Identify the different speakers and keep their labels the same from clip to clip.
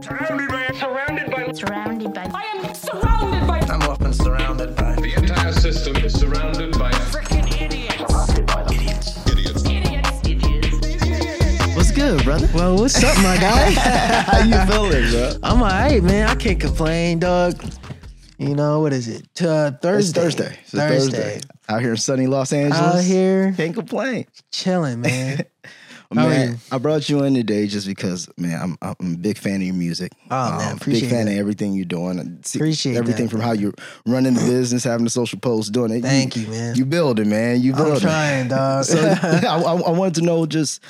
Speaker 1: Surrounded by. Surrounded by.
Speaker 2: Surrounded by.
Speaker 3: I am surrounded by.
Speaker 4: I'm often surrounded by.
Speaker 5: The entire system is surrounded by
Speaker 3: Freaking idiots.
Speaker 5: idiots.
Speaker 3: Idiots. Idiots.
Speaker 6: What's good, brother?
Speaker 7: Well, what's up, my guy?
Speaker 6: How you feeling, bro?
Speaker 7: I'm all right, man. I can't complain, dog. You know, what is it? T- uh,
Speaker 6: It's
Speaker 7: Thursday.
Speaker 6: Thursday. It's a
Speaker 7: Thursday.
Speaker 6: Out here in sunny Los Angeles.
Speaker 7: Out here
Speaker 6: Can't complain.
Speaker 7: chilling, man. How are you?
Speaker 6: Man, I brought you in today just because, man, I'm, I'm a big fan of your music. Um,
Speaker 7: Oh, man, appreciate
Speaker 6: Big fan
Speaker 7: that.
Speaker 6: of everything you're doing. See,
Speaker 7: Appreciate
Speaker 6: everything
Speaker 7: that,
Speaker 6: from how you're running the business, having the social posts, doing it.
Speaker 7: Thank you, man.
Speaker 6: You build it, man. You build
Speaker 7: I'm
Speaker 6: it.
Speaker 7: trying, dog.
Speaker 6: So I, I, I wanted to know just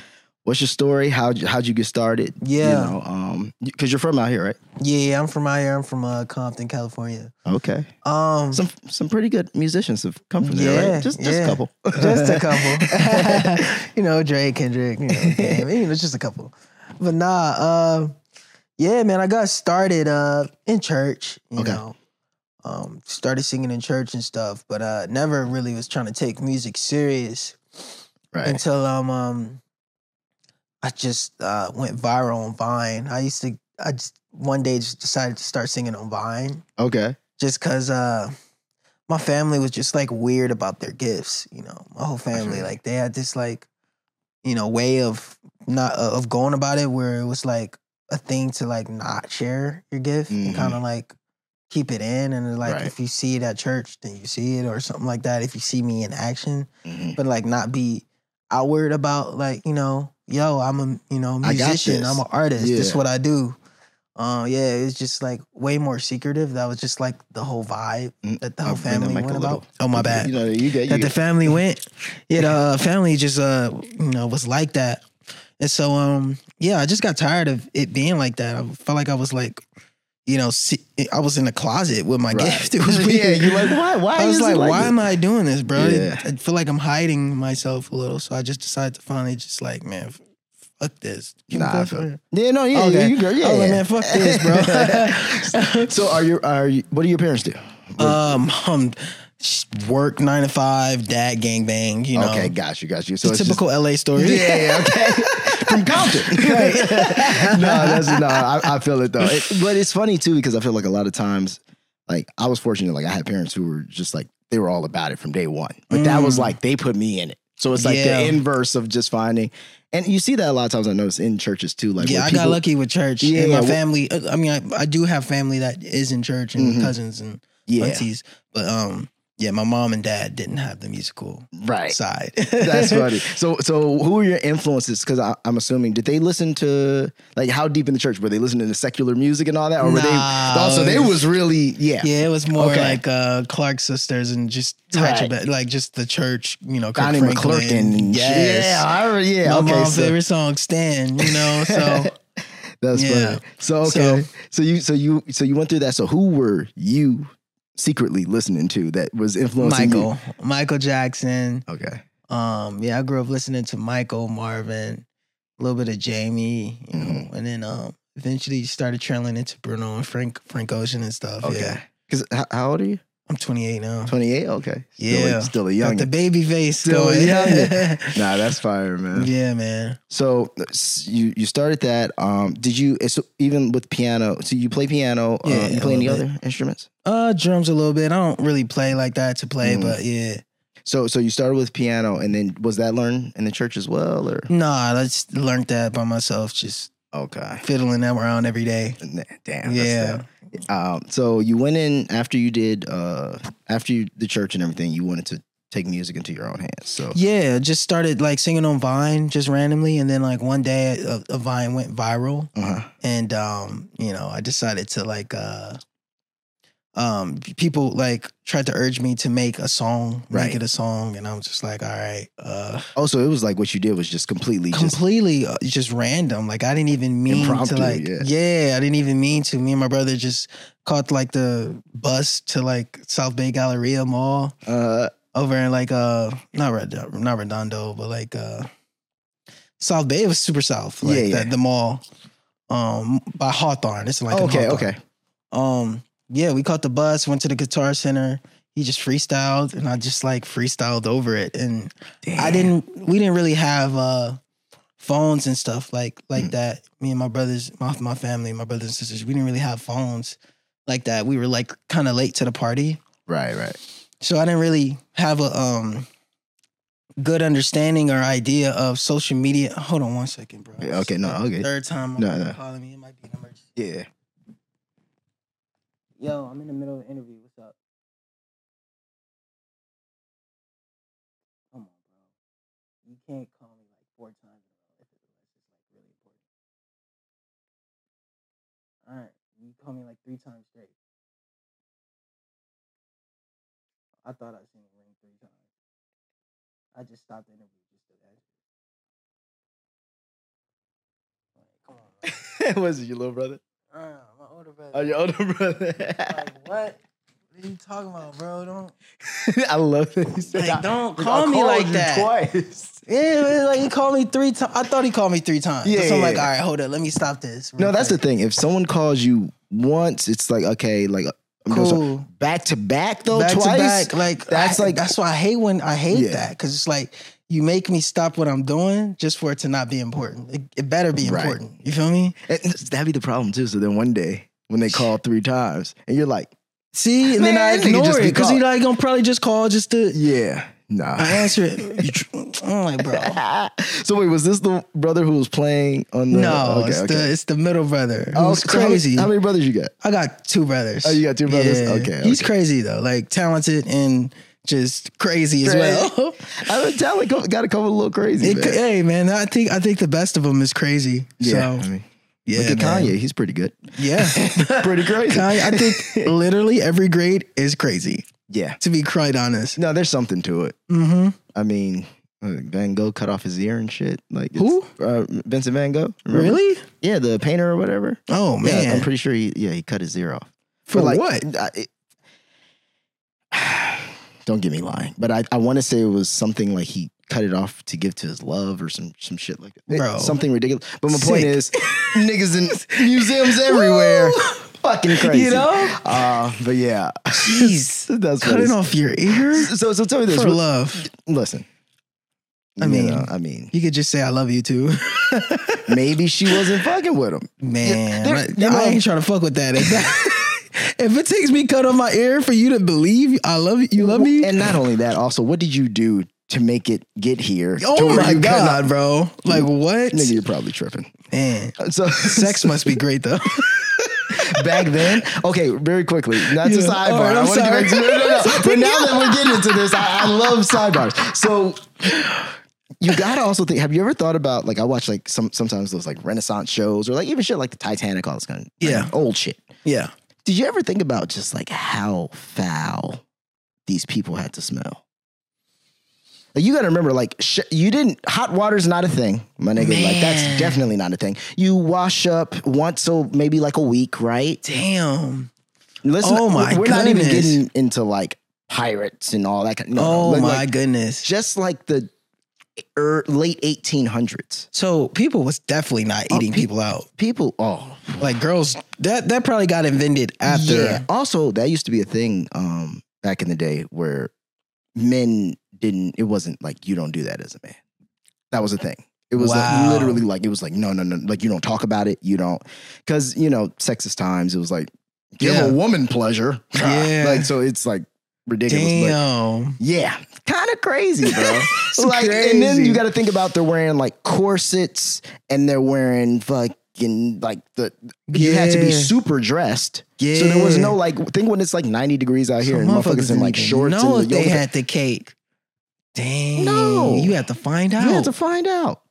Speaker 6: what's your story? How how'd you get started?
Speaker 7: Yeah.
Speaker 6: you know, um, because you're from out here, right?
Speaker 7: yeah, I'm from out here. I'm from uh, Compton, California.
Speaker 6: Okay.
Speaker 7: Um,
Speaker 6: Some some pretty good musicians have come from there,
Speaker 7: yeah,
Speaker 6: right? Just just
Speaker 7: yeah.
Speaker 6: a couple.
Speaker 7: just a couple. you know, Drake, Kendrick, you know, damn, you know, just a couple. But nah, uh, yeah, man, I got started uh in church. You
Speaker 6: Okay.
Speaker 7: know, um, started singing in church and stuff, but uh, never really was trying to take music serious
Speaker 6: right.
Speaker 7: until um, um I just uh, went viral on Vine. I used to, I just one day just decided to start singing on Vine
Speaker 6: Okay.
Speaker 7: just because uh, my family was just like weird about their gifts. You know, my whole family
Speaker 6: Sure.
Speaker 7: like they had this like, you know, way of not uh, of going about it where it was like a thing to like not share your gift and
Speaker 6: Mhm.
Speaker 7: kind of like keep it in and like
Speaker 6: Right.
Speaker 7: if you see it at church then you see it or something like that if you see me in action
Speaker 6: Mhm.
Speaker 7: but like not be outward about like you know yo i'm a you know
Speaker 6: I got
Speaker 7: musician
Speaker 6: this.
Speaker 7: i'm an artist this is
Speaker 6: Yeah.
Speaker 7: what i do uh, yeah it's just like way more secretive that was just like the whole vibe
Speaker 6: Mm,
Speaker 7: that the whole
Speaker 6: I'll bring that
Speaker 7: family
Speaker 6: mic a
Speaker 7: went
Speaker 6: little.
Speaker 7: about oh my bad
Speaker 6: You know, you get you.
Speaker 7: that the
Speaker 6: Get,
Speaker 7: family went yeah the uh, family just uh you know was like that and so um yeah i just got tired of it being like that i felt like i was like you know si- i was in a closet with my
Speaker 6: Right.
Speaker 7: gift it was weird
Speaker 6: yeah, you like why? Why
Speaker 7: I was
Speaker 6: is it
Speaker 7: like,
Speaker 6: like
Speaker 7: why
Speaker 6: this?
Speaker 7: am I doing this, bro?
Speaker 6: Yeah.
Speaker 7: I feel like I'm hiding myself a little. So I just decided to finally just like, man, f- fuck this. Can we
Speaker 6: Nah,
Speaker 7: go
Speaker 6: I feel-
Speaker 7: for it?
Speaker 6: Yeah, no, yeah,
Speaker 7: Okay.
Speaker 6: you go, yeah.
Speaker 7: I was like, man, fuck this, bro.
Speaker 6: so are you are you, what do your parents do?
Speaker 7: um, um, sh- work nine to five, dad gangbang, you know.
Speaker 6: okay, got you, got you. So
Speaker 7: It's
Speaker 6: it's just-
Speaker 7: typical LA story.
Speaker 6: Yeah, yeah, okay. From Compton. no, that's no, I, I feel it though. It- but it's funny too because I feel like a lot of times, like I was fortunate, like I had parents who were just like they were all about it from day one. But that was like they put me in it. So it's like
Speaker 7: Mm. Yeah.
Speaker 6: the inverse of just finding, and you see that a lot of times. I notice in churches too, like
Speaker 7: yeah,
Speaker 6: where
Speaker 7: I
Speaker 6: people-
Speaker 7: got lucky with church.
Speaker 6: Yeah,
Speaker 7: and my
Speaker 6: well-
Speaker 7: family. uh, I I mean, I, I do have family that is in church and
Speaker 6: Mhm.
Speaker 7: cousins and
Speaker 6: Yeah,
Speaker 7: aunties, but um, yeah, my mom and dad didn't have the musical
Speaker 6: right.
Speaker 7: side.
Speaker 6: That's funny. So, so who are your influences? Because I'm assuming did they listen to like how deep in the church were they listening to secular music and all that, or were
Speaker 7: Nah,
Speaker 6: they also they
Speaker 7: it was-
Speaker 6: was really yeah
Speaker 7: Yeah, it was more
Speaker 6: Okay.
Speaker 7: like uh, Clark sisters and just touch
Speaker 6: Right.
Speaker 7: about like just the church, you know, Kirk
Speaker 6: Connie
Speaker 7: Franklin.
Speaker 6: McClurkin. and shit.
Speaker 7: Yes.
Speaker 6: Yeah, I, re-
Speaker 7: My
Speaker 6: yeah. okay,
Speaker 7: mom's
Speaker 6: so
Speaker 7: favorite song, Stan, you know. So
Speaker 6: that's
Speaker 7: yeah.
Speaker 6: funny. So okay, so, you so you so you went through that. So who were you secretly listening to that was influencing
Speaker 7: Michael. Michael Jackson.
Speaker 6: You? Okay,
Speaker 7: Um, yeah, I grew up listening to Michael, Marvin, a little bit of Jamie, you
Speaker 6: Mm-hmm.
Speaker 7: know, and then um eventually started trailing into Bruno and Frank Frank Ocean and stuff.
Speaker 6: okay.
Speaker 7: Yeah.
Speaker 6: Because how, how old are you?
Speaker 7: I'm 28 now.
Speaker 6: Twenty eight. Okay. Still
Speaker 7: Yeah.
Speaker 6: a, still a young.
Speaker 7: Got the baby face
Speaker 6: Still
Speaker 7: going.
Speaker 6: young. Nah, that's fire, man.
Speaker 7: yeah, man.
Speaker 6: So s- you you started that. Um, did you so even with piano? So you play piano.
Speaker 7: Yeah,
Speaker 6: uh, you
Speaker 7: a
Speaker 6: play any
Speaker 7: little
Speaker 6: other instruments?
Speaker 7: Uh, drums a little bit. I don't really play like that to play,
Speaker 6: Mm.
Speaker 7: but yeah.
Speaker 6: So so you started with piano, and then was that learned in the church as well, or
Speaker 7: Nah, I just learned that by myself, just
Speaker 6: okay?
Speaker 7: fiddling that around every day.
Speaker 6: Nah, Damn.
Speaker 7: Yeah.
Speaker 6: That's that. um, so you went in after you did uh, after you, the church and everything. You wanted to take music into your own hands. So
Speaker 7: Yeah, just started like singing on Vine just randomly, and then like one day uh, a, a Vine went viral,
Speaker 6: uh-huh.
Speaker 7: and um, you know, I decided to like uh, um, people like tried to urge me to make a song,
Speaker 6: Right.
Speaker 7: make it a song, and I'm just like, all right, uh,
Speaker 6: oh, so it was like what you did was just completely just
Speaker 7: completely uh, just random. Like I didn't even mean
Speaker 6: Impromptu,
Speaker 7: to like
Speaker 6: yeah.
Speaker 7: yeah. I didn't even mean to. Me and my brother just caught like the bus to like South Bay Galleria Mall
Speaker 6: uh,
Speaker 7: over in like uh not Red, not Redondo, but like uh South Bay. It was super south. Like
Speaker 6: Yeah, yeah.
Speaker 7: that- the mall. Um by Hawthorne. It's like in
Speaker 6: okay,
Speaker 7: Hawthorne.
Speaker 6: okay,
Speaker 7: Um yeah, we caught the bus, went to the guitar center. He just freestyled and I just like freestyled over it and I didn't we didn't really have uh phones and stuff like like
Speaker 6: Mm.
Speaker 7: that. Me and my brothers, my my family, my brothers and sisters, we didn't really have phones like that. We were like kind of late to the party.
Speaker 6: Right, right.
Speaker 7: So I didn't really have a um good understanding or idea of social media. Hold on one second, bro.
Speaker 6: Yeah, okay, no, okay.
Speaker 7: Third time my
Speaker 6: No,
Speaker 7: brother
Speaker 6: no.
Speaker 7: calling me. It might be an emergency.
Speaker 6: Yeah.
Speaker 7: Yo, I'm in the middle of an interview. What's up? Come on, bro. You can't call me like four times in a row. That's just like really important. All right, you call me like three times straight. I thought I seen it ring three times. I just stopped the interview just to ask. you. Like, come on, man.
Speaker 6: Was it your little brother?
Speaker 7: Uh, my older brother.
Speaker 6: Oh, your older brother.
Speaker 7: Like what? What are you talking about, bro? Don't
Speaker 6: I love that. He said,
Speaker 7: Like,
Speaker 6: I-
Speaker 7: don't
Speaker 6: I
Speaker 7: call me
Speaker 6: called
Speaker 7: like
Speaker 6: you
Speaker 7: that.
Speaker 6: Twice.
Speaker 7: yeah, like he called me three times. I thought he called me three times.
Speaker 6: Yeah,
Speaker 7: so I'm
Speaker 6: yeah,
Speaker 7: like,
Speaker 6: yeah.
Speaker 7: all right, hold up, let me stop this.
Speaker 6: No, that's the thing. If someone calls you once, it's like okay, like I'm doing something.
Speaker 7: Cool.
Speaker 6: back to back though,
Speaker 7: back
Speaker 6: twice.
Speaker 7: to back, like
Speaker 6: That's
Speaker 7: that's
Speaker 6: like-
Speaker 7: like that's why I hate when I hate
Speaker 6: Yeah.
Speaker 7: that because it's like you make me stop what I'm doing just for it to not be important. It, it better be
Speaker 6: Right.
Speaker 7: important. You feel me?
Speaker 6: And that'd be the problem too. So then one day when they call three times, and you're like,
Speaker 7: See, and
Speaker 6: Man, I
Speaker 7: then I
Speaker 6: think it
Speaker 7: ignore
Speaker 6: just
Speaker 7: it
Speaker 6: be
Speaker 7: because
Speaker 6: called.
Speaker 7: you know I gonna probably just call just to
Speaker 6: yeah, nah.
Speaker 7: I answer it. You tr- I'm like, bro.
Speaker 6: so wait, was this the brother who was playing on the?
Speaker 7: No,
Speaker 6: okay,
Speaker 7: it's the it's the middle brother.
Speaker 6: Oh,
Speaker 7: Who's
Speaker 6: so how many-
Speaker 7: crazy.
Speaker 6: How many, brothers you got?
Speaker 7: I got two brothers.
Speaker 6: Oh, you got two brothers? Okay,
Speaker 7: He's
Speaker 6: okay.
Speaker 7: crazy though, like talented and just crazy as
Speaker 6: Right.
Speaker 7: well.
Speaker 6: I would tell like got a couple a little crazy.
Speaker 7: It-
Speaker 6: man.
Speaker 7: hey man, I think I think the best of them is crazy.
Speaker 6: yeah,
Speaker 7: So
Speaker 6: I mean,
Speaker 7: yeah,
Speaker 6: look at
Speaker 7: man.
Speaker 6: Kanye. He's pretty good.
Speaker 7: Yeah,
Speaker 6: Pretty crazy.
Speaker 7: Kanye. I think literally every grade is crazy.
Speaker 6: Yeah.
Speaker 7: To be quite honest.
Speaker 6: No, there's something to it.
Speaker 7: Mm-hmm.
Speaker 6: I mean, uh, Van Gogh cut off his ear and shit. Like it's-
Speaker 7: Who?
Speaker 6: Uh, Vincent Van Gogh. remember?
Speaker 7: Really?
Speaker 6: Yeah, the painter or whatever.
Speaker 7: Oh man.
Speaker 6: Yeah, I'm pretty sure he yeah he cut his ear off.
Speaker 7: For
Speaker 6: But, like,
Speaker 7: what?
Speaker 6: I, it, don't get me lying, but I, I want to say it was something like he cut it off to give to his love or some some shit like that. It-
Speaker 7: Bro.
Speaker 6: something ridiculous. But my point
Speaker 7: Sick.
Speaker 6: is, niggas in museums everywhere, fucking crazy.
Speaker 7: You know?
Speaker 6: Uh, but yeah,
Speaker 7: Jeez.
Speaker 6: that's what
Speaker 7: Cutting
Speaker 6: it's-
Speaker 7: off your ear
Speaker 6: So so tell me this.
Speaker 7: for
Speaker 6: what-
Speaker 7: love.
Speaker 6: Listen,
Speaker 7: I
Speaker 6: You
Speaker 7: mean-
Speaker 6: know, I mean,
Speaker 7: You could just say I love you too.
Speaker 6: maybe she wasn't fucking with him.
Speaker 7: Man,
Speaker 6: there-
Speaker 7: I-
Speaker 6: you know-
Speaker 7: I ain't trying to fuck with that. If, that- if it takes me cut off my ear for you to believe I love you, you love me.
Speaker 6: And not only that, also, what did you do to make it get here? to
Speaker 7: oh
Speaker 6: where
Speaker 7: my
Speaker 6: you cut
Speaker 7: god, bro! Like what?
Speaker 6: Nigga, you're probably tripping.
Speaker 7: Man,
Speaker 6: So
Speaker 7: sex must be great though.
Speaker 6: back then. Okay, very quickly. Not
Speaker 7: Yeah.
Speaker 6: to sidebar.
Speaker 7: All right,
Speaker 6: I
Speaker 7: I'm
Speaker 6: wanna
Speaker 7: sorry.
Speaker 6: get into- no, no, no. But now that we're getting into this, I, I love sidebars. So you gotta also think. Have you ever thought about like I watch like some sometimes those like Renaissance shows or like even shit like the Titanic, all this kind of like,
Speaker 7: Yeah.
Speaker 6: old shit.
Speaker 7: yeah,
Speaker 6: Did you ever think about just like how foul these people had to smell? Like you got to remember, like sh- you didn't. Hot water's not a thing, my nigga. Like that's
Speaker 7: Man.
Speaker 6: definitely not a thing. You wash up once, so maybe like a week, right?
Speaker 7: damn.
Speaker 6: Listen,
Speaker 7: Oh my
Speaker 6: we're not even
Speaker 7: goodness.
Speaker 6: getting into like pirates and all that. Kind no, no,
Speaker 7: Oh
Speaker 6: like-
Speaker 7: my
Speaker 6: like,
Speaker 7: goodness.
Speaker 6: Just like the er, late eighteen hundreds,
Speaker 7: So people was definitely not eating
Speaker 6: pe-
Speaker 7: people out.
Speaker 6: people. Oh,
Speaker 7: Like girls, that that probably got invented after.
Speaker 6: Yeah. Also, that used to be a thing um, back in the day where men didn't. It wasn't like you don't do that as a man. That was a thing. It was
Speaker 7: Wow.
Speaker 6: like literally like it was like no no no like you don't talk about it. You don't because you know sexist times. It was like give
Speaker 7: Yeah.
Speaker 6: a woman pleasure.
Speaker 7: Yeah.
Speaker 6: like so it's like ridiculous. but-
Speaker 7: Damn.
Speaker 6: yeah, kind of crazy, bro.
Speaker 7: It's
Speaker 6: like, and then
Speaker 7: crazy.
Speaker 6: you got to think about they're wearing like corsets and they're wearing fucking like the. You had to be
Speaker 7: Yeah.
Speaker 6: super dressed. So there was
Speaker 7: Yeah.
Speaker 6: no like. Think when it's like ninety degrees out here and motherfuckers in
Speaker 7: didn't
Speaker 6: like
Speaker 7: even
Speaker 6: shorts
Speaker 7: Know
Speaker 6: and
Speaker 7: if they
Speaker 6: yoga-
Speaker 7: had the cake. Dang.
Speaker 6: No.
Speaker 7: you have to find
Speaker 6: You had
Speaker 7: out.
Speaker 6: to find out.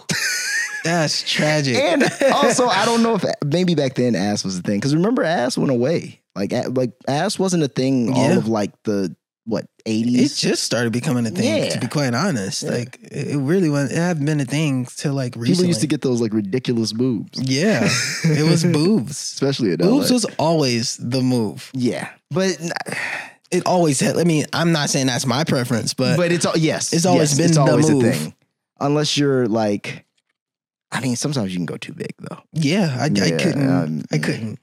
Speaker 7: That's tragic.
Speaker 6: And also, I don't know if maybe back then ass was the thing because remember ass went away. Like a- like ass wasn't a thing all
Speaker 7: Yeah.
Speaker 6: of like the what
Speaker 7: it
Speaker 6: eighties.
Speaker 7: just started becoming a thing.
Speaker 6: Yeah.
Speaker 7: To be quite honest,
Speaker 6: Yeah.
Speaker 7: like it it really wasn't. It hadn't been a thing till like recently.
Speaker 6: People used to get those like ridiculous boobs,
Speaker 7: Yeah, it was boobs.
Speaker 6: especially at
Speaker 7: Boobs
Speaker 6: LA.
Speaker 7: was always the move.
Speaker 6: yeah, but
Speaker 7: It always had. I mean, I'm not saying that's my preference, but,
Speaker 6: but it's all yes.
Speaker 7: It's always
Speaker 6: yes,
Speaker 7: been
Speaker 6: it's
Speaker 7: the
Speaker 6: always
Speaker 7: move.
Speaker 6: a thing. Unless you're like, I mean, sometimes you can go too big though.
Speaker 7: yeah, I, I
Speaker 6: Yeah,
Speaker 7: couldn't.
Speaker 6: um,
Speaker 7: I couldn't.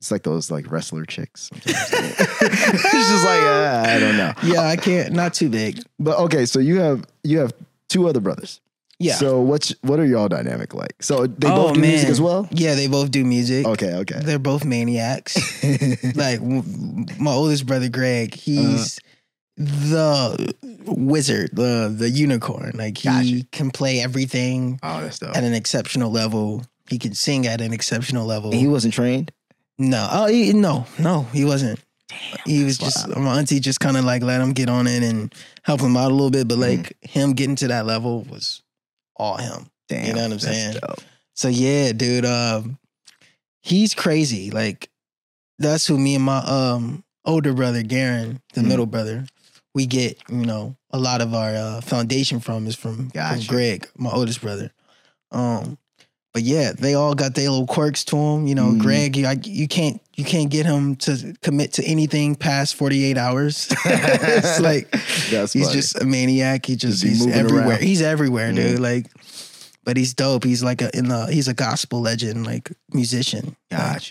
Speaker 6: It's like those like wrestler chicks. Sometimes. it's just like uh, I don't know.
Speaker 7: Yeah, I can't. Not too big.
Speaker 6: But okay, so you have you have two other brothers.
Speaker 7: Yeah.
Speaker 6: So what's what are y'all dynamic like? So they
Speaker 7: Oh,
Speaker 6: both do music
Speaker 7: man.
Speaker 6: as well.
Speaker 7: Yeah, they both do music.
Speaker 6: Okay, okay.
Speaker 7: They're both maniacs. like w- my oldest brother Greg, he's
Speaker 6: Uh-huh.
Speaker 7: the wizard, the the unicorn. Like he
Speaker 6: Gotcha.
Speaker 7: can play everything
Speaker 6: oh, that's dope.
Speaker 7: at an exceptional level. He can sing at an exceptional level.
Speaker 6: And he wasn't trained.
Speaker 7: no, oh he, no, no, he wasn't. he was
Speaker 6: that's
Speaker 7: just my auntie just kind of like let him get on it and help him out a little bit, but like
Speaker 6: Mm-hmm.
Speaker 7: him getting to that level was all him. know
Speaker 6: Damn,
Speaker 7: what I'm
Speaker 6: that's
Speaker 7: saying?
Speaker 6: dope.
Speaker 7: So yeah, dude, um, he's crazy. Like that's who me and my um older brother Garen, the
Speaker 6: Mhm.
Speaker 7: middle brother, we get you know a lot of our uh, foundation from is from,
Speaker 6: Gotcha.
Speaker 7: from Greg, my oldest brother. Um, but yeah, they all got their little quirks to them. You know,
Speaker 6: Mhm.
Speaker 7: Greg, you, I, you can't you can't get him to commit to anything past 48 hours. it's like
Speaker 6: That's
Speaker 7: he's
Speaker 6: funny.
Speaker 7: just a maniac. He just,
Speaker 6: Just be
Speaker 7: he's
Speaker 6: moving
Speaker 7: everywhere.
Speaker 6: around.
Speaker 7: He's everywhere,
Speaker 6: Mhm.
Speaker 7: dude. Like, but he's dope. He's like a in the he's a gospel legend, like musician,
Speaker 6: got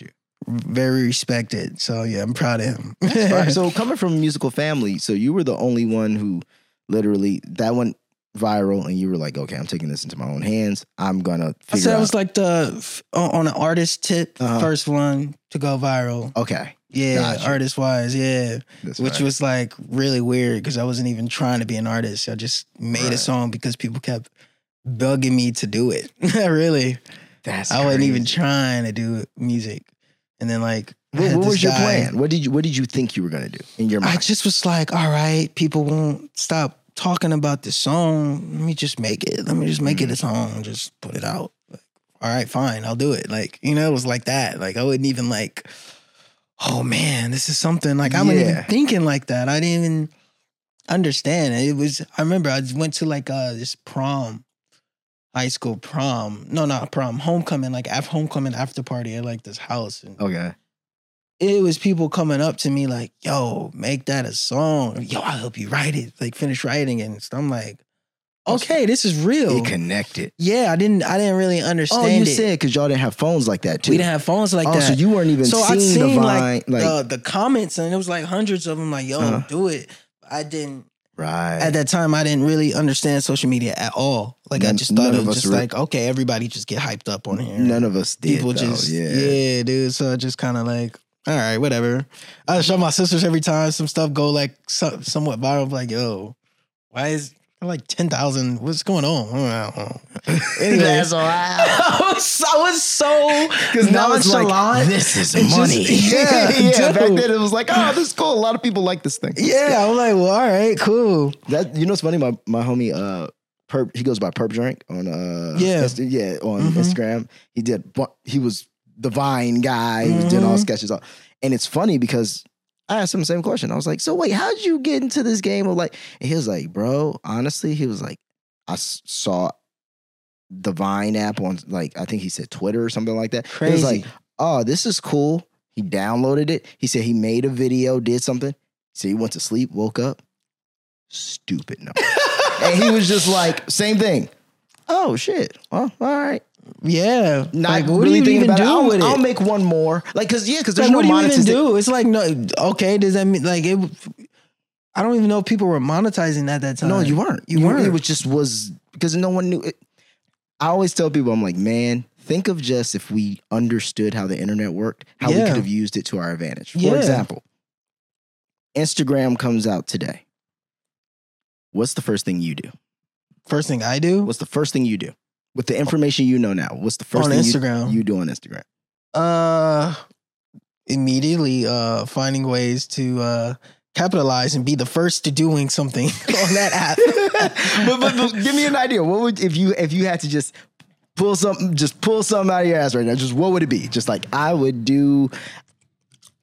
Speaker 6: you.
Speaker 7: very respected. So yeah, I'm proud of him.
Speaker 6: All right, so coming from a musical family, so you were the only one who literally that went viral, and you were like, okay, I'm taking this into my own hands. I'm gonna
Speaker 7: I
Speaker 6: figure
Speaker 7: said I
Speaker 6: out.
Speaker 7: was like the f- on on an artist tip,
Speaker 6: Uh-huh.
Speaker 7: first one to go viral.
Speaker 6: okay,
Speaker 7: Yeah,
Speaker 6: Gotcha.
Speaker 7: artist wise, yeah,
Speaker 6: that's
Speaker 7: which
Speaker 6: right.
Speaker 7: was like really weird because I wasn't even trying to be an artist. I just made a
Speaker 6: Right.
Speaker 7: song because people kept bugging me to do it. really.
Speaker 6: that's
Speaker 7: I wasn't even
Speaker 6: crazy.
Speaker 7: trying to do music. And then like I
Speaker 6: What,
Speaker 7: had
Speaker 6: what
Speaker 7: this
Speaker 6: was your
Speaker 7: guy-
Speaker 6: plan? What did you What did you think you were gonna do in your
Speaker 7: I
Speaker 6: mind?
Speaker 7: just was like, all right, people won't stop talking about this song. Let me just make it. Let me just make it
Speaker 6: Mm.
Speaker 7: a song. Just put it out. Like, all right, fine, I'll do it. Like, you know, it was like that. Like I wouldn't even like, oh man, this is something. Like I wasn't even
Speaker 6: Yeah.
Speaker 7: thinking like that. I didn't even understand. It was I remember I went to like uh this prom. High school prom, no, not prom, homecoming, like after homecoming after party at like this house, and
Speaker 6: okay,
Speaker 7: it was people coming up to me like, yo, make that a song. Yo, I'll help you write it. Like finish writing it. And so I'm like, okay, this is real.
Speaker 6: it connected.
Speaker 7: yeah, I didn't I didn't really understand
Speaker 6: Oh, you
Speaker 7: it.
Speaker 6: said because y'all didn't have phones like that too.
Speaker 7: we didn't have phones like
Speaker 6: oh,
Speaker 7: that.
Speaker 6: so you weren't even
Speaker 7: So
Speaker 6: seeing
Speaker 7: I'd
Speaker 6: the
Speaker 7: seen,
Speaker 6: vine,
Speaker 7: like,
Speaker 6: like,
Speaker 7: the the comments and it was like hundreds of them like, yo,
Speaker 6: Uh-huh.
Speaker 7: do it. I didn't
Speaker 6: right?
Speaker 7: at that time I didn't really understand social media at all. Like I
Speaker 6: None-
Speaker 7: just thought
Speaker 6: none
Speaker 7: it
Speaker 6: of
Speaker 7: was
Speaker 6: us
Speaker 7: just
Speaker 6: were-
Speaker 7: like, okay, everybody just get hyped up on here.
Speaker 6: None of us did.
Speaker 7: people
Speaker 6: though.
Speaker 7: just yeah.
Speaker 6: yeah.
Speaker 7: dude. So I just kind of like, all right, whatever. I show my sisters every time some stuff go like so, somewhat viral. I'm like, yo, why is like ten thousand? What's going on? I don't know. Anyways, I was, I was so
Speaker 6: 'Cause now it's like,
Speaker 7: nonchalant.
Speaker 6: this is
Speaker 7: It's just-
Speaker 6: money.
Speaker 7: yeah,
Speaker 6: yeah.
Speaker 7: dude.
Speaker 6: Back then it was like, oh, this is cool. A lot of people like this thing.
Speaker 7: yeah, I'm like, well, all right, cool.
Speaker 6: That you know, it's funny. My my homie, uh, Perp, he goes by Perp Drink on uh,
Speaker 7: Yeah.
Speaker 6: Insta- yeah, on
Speaker 7: Mhm.
Speaker 6: Instagram. He did, bu- he was the Vine guy. He did all
Speaker 7: Mhm.
Speaker 6: sketches, all. and it's funny because. I asked him the same question. I was like, "So wait, how did you get into this game of like?" And he was like, "Bro, honestly, he was like, I s- saw the Vine app on like I think he said Twitter or something like that. He was
Speaker 7: Crazy.
Speaker 6: like, oh, this is cool. He downloaded it. He said he made a video, did something. So he went to sleep, woke up, stupid no. and he was just like, same thing. Oh shit. Well, all right.
Speaker 7: Yeah,
Speaker 6: Not
Speaker 7: like, what
Speaker 6: really
Speaker 7: do you
Speaker 6: thinking
Speaker 7: even
Speaker 6: about
Speaker 7: do
Speaker 6: it. I'll,
Speaker 7: with it?
Speaker 6: I'll make one more. Like, cause yeah, cause there's
Speaker 7: like,
Speaker 6: no
Speaker 7: what do you even
Speaker 6: monetization.
Speaker 7: do? It's like no, okay. Does that mean like it? I don't even know if people were monetizing at that time.
Speaker 6: No, you weren't.
Speaker 7: You weren't.
Speaker 6: It was just was because no one knew. It. I always tell people, I'm like, man, think of just if we understood how the internet worked, how we
Speaker 7: Yeah.
Speaker 6: could have used it to our advantage. For
Speaker 7: Yeah.
Speaker 6: example, Instagram comes out today. What's the first thing you do?
Speaker 7: First thing I do
Speaker 6: What's the first thing you do with the information you know now? What's the first
Speaker 7: on
Speaker 6: thing you-
Speaker 7: Instagram.
Speaker 6: You, do on Instagram?
Speaker 7: uh immediately uh finding ways to uh capitalize and be the first to doing something on that app
Speaker 6: but, but, but give me an idea. What would if you if you had to just pull something, just pull something out of your ass right now? Just what would it be? Just like I would do.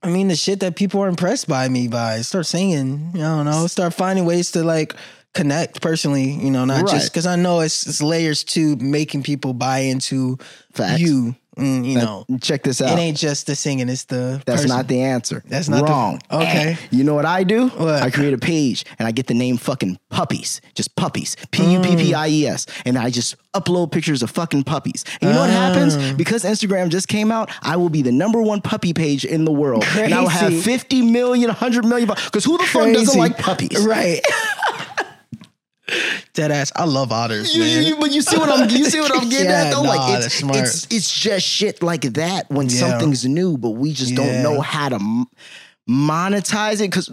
Speaker 7: i mean the shit that people are impressed by me by start singing i don't know start finding ways to like connect personally you know not just
Speaker 6: Right.
Speaker 7: because i know it's, it's layers to making people buy into
Speaker 6: Facts.
Speaker 7: you mm, you know
Speaker 6: Check this out.
Speaker 7: it ain't just the singing it's the
Speaker 6: That's
Speaker 7: person.
Speaker 6: not the Oh, answer.
Speaker 7: That's not the-
Speaker 6: wrong.
Speaker 7: Okay.
Speaker 6: You know what I do?
Speaker 7: What?
Speaker 6: I create a page and I get the name fucking puppies, just puppies, P U P P I E S,
Speaker 7: Mm.
Speaker 6: and I just upload pictures of fucking puppies. And you know what happens?
Speaker 7: Oh.
Speaker 6: Because Instagram just came out, I will be the number one puppy page in the world, and I will have
Speaker 7: Crazy.
Speaker 6: fifty million, hundred million. Because who the fuck doesn't
Speaker 7: Crazy.
Speaker 6: like puppies?
Speaker 7: right dead ass. I love otters,
Speaker 6: You, you,
Speaker 7: man.
Speaker 6: you- but you see what I'm you see what I'm getting
Speaker 7: Yeah,
Speaker 6: at though.
Speaker 7: nah,
Speaker 6: like
Speaker 7: that's
Speaker 6: it's,
Speaker 7: smart.
Speaker 6: it's it's just shit like that when
Speaker 7: Yeah.
Speaker 6: something's new, but we just don't
Speaker 7: Yeah.
Speaker 6: know how to m- monetize it because.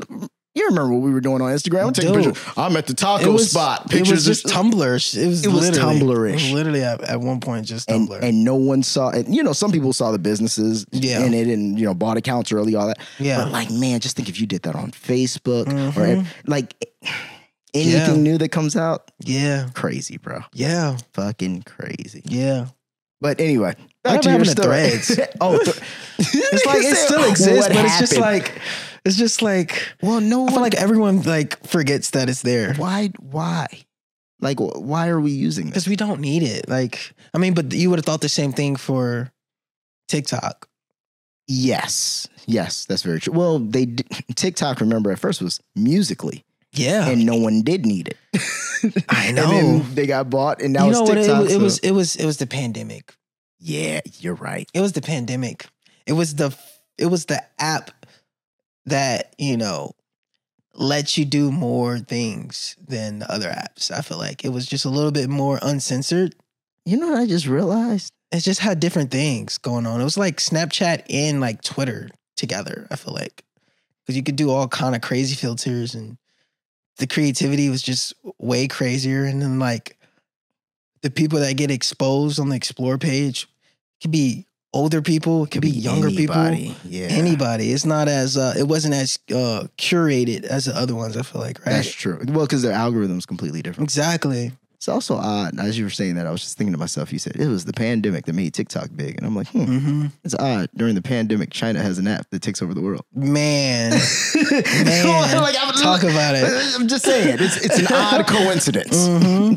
Speaker 6: You remember what we were doing on Instagram? I'm taking
Speaker 7: Dude.
Speaker 6: pictures. I'm at the taco spot.
Speaker 7: It was
Speaker 6: Pictures
Speaker 7: just
Speaker 6: of-
Speaker 7: Tumblr. It was
Speaker 6: It was
Speaker 7: literally-
Speaker 6: Tumblr-ish.
Speaker 7: Literally at, at one point, just
Speaker 6: and,
Speaker 7: Tumblr.
Speaker 6: and no one saw it. You know, some people saw the businesses
Speaker 7: Yeah.
Speaker 6: in it and, you know, bought accounts early, all that.
Speaker 7: Yeah.
Speaker 6: But like, man, just think if you did that on Facebook or
Speaker 7: Mhm.
Speaker 6: if- like anything new that comes out,
Speaker 7: yeah,
Speaker 6: crazy, bro.
Speaker 7: yeah,
Speaker 6: Fucking crazy.
Speaker 7: yeah.
Speaker 6: But anyway,
Speaker 7: Whatever happened to Threads?
Speaker 6: oh, th-
Speaker 7: It's like it still
Speaker 6: What
Speaker 7: exists, but it's just
Speaker 6: happened?
Speaker 7: like it's just like
Speaker 6: well, no
Speaker 7: I feel
Speaker 6: one.
Speaker 7: like everyone like forgets that it's there
Speaker 6: why? Why? Like, wh- why are we using this?
Speaker 7: because we don't need it. Like I mean, but you would have thought the same thing for TikTok.
Speaker 6: Yes, yes, that's very true. Well, they d- TikTok. Remember, at first was musically,
Speaker 7: Yeah,
Speaker 6: and no one did need it.
Speaker 7: I
Speaker 6: And
Speaker 7: know.
Speaker 6: then they got bought, and now
Speaker 7: you
Speaker 6: it's
Speaker 7: know what? It,
Speaker 6: TikTok.
Speaker 7: was- it
Speaker 6: so-
Speaker 7: was it was it was the pandemic.
Speaker 6: Yeah, you're right.
Speaker 7: It was the pandemic. It was the it was the app that you know lets you do more things than the other apps. I feel like it was just a little bit more uncensored.
Speaker 6: You know what I just realized?
Speaker 7: It just had different things going on. It was like Snapchat and like Twitter together. I feel like because you could do all kind of crazy filters and the creativity was just way crazier. And then like the people that get exposed on the explore page could be older people, it could be, younger people
Speaker 6: people. Yeah,
Speaker 7: anybody. It's not as uh, it wasn't as uh, curated as the other ones. I feel like right.
Speaker 6: That's true. Well, because their algorithm's completely different.
Speaker 7: exactly.
Speaker 6: It's also odd. As you were saying that, I was just thinking to myself, you said it was the pandemic that made TikTok big. And I'm like, hmm,
Speaker 7: hmm
Speaker 6: it's odd. During the pandemic, China has an app that takes over the world.
Speaker 7: Man, man,
Speaker 6: Like, I'm-
Speaker 7: talk about it.
Speaker 6: I'm just saying, it's, it's an odd coincidence.
Speaker 7: hmm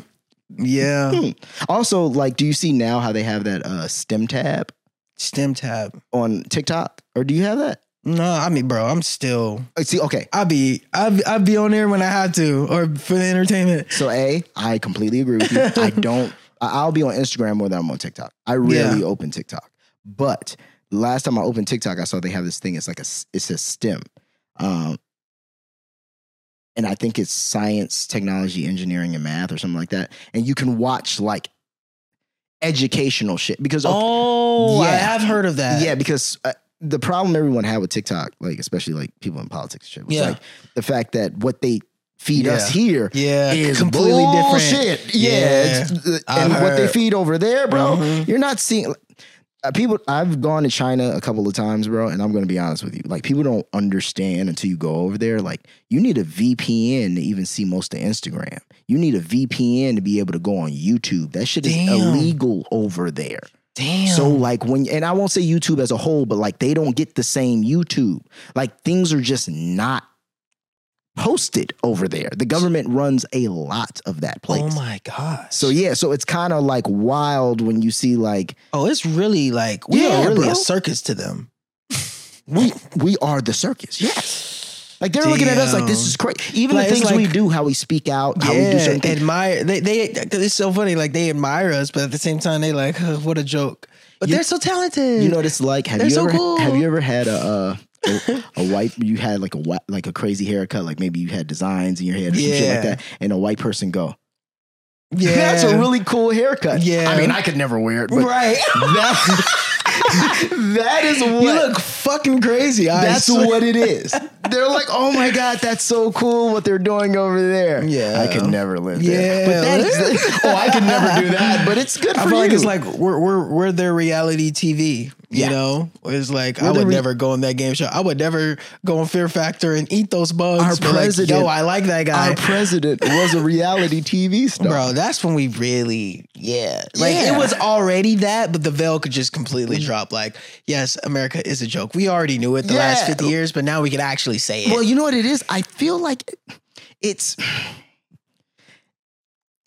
Speaker 7: Yeah,
Speaker 6: Hmm. Mm-hmm. Also, like, do you see now how they have that uh, STEM tab
Speaker 7: stem tab.
Speaker 6: on TikTok? Or do you have that?
Speaker 7: No, I mean, bro, I'm still.
Speaker 6: Uh, See, okay.
Speaker 7: I be I be- I be on there when I have to or for the entertainment.
Speaker 6: So, A, I completely agree with you. I don't, I- I'll be on Instagram more than I'm on TikTok. I rarely
Speaker 7: Yeah.
Speaker 6: open TikTok. But last time I opened TikTok, I saw they have this thing. It's like a, s- it says STEM. Um, and I think it's science, technology, engineering, and math or something like that. And you can watch like educational shit because,
Speaker 7: Oh, I
Speaker 6: Yeah.
Speaker 7: have heard of that.
Speaker 6: yeah, because uh, the problem everyone had with TikTok, like especially like people in politics and shit, was
Speaker 7: Yeah.
Speaker 6: like the fact that what they feed us
Speaker 7: Yeah.
Speaker 6: here
Speaker 7: yeah,
Speaker 6: is
Speaker 7: completely different.
Speaker 6: Shit. Yeah. it's- uh,
Speaker 7: I've
Speaker 6: and what they
Speaker 7: heard.
Speaker 6: feed over there, bro,
Speaker 7: Mhm.
Speaker 6: you're not seeing. uh, people, I've gone to China a couple of times, bro, and I'm going to be honest with you. Like, people don't understand until you go over there. Like, you need a VPN to even see most of Instagram. You need a VPN to be able to go on YouTube. That shit
Speaker 7: Damn.
Speaker 6: is illegal over there.
Speaker 7: Damn.
Speaker 6: So like when and I won't say YouTube as a whole, but like they don't get the same YouTube. Like things are just not posted over there. The government runs a lot of that place.
Speaker 7: oh my gosh.
Speaker 6: so yeah, so it's kind of like wild when you see like
Speaker 7: Oh, it's really like we
Speaker 6: Yeah,
Speaker 7: are really
Speaker 6: bro.
Speaker 7: a circus to them.
Speaker 6: we we are the circus. Yes. Like they're looking at us like this
Speaker 7: Damn.
Speaker 6: is crazy. Even
Speaker 7: Like,
Speaker 6: the
Speaker 7: it's
Speaker 6: things we
Speaker 7: like-
Speaker 6: do, how we speak out, how we do
Speaker 7: Yeah,
Speaker 6: certain things.
Speaker 7: admire. They, they. It's so funny. Like they admire us, but at the same time, they like, "Huh, what a joke. But
Speaker 6: You-
Speaker 7: they're so talented.
Speaker 6: You know what it's like? Have
Speaker 7: They're
Speaker 6: you
Speaker 7: so
Speaker 6: ever
Speaker 7: cool.
Speaker 6: have you ever had a uh, a, a white you had like a whi- like a crazy haircut, like maybe you had designs in your head or some shit like
Speaker 7: Yeah.
Speaker 6: that, and a white person go,
Speaker 7: yeah,
Speaker 6: That's a really cool haircut.
Speaker 7: Yeah.
Speaker 6: I mean, I could never wear it, but
Speaker 7: right.
Speaker 6: that, that is what
Speaker 7: you look fucking crazy. I
Speaker 6: that's
Speaker 7: swear.
Speaker 6: what it is. They're like, oh my God, that's so cool what they're doing over there.
Speaker 7: Yeah.
Speaker 6: I could never live
Speaker 7: Yeah.
Speaker 6: there. But that is oh, I could never do that, but it's good for
Speaker 7: I feel
Speaker 6: you.
Speaker 7: like it's like we're we're we're their reality TV. You
Speaker 6: Yeah.
Speaker 7: know, it's like I
Speaker 6: We're the
Speaker 7: would
Speaker 6: re-
Speaker 7: never go on that game show. I would never go on Fear Factor and eat those bugs.
Speaker 6: Our
Speaker 7: Be like,
Speaker 6: president-
Speaker 7: Yo, I like that guy.
Speaker 6: our president was a reality TV star.
Speaker 7: Bro, that's when we really, yeah. Like
Speaker 6: Yeah. Mm.
Speaker 7: it was already that, but the veil could just completely drop. Like, yes, America is a joke. We already knew it the last
Speaker 6: Yeah.
Speaker 7: 50 years, but now we can actually say it.
Speaker 6: Well, you know what it is? I feel like it's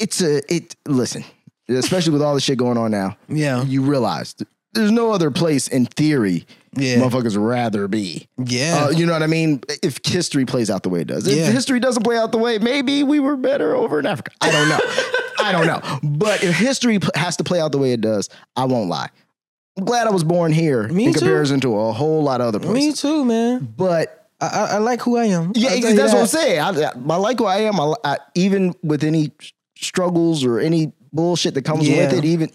Speaker 6: it's a it listen, especially with all the shit going on now,
Speaker 7: yeah.
Speaker 6: you realize th- there's no other place in theory
Speaker 7: Yeah.
Speaker 6: motherfuckers rather be.
Speaker 7: yeah.
Speaker 6: Uh, you know what I mean? If history plays out the way it does. If
Speaker 7: Yeah.
Speaker 6: history doesn't play out the way, maybe we were better over in Africa. I don't know. I don't know. But if history p- has to play out the way it does, I won't lie. I'm glad I was born here
Speaker 7: Me
Speaker 6: in
Speaker 7: too.
Speaker 6: comparison to a whole lot of other places.
Speaker 7: Me too, man.
Speaker 6: But
Speaker 7: I, I, I like who I am.
Speaker 6: yeah,
Speaker 7: I'll
Speaker 6: ex-
Speaker 7: tell you
Speaker 6: that's what I'm
Speaker 7: that.
Speaker 6: saying. I, I, I like who I am. I, li- I- even with any sh- struggles or any bullshit that comes with
Speaker 7: Yeah.
Speaker 6: it, even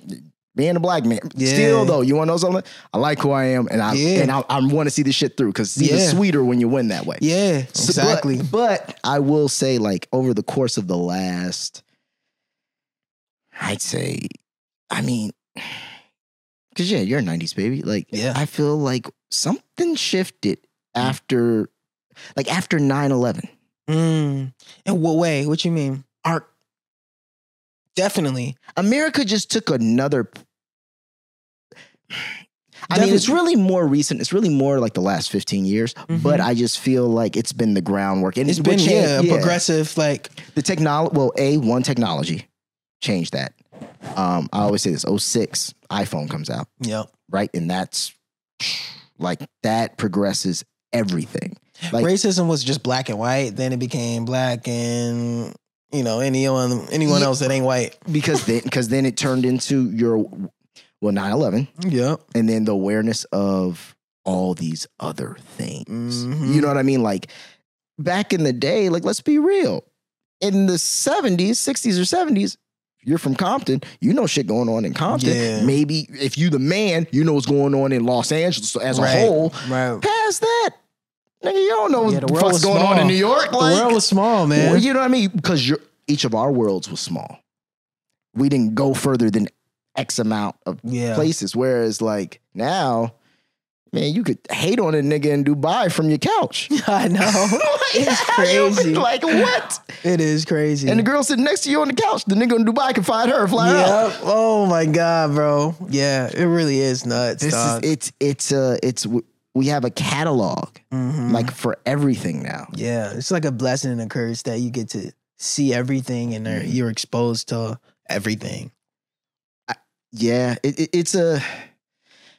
Speaker 6: being a black man.
Speaker 7: Yeah.
Speaker 6: Still though, you want to know something? I like who I am, and I
Speaker 7: Yeah.
Speaker 6: and I, I want to see this shit through because it's
Speaker 7: Yeah.
Speaker 6: even sweeter when you win that way.
Speaker 7: Yeah,
Speaker 6: So-
Speaker 7: exactly.
Speaker 6: But, but I will say, like, over the course of the last, I'd say, I mean, because yeah, you're a 90s baby. Like,
Speaker 7: Yeah.
Speaker 6: I feel like something shifted after, like, after 9 11.
Speaker 7: Mm. In what way? What you mean? Art. Definitely.
Speaker 6: America just took another. I mean,
Speaker 7: Definitely.
Speaker 6: it's really more recent. It's really more like the last 15 years, but I just feel like it's been the groundwork. And
Speaker 7: Mm-hmm. It's
Speaker 6: what
Speaker 7: been
Speaker 6: changed-
Speaker 7: yeah, progressive like
Speaker 6: the technology well a one technology changed that um i always say this 06 iphone comes out
Speaker 7: yeah.
Speaker 6: right and that's like that progresses everything like
Speaker 7: Racism was just black and white. Then it became black and you know anyone anyone
Speaker 6: Yeah.
Speaker 7: else that ain't white.
Speaker 6: because then because then it turned into your well 9-11
Speaker 7: Yep.
Speaker 6: and then the awareness of all these other things
Speaker 7: Mhm.
Speaker 6: you know what i mean like back in the day like let's be real in the 70s 60s or 70s you're from Compton, you know shit going on in Compton.
Speaker 7: Yeah.
Speaker 6: Maybe if you the man, you know what's going on in Los Angeles as
Speaker 7: Right.
Speaker 6: a whole.
Speaker 7: Right.
Speaker 6: Past that, nigga, you don't know
Speaker 7: Yeah,
Speaker 6: what
Speaker 7: the
Speaker 6: the
Speaker 7: world
Speaker 6: fuck's
Speaker 7: was
Speaker 6: going on in
Speaker 7: small.
Speaker 6: New York.
Speaker 7: The
Speaker 6: Like,
Speaker 7: world was small, man.
Speaker 6: Well, you know what I mean? Because your each of our worlds was small. We didn't go further than X amount of
Speaker 7: yeah.
Speaker 6: places. Whereas like now, man, you could hate on a nigga in Dubai from your couch.
Speaker 7: I know. It's crazy.
Speaker 6: like what?
Speaker 7: It is crazy.
Speaker 6: And the girl sitting next to you on the couch, the nigga in Dubai can find her and fly her out.
Speaker 7: Yep. Oh my god, bro. Yeah, it really is nuts.
Speaker 6: This is
Speaker 7: dog.
Speaker 6: it's it's uh it's we have a catalog
Speaker 7: Mhm.
Speaker 6: like for everything now.
Speaker 7: Yeah, it's like a blessing and a curse that you get to see everything and
Speaker 6: Mm-hmm.
Speaker 7: are- you're exposed to everything.
Speaker 6: Yeah, it, it, it's a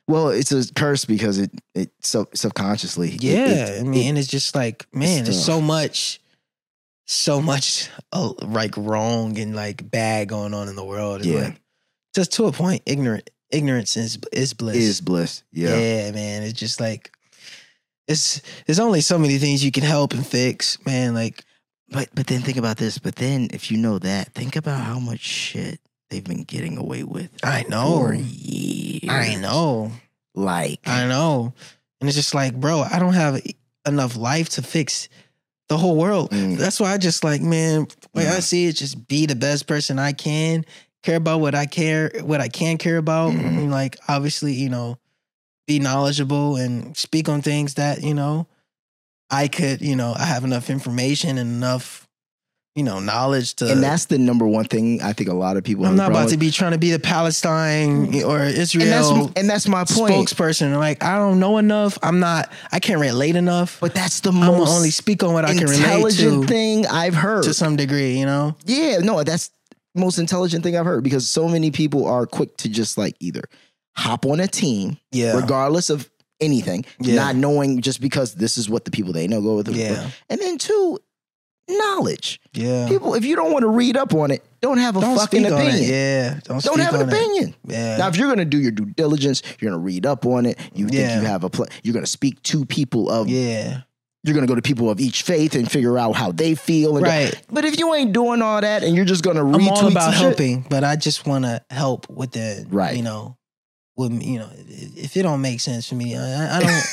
Speaker 6: well, it's a curse because it it sub, subconsciously. it-
Speaker 7: Yeah,
Speaker 6: it-
Speaker 7: I mean, and it's just like, man,
Speaker 6: it's
Speaker 7: there's so
Speaker 6: tough.
Speaker 7: much, so much uh, like wrong and like bad going on in the world. And
Speaker 6: Yeah.
Speaker 7: like, just to a point, ignorant ignorance is is bliss.
Speaker 6: it is bliss. Yeah.
Speaker 7: yeah, man. It's just like it's there's only so many things you can help and fix, man. Like
Speaker 6: But but then think about this. But then if you know that, think about how much shit they've been getting away with
Speaker 7: I know,
Speaker 6: for years.
Speaker 7: I know.
Speaker 6: Oh. Like
Speaker 7: I know. And it's just like, bro, I don't have enough life to fix the whole world.
Speaker 6: Mm.
Speaker 7: That's why I just like, man, like I
Speaker 6: Yeah.
Speaker 7: see it, just be the best person I can, care about what I care, what I can care about.
Speaker 6: Mhm.
Speaker 7: And like obviously, you know, be knowledgeable and speak on things that, you know, I could, you know, I have enough information and enough, you know, knowledge to
Speaker 6: and that's the number one thing I think a lot of people.
Speaker 7: I'm
Speaker 6: have a
Speaker 7: not about
Speaker 6: problem
Speaker 7: to be trying to be the Palestine or Israel
Speaker 6: with. Mm. and that's and that's my point.
Speaker 7: spokesperson. Like I don't know enough. I'm not. I can't relate enough.
Speaker 6: But that's the
Speaker 7: I'm
Speaker 6: most
Speaker 7: only speak on what I can relate
Speaker 6: intelligent
Speaker 7: to
Speaker 6: thing I've heard.
Speaker 7: to some degree. You know.
Speaker 6: yeah, no, that's the most intelligent thing I've heard because so many people are quick to just like either hop on a team,
Speaker 7: Yeah.
Speaker 6: regardless of anything,
Speaker 7: Yeah.
Speaker 6: not knowing just because this is what the people they know go with.
Speaker 7: Yeah.
Speaker 6: And then two, knowledge.
Speaker 7: Yeah.
Speaker 6: People, if you don't want to read up on it, don't have a
Speaker 7: don't
Speaker 6: fucking
Speaker 7: speak
Speaker 6: opinion.
Speaker 7: on it. Yeah. Don't,
Speaker 6: Don't
Speaker 7: speak
Speaker 6: have an
Speaker 7: on it.
Speaker 6: opinion.
Speaker 7: Yeah.
Speaker 6: Now, if you're gonna do your due diligence, you're gonna read up on it. You
Speaker 7: Yeah.
Speaker 6: think you have a pl- you're gonna speak to people of
Speaker 7: yeah.
Speaker 6: you're gonna go to people of each faith and figure out how they feel. And
Speaker 7: Right.
Speaker 6: But if you ain't doing all that and you're just gonna retweet
Speaker 7: I'm all about
Speaker 6: some shit-
Speaker 7: helping, but I just want to help with the
Speaker 6: Right.
Speaker 7: You know, with you know, if if it don't make sense for me, I, I don't.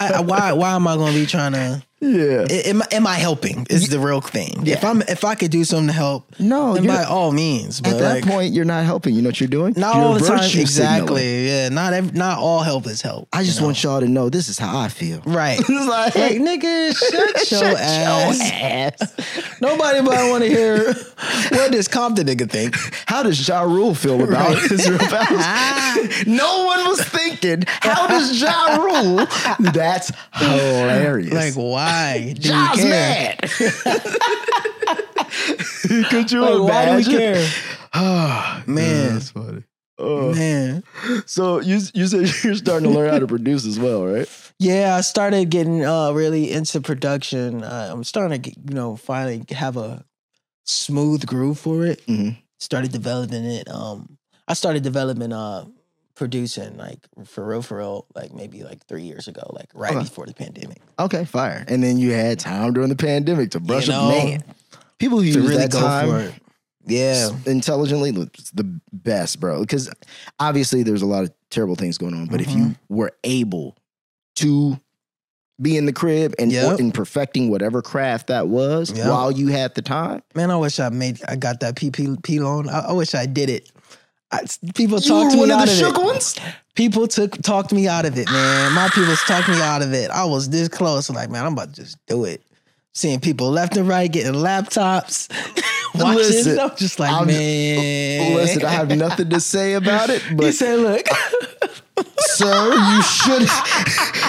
Speaker 7: I, I- why? Why am I going to be trying to?
Speaker 6: yeah,
Speaker 7: Am, am I helping? Is the real thing. If
Speaker 6: Yeah.
Speaker 7: I'm, if I could do something to help,
Speaker 6: no.
Speaker 7: then
Speaker 6: you're-
Speaker 7: by all means. But
Speaker 6: at that
Speaker 7: like,
Speaker 6: point, you're not helping. You know what you're doing?
Speaker 7: Not
Speaker 6: You're
Speaker 7: all the time.
Speaker 6: virtue
Speaker 7: Exactly.
Speaker 6: signaling.
Speaker 7: Yeah. Not ev- not all help is help.
Speaker 6: I just
Speaker 7: you know?
Speaker 6: want y'all to know this is how I feel.
Speaker 7: right.
Speaker 6: It's like,
Speaker 7: like nigga, shut your ass. Nobody but want to hear what does Compton nigga think.
Speaker 6: How does Ja Rule feel about
Speaker 7: Right.
Speaker 6: Israel Palestine? no one was thinking, how does Ja Rule? That's hilarious.
Speaker 7: Like why do
Speaker 6: Ja's
Speaker 7: we care?
Speaker 6: mad. Could you
Speaker 7: Like,
Speaker 6: imagine?
Speaker 7: why do we care,
Speaker 6: Yeah,
Speaker 7: man?
Speaker 6: that's funny. Oh.
Speaker 7: Man,
Speaker 6: So you you said you're starting to learn how to produce as well, right?
Speaker 7: yeah. I started getting uh, really into production. Uh, I'm starting to, get, you know, finally have a smooth groove for it.
Speaker 6: Mhm.
Speaker 7: Started developing it. Um, I started developing uh producing like for real, for real, like maybe like three years ago, like right
Speaker 6: Okay.
Speaker 7: before the pandemic.
Speaker 6: Okay, fire. And then you had time during the pandemic to brush up, man. People who
Speaker 7: to
Speaker 6: use
Speaker 7: really
Speaker 6: that
Speaker 7: go
Speaker 6: time
Speaker 7: for it. Yeah.
Speaker 6: intelligently it's the best, bro. Because obviously there's a lot of terrible things going on, but if you
Speaker 7: Mm-hmm.
Speaker 6: were able to be in the crib and
Speaker 7: Yep.
Speaker 6: in perfecting whatever craft that was
Speaker 7: Yep.
Speaker 6: while you had the time,
Speaker 7: Man, I wish I made I got that PPP loan. I, I wish I did it. I, people
Speaker 6: you
Speaker 7: talked
Speaker 6: were one
Speaker 7: me
Speaker 6: of the
Speaker 7: out of,
Speaker 6: shook
Speaker 7: it.
Speaker 6: ones.
Speaker 7: People took talked me out of it, man. My people's talked me out of it. I was this close. like, man, I'm about to just do it. Seeing people left and right getting laptops, watching.
Speaker 6: Listen,
Speaker 7: I'm just like,
Speaker 6: I'm-
Speaker 7: man.
Speaker 6: Listen, I have nothing to say about it,
Speaker 7: he
Speaker 6: but
Speaker 7: said, look,
Speaker 6: sir, you should,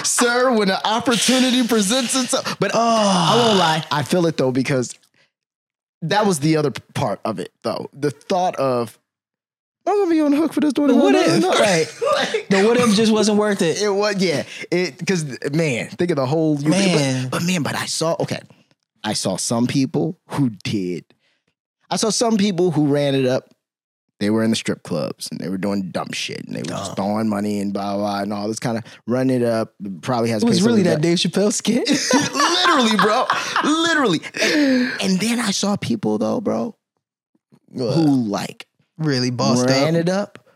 Speaker 6: sir, when an opportunity presents itself. But
Speaker 7: Oh.
Speaker 6: I won't lie, I feel it though because that was the other part of it though. The thought of I'm gonna be on the hook for this doing
Speaker 7: what if? Right.
Speaker 6: like,
Speaker 7: the what if just wasn't worth it.
Speaker 6: it was yeah, it because man, think of the whole but-
Speaker 7: Man.
Speaker 6: But, man, but I saw okay, I saw some people who did. I saw some people who ran it up. They were in the strip clubs and they were doing dumb shit and they were
Speaker 7: Oh.
Speaker 6: just throwing money and blah blah, blah and all this kind of run it up. Probably has
Speaker 7: It was
Speaker 6: paid
Speaker 7: really that
Speaker 6: something back
Speaker 7: Dave Chappelle skit.
Speaker 6: literally, bro. Literally. And, and then I saw people though, bro, who like
Speaker 7: really bossed
Speaker 6: ran
Speaker 7: up.
Speaker 6: it up,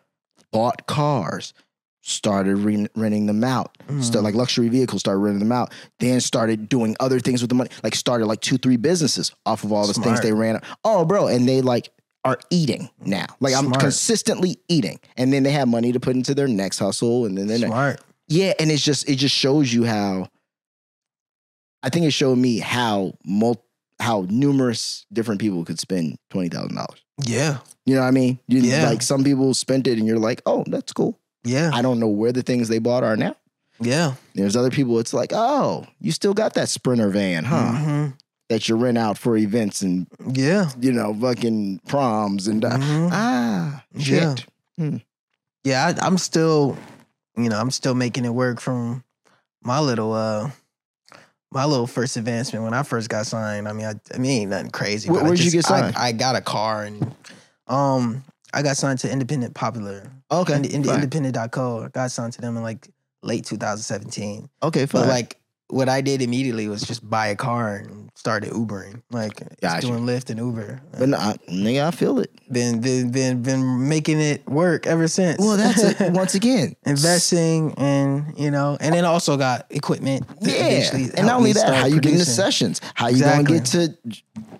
Speaker 6: bought cars, started re- renting them out,
Speaker 7: Mm.
Speaker 6: so, like luxury vehicles, started renting them out, then started doing other things with the money, like started like two, three businesses off of all the things
Speaker 7: Smart.
Speaker 6: they ran up. Oh, bro, and they like are eating now. Like I'm
Speaker 7: Smart.
Speaker 6: consistently eating, and then they have money to put into their next hustle, and then their next-
Speaker 7: Smart.
Speaker 6: yeah, and it's just it just shows you how I think it showed me how mul- how numerous different people could spend twenty thousand dollars.
Speaker 7: Yeah.
Speaker 6: You know what I mean? You,
Speaker 7: Yeah.
Speaker 6: Like some people spent it, and you're like, oh, that's cool.
Speaker 7: Yeah.
Speaker 6: I don't know where the things they bought are now.
Speaker 7: Yeah.
Speaker 6: There's other people. It's like, oh, you still got that Sprinter van, huh?
Speaker 7: Mhm.
Speaker 6: That you rent out for events and
Speaker 7: Yeah.
Speaker 6: you know fucking proms and uh,
Speaker 7: Mhm.
Speaker 6: ah shit.
Speaker 7: Yeah. yeah, I, I'm still, you know, I'm still making it work from my little, uh, my little first advancement when I first got signed. I mean, I, I mean, ain't nothing crazy.
Speaker 6: Where-
Speaker 7: but I
Speaker 6: where'd you
Speaker 7: just-
Speaker 6: get signed?
Speaker 7: I, I got a car and, um, I got signed to Independent Popular.
Speaker 6: Okay,
Speaker 7: Ind- ind-
Speaker 6: fine.
Speaker 7: independent.co. I got signed to them in like late 2017.
Speaker 6: okay,
Speaker 7: But
Speaker 6: fine. Like,
Speaker 7: like what I did immediately was just buy a car and started Ubering. Like it's
Speaker 6: Gotcha.
Speaker 7: doing Lyft and Uber.
Speaker 6: but no, I, nigga, I feel it.
Speaker 7: been been been been making it work ever since.
Speaker 6: Well, that's it. Once again,
Speaker 7: investing and you know, and then also got equipment. to
Speaker 6: Yeah,
Speaker 7: eventually
Speaker 6: and
Speaker 7: help
Speaker 6: not only
Speaker 7: me
Speaker 6: that,
Speaker 7: start
Speaker 6: how you get into
Speaker 7: producing.
Speaker 6: sessions, how you gonna get to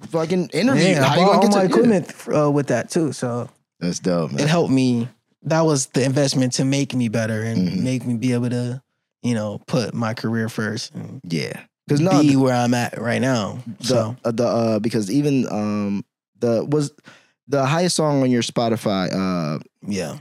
Speaker 6: fucking interview,
Speaker 7: Yeah,
Speaker 6: how
Speaker 7: I
Speaker 6: you
Speaker 7: bought all
Speaker 6: gonna get to
Speaker 7: my
Speaker 6: yeah.
Speaker 7: equipment uh, with that too, so
Speaker 6: That's dope,
Speaker 7: it
Speaker 6: man.
Speaker 7: helped me. That was the investment to make me better and
Speaker 6: Mm-hmm.
Speaker 7: make me be able to, you know, put my career first and
Speaker 6: Yeah, because no,
Speaker 7: be
Speaker 6: the,
Speaker 7: where I'm at right now. So
Speaker 6: uh, the uh, because even um the was the highest song on your Spotify uh
Speaker 7: yeah,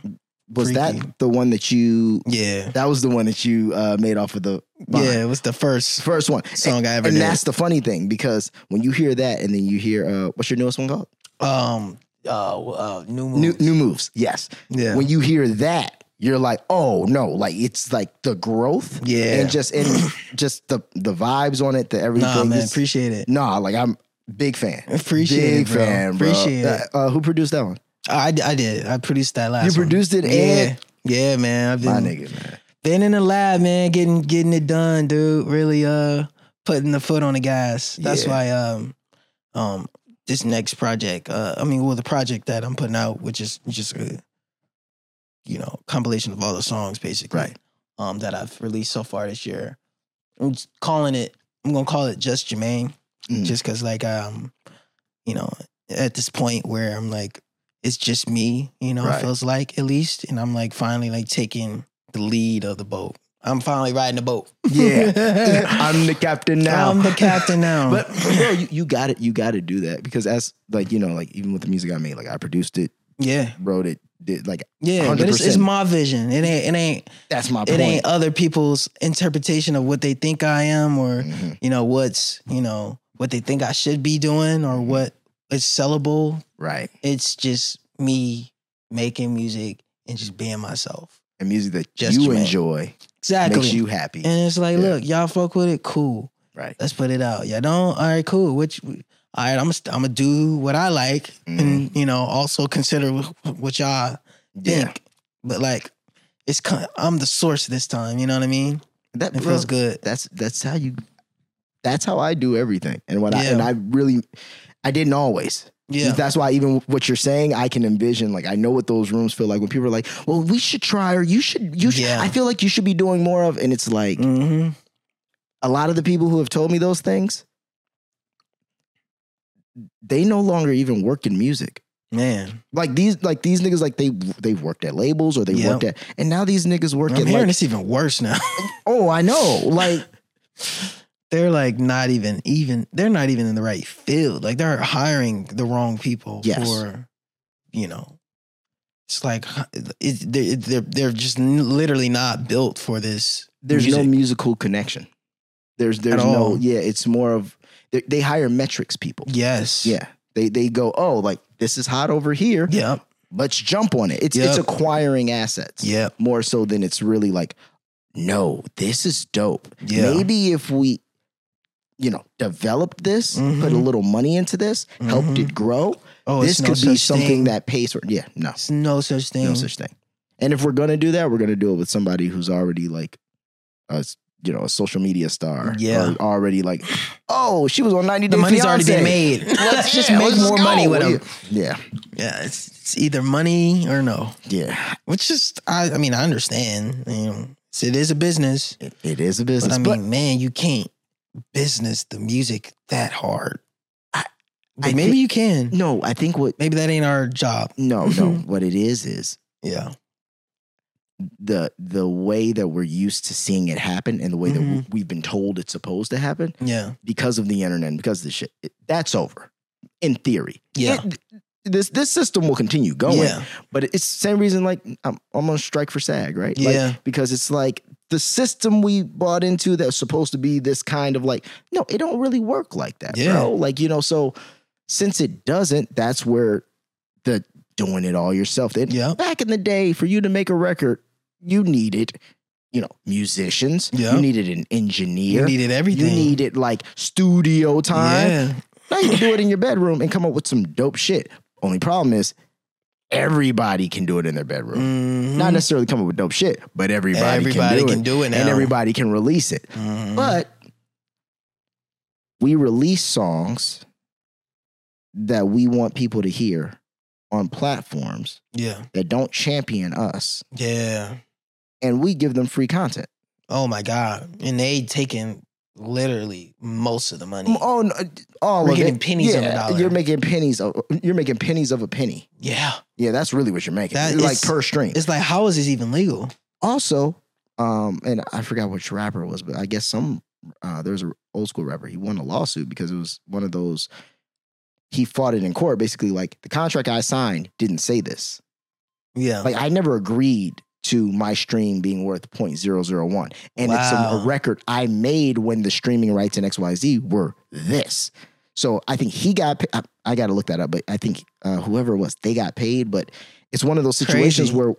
Speaker 6: was
Speaker 7: Freaky.
Speaker 6: that the one that you
Speaker 7: yeah,
Speaker 6: that was the one that you uh made off of the Vine.
Speaker 7: yeah. It was the first
Speaker 6: first one
Speaker 7: song I ever
Speaker 6: and
Speaker 7: did.
Speaker 6: that's the funny thing because when you hear that and then you hear uh what's your newest one called
Speaker 7: um uh, uh new moves.
Speaker 6: new new moves yes
Speaker 7: yeah.
Speaker 6: when you hear that you're like oh no like it's like the growth
Speaker 7: Yeah.
Speaker 6: and just and just the the vibes on it the everything
Speaker 7: nah, man,
Speaker 6: It's-
Speaker 7: appreciate it.
Speaker 6: nah like i'm big fan
Speaker 7: Appreciate
Speaker 6: big
Speaker 7: it, bro.
Speaker 6: fan bro.
Speaker 7: Appreciate
Speaker 6: Uh,
Speaker 7: it.
Speaker 6: uh, who produced that one
Speaker 7: I, I did. I produced that last.
Speaker 6: You
Speaker 7: one.
Speaker 6: produced it
Speaker 7: yeah.
Speaker 6: and-
Speaker 7: yeah, man. I've
Speaker 6: my
Speaker 7: been
Speaker 6: nigga man
Speaker 7: been in the lab, man, getting getting it done, dude. Really, uh, putting the foot on the gas. That's
Speaker 6: Yeah.
Speaker 7: why, um, um, this next project. Uh, I mean, well, the project that I'm putting out, which is just a, you know, compilation of all the songs, basically,
Speaker 6: Right.
Speaker 7: Um, that I've released so far this year. I'm just calling it. I'm gonna call it just Jermaine,
Speaker 6: Mhm.
Speaker 7: just because, like, um, you know, at this point where I'm like, it's just me, you know,
Speaker 6: Right.
Speaker 7: it feels like at least. And I'm like finally like taking the lead of the boat. I'm finally riding the boat.
Speaker 6: yeah i'm the captain now
Speaker 7: I'm the captain now.
Speaker 6: but bro you, you got it you got to do that because as like you know like even with the music i made like i produced it
Speaker 7: yeah.
Speaker 6: wrote it did like
Speaker 7: Yeah. But it's, it's
Speaker 6: 100%.
Speaker 7: my vision. It ain't it ain't
Speaker 6: that's my
Speaker 7: it
Speaker 6: point
Speaker 7: ain't other people's interpretation of what they think I am or
Speaker 6: Mhm.
Speaker 7: you know what's you know what they think I should be doing
Speaker 6: Mm-hmm.
Speaker 7: or what is sellable.
Speaker 6: right
Speaker 7: It's just me making music and just being myself.
Speaker 6: and music that
Speaker 7: Just
Speaker 6: you
Speaker 7: Jermaine.
Speaker 6: enjoy
Speaker 7: Exactly.
Speaker 6: makes you happy
Speaker 7: and it's like,
Speaker 6: Yeah.
Speaker 7: look, y'all fuck with it, cool.
Speaker 6: right
Speaker 7: let's put it out. Y'all don't? All right, cool. Which, all right, I'm st- I'm gonna do what I like,
Speaker 6: Mm-hmm.
Speaker 7: and you know, also consider wh- what y'all think.
Speaker 6: yeah
Speaker 7: But like, it's kind I'm the source this time. You know what I mean?
Speaker 6: that
Speaker 7: It feels
Speaker 6: bro,
Speaker 7: good.
Speaker 6: that's that's how you that's how i do everything and what i
Speaker 7: Yeah.
Speaker 6: and i really i didn't always
Speaker 7: Yeah.
Speaker 8: That's why even what you're saying, I can envision. Like I know what those rooms feel like when people are like, "Well, we should try," or "You should." You should.
Speaker 7: Yeah.
Speaker 8: I feel like you should be doing more of. And it's like
Speaker 7: mm-hmm.
Speaker 8: a lot of the people who have told me those things, they no longer even work in music.
Speaker 7: Man,
Speaker 8: Like these, like these niggas, like they they worked at labels or they
Speaker 7: Yeah.
Speaker 8: worked at, and now these niggas work
Speaker 7: I'm
Speaker 8: at
Speaker 7: hearing
Speaker 8: like,
Speaker 7: it's even worse now.
Speaker 8: oh, I know, like
Speaker 7: they're like not even even they're not even in the right field. Like they're hiring the wrong people
Speaker 8: Yes.
Speaker 7: for, you know, it's like it, they're they're they're just n- literally not built for this.
Speaker 8: there's no
Speaker 7: music.
Speaker 8: musical connection. There's there's
Speaker 7: At
Speaker 8: no
Speaker 7: all.
Speaker 8: yeah. It's more of they, they hire metrics people.
Speaker 7: yes
Speaker 8: Yeah, they they go oh like this is hot over here.
Speaker 7: yep
Speaker 8: Let's jump on it. It's it's
Speaker 7: Yep.
Speaker 8: acquiring assets.
Speaker 7: yep
Speaker 8: more so than it's really like, no, this is dope.
Speaker 7: Yeah.
Speaker 8: Maybe if we, you know, developed this, put a
Speaker 7: Mhm.
Speaker 8: little money into this, helped it grow,
Speaker 7: oh
Speaker 8: this
Speaker 7: it's no
Speaker 8: could be
Speaker 7: such
Speaker 8: something
Speaker 7: thing.
Speaker 8: that pays for. Yeah, no,
Speaker 7: it's no such thing
Speaker 8: no such thing. And if we're gonna do that, we're gonna do it with somebody who's already like, a s- you know, a social media star.
Speaker 7: Yeah.
Speaker 8: or already like, oh, she was on ninety.
Speaker 7: the
Speaker 8: Day
Speaker 7: money's already been
Speaker 8: Fiancé.
Speaker 7: made let's just
Speaker 8: Yeah,
Speaker 7: make
Speaker 8: let's
Speaker 7: more
Speaker 8: go.
Speaker 7: money with
Speaker 8: Yeah.
Speaker 7: them
Speaker 8: Yeah,
Speaker 7: yeah it's, it's either money or no
Speaker 8: yeah.
Speaker 7: which is I I mean I understand you know it's, it is a business
Speaker 8: It, it is a
Speaker 7: but
Speaker 8: business,
Speaker 7: I mean
Speaker 8: but
Speaker 7: man you can't business the music that hard
Speaker 8: I-
Speaker 7: But
Speaker 8: I
Speaker 7: maybe
Speaker 8: thi-
Speaker 7: you can
Speaker 8: no, I think what
Speaker 7: maybe that ain't our job
Speaker 8: no, no, what it is is
Speaker 7: yeah
Speaker 8: the the way that we're used to seeing it happen and the way that we-
Speaker 7: Mhm.
Speaker 8: we've been told it's supposed to happen
Speaker 7: yeah
Speaker 8: because of the internet and because of this shit it- that's over in theory
Speaker 7: Yeah.
Speaker 8: It- this this system will continue going
Speaker 7: yeah
Speaker 8: but it's the same reason like I'm, I'm on strike for sag right Like,
Speaker 7: Yeah.
Speaker 8: because it's like the system we bought into that's supposed to be this kind of like no it don't really work like that
Speaker 7: Yeah.
Speaker 8: bro like you know so since it doesn't that's where the doing it all yourself Then
Speaker 7: Yep.
Speaker 8: back in the day for you to make a record you needed you know musicians
Speaker 7: Yep.
Speaker 8: you needed an engineer
Speaker 7: you needed
Speaker 8: you
Speaker 7: everything
Speaker 8: needed like studio time
Speaker 7: yeah
Speaker 8: now you can do it in your bedroom and come up with some dope shit. Only problem is everybody can do it in their bedroom.
Speaker 7: Mhm.
Speaker 8: Not necessarily come up with dope shit, but everybody,
Speaker 7: Everybody
Speaker 8: can do
Speaker 7: can
Speaker 8: it.
Speaker 7: do it
Speaker 8: And
Speaker 7: now.
Speaker 8: everybody can release it.
Speaker 7: Mhm.
Speaker 8: But we release songs that we want people to hear on platforms
Speaker 7: yeah
Speaker 8: that don't champion us
Speaker 7: yeah
Speaker 8: and we give them free content.
Speaker 7: Oh my god! And they taking literally most of the money.
Speaker 8: Oh, no, all
Speaker 7: We're
Speaker 8: of
Speaker 7: getting
Speaker 8: it.
Speaker 7: pennies on the dollar.
Speaker 8: You're making pennies of you're making pennies of a penny.
Speaker 7: Yeah,
Speaker 8: Yeah, that's really what you're making.
Speaker 7: That
Speaker 8: like
Speaker 7: is-
Speaker 8: per stream.
Speaker 7: it's like how is this even legal?
Speaker 8: also, um, and I forgot which rapper it was, but I guess some uh, there was an old school rapper. He won a lawsuit because it was one of those. He fought it in court, basically like the contract I signed didn't say this.
Speaker 7: Yeah,
Speaker 8: Like I never agreed to my stream being worth 0.001 and it's a,
Speaker 7: Wow.
Speaker 8: a record i made when the streaming rights in xyz were this so i think he got pa- I, I gotta look that up but i think uh, whoever it was they got paid but it's one of those situations
Speaker 7: Crazy.
Speaker 8: where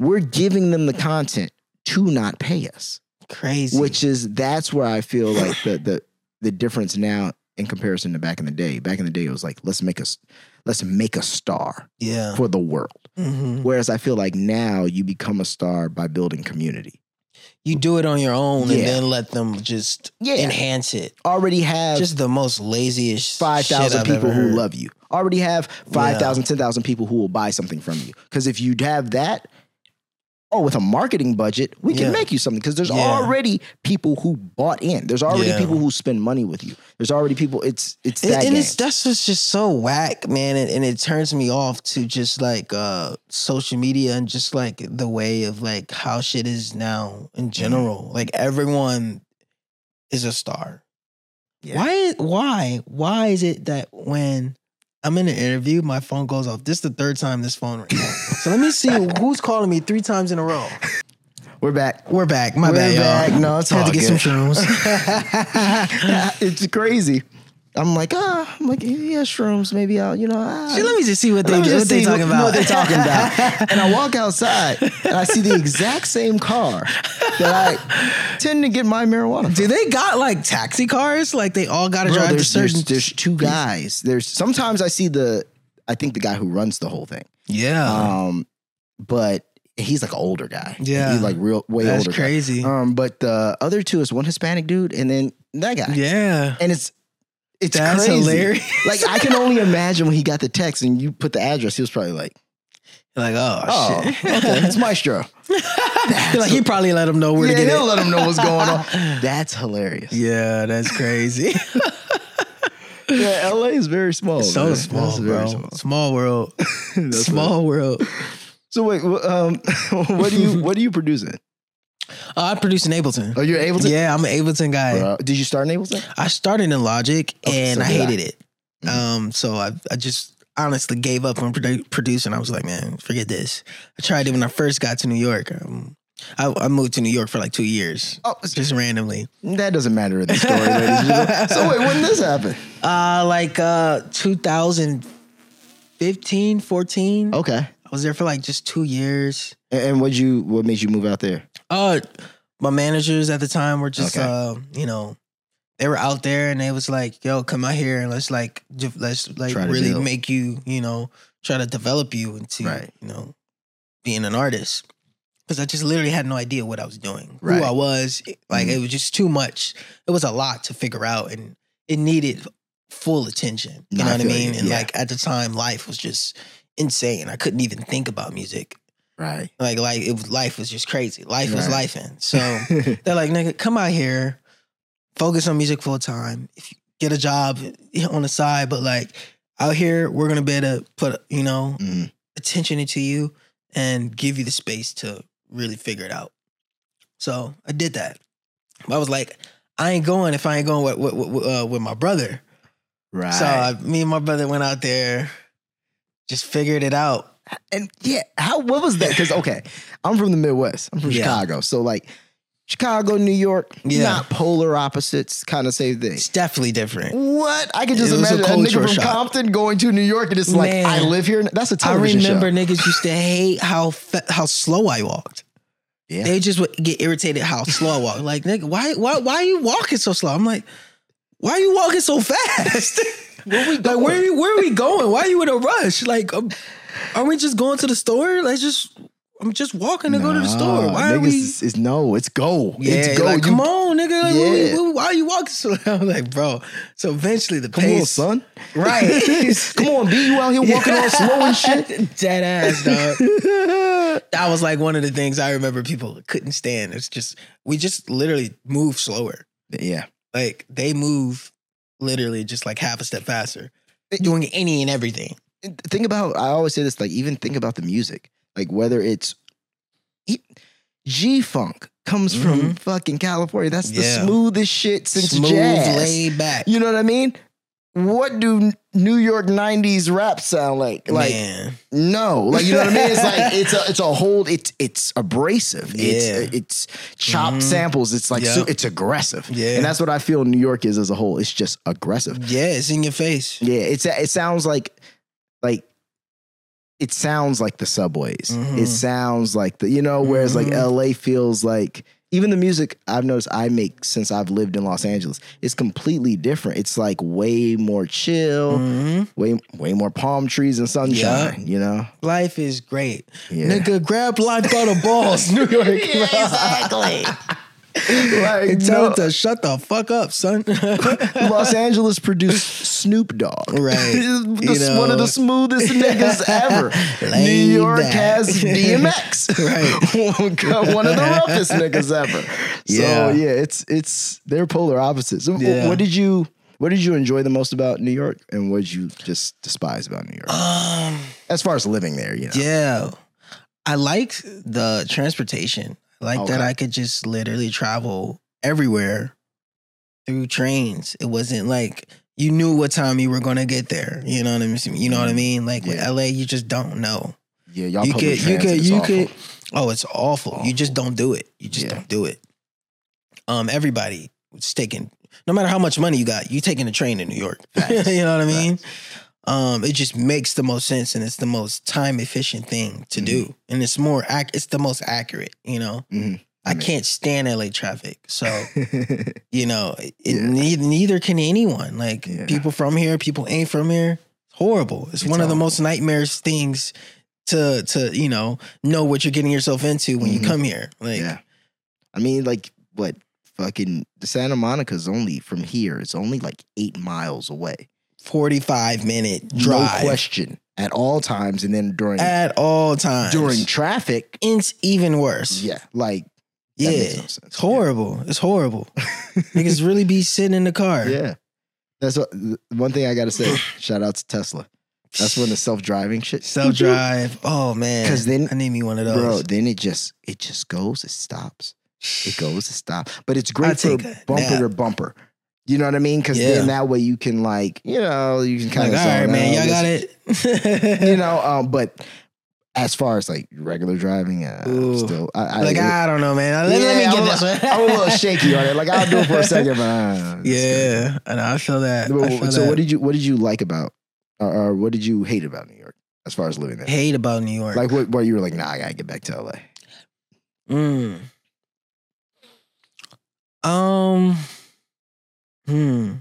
Speaker 8: we're giving them the content to not pay us
Speaker 7: crazy.
Speaker 8: which is that's where i feel like the the the difference now in comparison to back in the day back in the day it was like let's make us let's make a star
Speaker 7: yeah,
Speaker 8: for the world
Speaker 7: Mhm.
Speaker 8: Whereas I feel like now you become a star by building community.
Speaker 7: you do it on your own and
Speaker 8: Yeah.
Speaker 7: then let them just
Speaker 8: Yeah.
Speaker 7: enhance it.
Speaker 8: Already have
Speaker 7: Just the most laziest
Speaker 8: five thousand people who love you. Already have 5,000, 10,000 people who will buy something from you. Because if you have that, oh, with a marketing budget, we can
Speaker 7: Yeah.
Speaker 8: make you something. Because there's
Speaker 7: Yeah.
Speaker 8: already people who bought in. There's already
Speaker 7: Yeah.
Speaker 8: people who spend money with you. There's already people. It's it's
Speaker 7: And,
Speaker 8: that
Speaker 7: and
Speaker 8: game.
Speaker 7: it's that's what's just so whack, man. And, and it turns me off to just like uh social media and just like the way of like how shit is now in general. Like everyone is a star.
Speaker 8: Yeah.
Speaker 7: Why? Why? Why is it that when I'm in an interview, my phone goes off? This is the third time this phone rings. so let me see who's calling me three times in a row.
Speaker 8: We're back.
Speaker 7: We're back. My
Speaker 8: We're
Speaker 7: bad,
Speaker 8: back.
Speaker 7: y'all.
Speaker 8: No, it's
Speaker 7: Had
Speaker 8: all
Speaker 7: to get
Speaker 8: good.
Speaker 7: some shrooms.
Speaker 8: it's crazy. I'm like, ah, I'm like, yeah, shrooms. Maybe I'll, you know, ah,
Speaker 7: Shit, let me just see what they
Speaker 8: Let me
Speaker 7: what
Speaker 8: just
Speaker 7: they
Speaker 8: see what-
Speaker 7: talking about.
Speaker 8: What they talking about. and I walk outside and I see the exact same car that I tend to get my marijuana.
Speaker 7: Do
Speaker 8: from.
Speaker 7: they got like taxi cars? Like they all got to
Speaker 8: Bro,
Speaker 7: drive to
Speaker 8: there's,
Speaker 7: certain.
Speaker 8: there's, there's two guys. There's sometimes I see the I think the guy who runs the whole thing.
Speaker 7: yeah,
Speaker 8: Um, but he's like an older guy.
Speaker 7: Yeah.
Speaker 8: he's like real way
Speaker 7: that's
Speaker 8: older. guy.
Speaker 7: crazy.
Speaker 8: Um, but the other two is one Hispanic dude and then that guy.
Speaker 7: yeah,
Speaker 8: And it's It's
Speaker 7: That's
Speaker 8: crazy.
Speaker 7: hilarious.
Speaker 8: Like I can only imagine when he got the text and you put the address, he was probably like,
Speaker 7: Like, oh,
Speaker 8: "Oh,
Speaker 7: shit.
Speaker 8: okay, it's Maestro."
Speaker 7: like he probably let him know where
Speaker 8: Yeah,
Speaker 7: to get
Speaker 8: they'll
Speaker 7: it.
Speaker 8: let him know what's going on. That's hilarious.
Speaker 7: Yeah, that's crazy.
Speaker 8: Yeah, LA is very small.
Speaker 7: so
Speaker 8: man.
Speaker 7: small,
Speaker 8: That's
Speaker 7: bro.
Speaker 8: very
Speaker 7: Small.
Speaker 8: small.
Speaker 7: world.
Speaker 8: That's
Speaker 7: small world.
Speaker 8: So wait, wh- um, what do you what do you produce in?
Speaker 7: Uh, I produce in Ableton.
Speaker 8: Oh, you're Ableton.
Speaker 7: Yeah, I'm an Ableton guy.
Speaker 8: Bro, did you start in Ableton?
Speaker 7: I started in Logic
Speaker 8: Okay,
Speaker 7: and
Speaker 8: so
Speaker 7: I
Speaker 8: did I. Mm-hmm.
Speaker 7: hated it. Um, so I, I just honestly gave up on produ- producing. I was like, man, forget this. I tried it when I first got to New York. Um, I, I moved to New York for like two years,
Speaker 8: Oh,
Speaker 7: just randomly.
Speaker 8: that doesn't matter in the story. ladies and gentlemen. so wait, when did this happen?
Speaker 7: Uh, like uh, 2015, 14.
Speaker 8: Okay,
Speaker 7: I was there for like just two years.
Speaker 8: and, and what you what made you move out there?
Speaker 7: Uh, my managers at the time were just,
Speaker 8: Okay.
Speaker 7: uh, you know, they were out there and they was like, "Yo, come out here and let's like, ju- let's like
Speaker 8: Try to
Speaker 7: really
Speaker 8: build.
Speaker 7: make you, you know, try to develop you into,
Speaker 8: Right.
Speaker 7: you know, being an artist." Because I just literally had no idea what I was doing,
Speaker 8: Right. Mm-hmm.
Speaker 7: who I was. Like it was just too much. It was a lot to figure out, and it needed full attention. You
Speaker 8: I
Speaker 7: know what I
Speaker 8: feel you,
Speaker 7: mean? And
Speaker 8: yeah.
Speaker 7: like at the time, life was just insane. I couldn't even think about music.
Speaker 8: Right.
Speaker 7: Like like it was life was just crazy. Life was
Speaker 8: Right.
Speaker 7: life in. So they're like, nigga, come out here, focus on music full time. If you get a job on the side, but like out here, we're gonna be able to put, you know,
Speaker 8: Mhm.
Speaker 7: attention into you and give you the space to really figure it out. So I did that. I was like, I ain't going if I ain't going with with, with, uh, with my brother.
Speaker 8: Right.
Speaker 7: So I, me and my brother went out there, just figured it out.
Speaker 8: and yeah, how what was that? Because okay, I'm from the Midwest. I'm from
Speaker 7: Yeah.
Speaker 8: Chicago, so like Chicago, New York,
Speaker 7: Yeah.
Speaker 8: not polar opposites, kind of same thing.
Speaker 7: It's definitely different.
Speaker 8: What I can just
Speaker 7: It was a
Speaker 8: imagine a, nigga
Speaker 7: culture
Speaker 8: from
Speaker 7: shock.
Speaker 8: Compton going to New York and it's like
Speaker 7: Man.
Speaker 8: I live here. That's a
Speaker 7: I
Speaker 8: television
Speaker 7: remember
Speaker 8: show.
Speaker 7: niggas used to hate how fa- how slow I walked.
Speaker 8: Yeah.
Speaker 7: They just would get irritated how slow I walk. Like, nigga, why why why are you walking so slow? I'm like, why are you walking so fast? Where we Like, where, you- where are we going? Why are you in a rush? Like, um, are we just going to the store? Let's just I'm just walking to go to the store.
Speaker 8: Nah,
Speaker 7: Why are
Speaker 8: niggas
Speaker 7: we?
Speaker 8: is, is- no, it's go.
Speaker 7: Yeah,
Speaker 8: it's go.
Speaker 7: like,
Speaker 8: You-
Speaker 7: come on, nigga. Like, why-
Speaker 8: Yeah.
Speaker 7: why, why are you walking so? I'm like, bro. So eventually, the
Speaker 8: Come on,
Speaker 7: pace,
Speaker 8: son.
Speaker 7: right?
Speaker 8: Come on, B. You out here walking all slow and shit.
Speaker 7: Dead ass, dog. that was like one of the things I remember people couldn't stand. It's just we just literally move slower.
Speaker 8: Yeah.
Speaker 7: Like they move literally just like half a step faster. Doing any and everything.
Speaker 8: think about I always say this like even think about the music like whether it's G funk comes from fucking California that's
Speaker 7: Mm-hmm. Yeah.
Speaker 8: the smoothest shit since
Speaker 7: Smooth,
Speaker 8: jazz
Speaker 7: laid back.
Speaker 8: you know what I mean what do N- New York 90s rap sound like like
Speaker 7: Man.
Speaker 8: no like you know what I mean it's like it's a it's a whole it's it's abrasive it's
Speaker 7: Yeah.
Speaker 8: it's chopped samples it's like
Speaker 7: Yep.
Speaker 8: so, it's aggressive
Speaker 7: Yeah.
Speaker 8: and that's what I feel New York is as a whole it's just aggressive
Speaker 7: Yeah, it's in your face.
Speaker 8: yeah, it's it sounds like like it sounds like the subways. It
Speaker 7: Mhm.
Speaker 8: sounds like the you know, whereas
Speaker 7: Mhm.
Speaker 8: like LA feels like even the music I've noticed I make since I've lived in Los Angeles is completely different. It's like way more chill,
Speaker 7: Mhm.
Speaker 8: way way more palm trees and sunshine, you know?
Speaker 7: Life is great.
Speaker 8: Yeah.
Speaker 7: Nigga, grab life by the balls, New York.
Speaker 8: exactly. like
Speaker 7: And tell
Speaker 8: no,
Speaker 7: him to shut the fuck up, son.
Speaker 8: Los Angeles produced Snoop Dogg.
Speaker 7: Right.
Speaker 8: The-
Speaker 7: You know.
Speaker 8: One of the smoothest niggas ever.
Speaker 7: Laid
Speaker 8: New York
Speaker 7: back.
Speaker 8: has DMX. right. one of the roughest niggas ever.
Speaker 7: Yeah.
Speaker 8: So yeah, it's it's they're polar opposites. So wh-
Speaker 7: Yeah.
Speaker 8: What did you what did you enjoy the most about New York and what did you just despise about New York?
Speaker 7: um,
Speaker 8: as far as living there, you know.
Speaker 7: Yeah. I liked the transportation. I liked that
Speaker 8: Okay.
Speaker 7: I could just literally travel everywhere through trains. It wasn't like you knew what time you were gonna get there. You know what I mean? You know what I mean? Like with
Speaker 8: Mm-hmm. Yeah.
Speaker 7: LA, you just don't know.
Speaker 8: Yeah, y'all
Speaker 7: you
Speaker 8: public
Speaker 7: could you
Speaker 8: transit
Speaker 7: could
Speaker 8: is
Speaker 7: you
Speaker 8: awful.
Speaker 7: could oh, it's awful. You just don't do it. You just
Speaker 8: Yeah.
Speaker 7: don't do it. Um, everybody was taking no matter how much money you got, you taking the train to New York. you know what I mean? Um, it just makes the most sense and it's the most time efficient thing
Speaker 8: Mm-hmm.
Speaker 7: to do. And it's more ac- it's the most accurate, you know.
Speaker 8: Mhm.
Speaker 7: I can't stand LA traffic. So, you know, it,
Speaker 8: Yeah.
Speaker 7: ne- neither can anyone. Like
Speaker 8: Yeah.
Speaker 7: people from here, people ain't from here. It's horrible. It's, one of the
Speaker 8: awful.
Speaker 7: most nightmarish things to to, you know, know what you're getting yourself into when
Speaker 8: Mhm.
Speaker 7: you come here. Like
Speaker 8: yeah. I mean, like what fucking the Santa Monica's only from here. It's only like eight miles away.
Speaker 7: 45 minute drive
Speaker 8: No question at all times, and then during
Speaker 7: at all times.
Speaker 8: during traffic.
Speaker 7: it's even worse.
Speaker 8: Yeah, like that
Speaker 7: Yeah.
Speaker 8: makes no sense.
Speaker 7: It's horrible. It's horrible. Niggas really be sitting in the car.
Speaker 8: Yeah, that's what, th- one thing I gotta say. Shout out to Tesla. That's when the self driving shit.
Speaker 7: Self drive. Oh man.
Speaker 8: 'Cause then-
Speaker 7: I need me one of
Speaker 8: Bro,
Speaker 7: those.
Speaker 8: then it just it just goes, it stops, it goes, it stops. But it's
Speaker 7: I'll
Speaker 8: great for
Speaker 7: take a
Speaker 8: bumper
Speaker 7: nap.
Speaker 8: to bumper. You know what I mean? Because
Speaker 7: Yeah.
Speaker 8: then that way you can like you know you can kind
Speaker 7: like,
Speaker 8: of
Speaker 7: all right, man, y'all got it.
Speaker 8: You know, um, but as far as like regular driving, uh, I'm
Speaker 7: Ooh.
Speaker 8: still I, I
Speaker 7: like, I don't know, man. Let, let me
Speaker 8: yeah,
Speaker 7: get
Speaker 8: I'm a-
Speaker 7: this one.
Speaker 8: I'm a little shaky on it. Like I'll do it for a second, but uh,
Speaker 7: Yeah, I know. I feel that.
Speaker 8: So,
Speaker 7: I feel
Speaker 8: so
Speaker 7: that.
Speaker 8: what did you what did you like about or, or what did you hate about New York as far as living there?
Speaker 7: hate about New York?
Speaker 8: Like what where you were like, nah, I gotta get back to LA.
Speaker 7: Mm. Um. Hmm.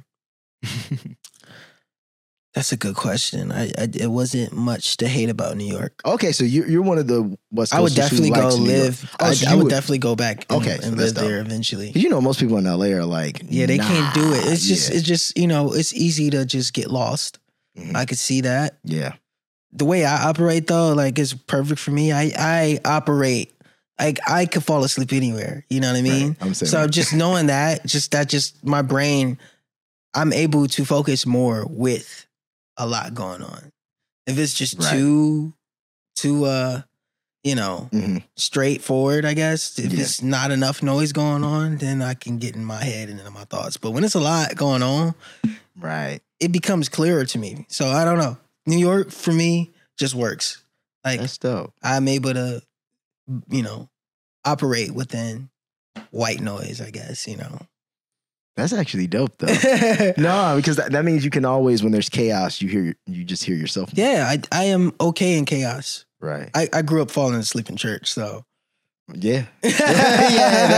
Speaker 7: That's a good question. I, I it wasn't much to hate about New York.
Speaker 8: Okay, so you're you're one of the West Coasters
Speaker 7: I would definitely
Speaker 8: who
Speaker 7: go
Speaker 8: likes New York.
Speaker 7: live.
Speaker 8: Oh,
Speaker 7: I,
Speaker 8: so
Speaker 7: I
Speaker 8: you
Speaker 7: would
Speaker 8: would-
Speaker 7: definitely go back. And,
Speaker 8: Okay, so
Speaker 7: and
Speaker 8: that's
Speaker 7: live
Speaker 8: dope.
Speaker 7: there eventually.
Speaker 8: You know, most people in LA are like,
Speaker 7: Yeah, they can't do it.
Speaker 8: "Nah,
Speaker 7: It's just
Speaker 8: yeah."
Speaker 7: it's just you know it's easy to just get lost.
Speaker 8: Mhm.
Speaker 7: I could see that.
Speaker 8: yeah,
Speaker 7: the way I operate though, like it's perfect for me. I I operate like I could fall asleep anywhere. You know what I mean?
Speaker 8: mm-hmm, right. I'm saying
Speaker 7: So
Speaker 8: that.
Speaker 7: just knowing that, just that, just my brain, I'm able to focus more with a lot going on. If it's just
Speaker 8: Right.
Speaker 7: too, too, uh, you know,
Speaker 8: Mhm.
Speaker 7: straightforward, I guess. If
Speaker 8: Yeah.
Speaker 7: it's not enough noise going on, then I can get in my head and in my thoughts. But when it's a lot going on,
Speaker 8: right.
Speaker 7: it becomes clearer to me. So I don't know. New York for me just works. Like
Speaker 8: That's dope.
Speaker 7: I'm able to, you know, operate within white noise, I guess, you know.
Speaker 8: That's actually dope though. no, because that, that means you can always when there's chaos, you hear you just hear yourself. more.
Speaker 7: yeah, I, I am okay in chaos.
Speaker 8: Right.
Speaker 7: I, I grew up falling asleep in church, so
Speaker 8: Yeah. yeah.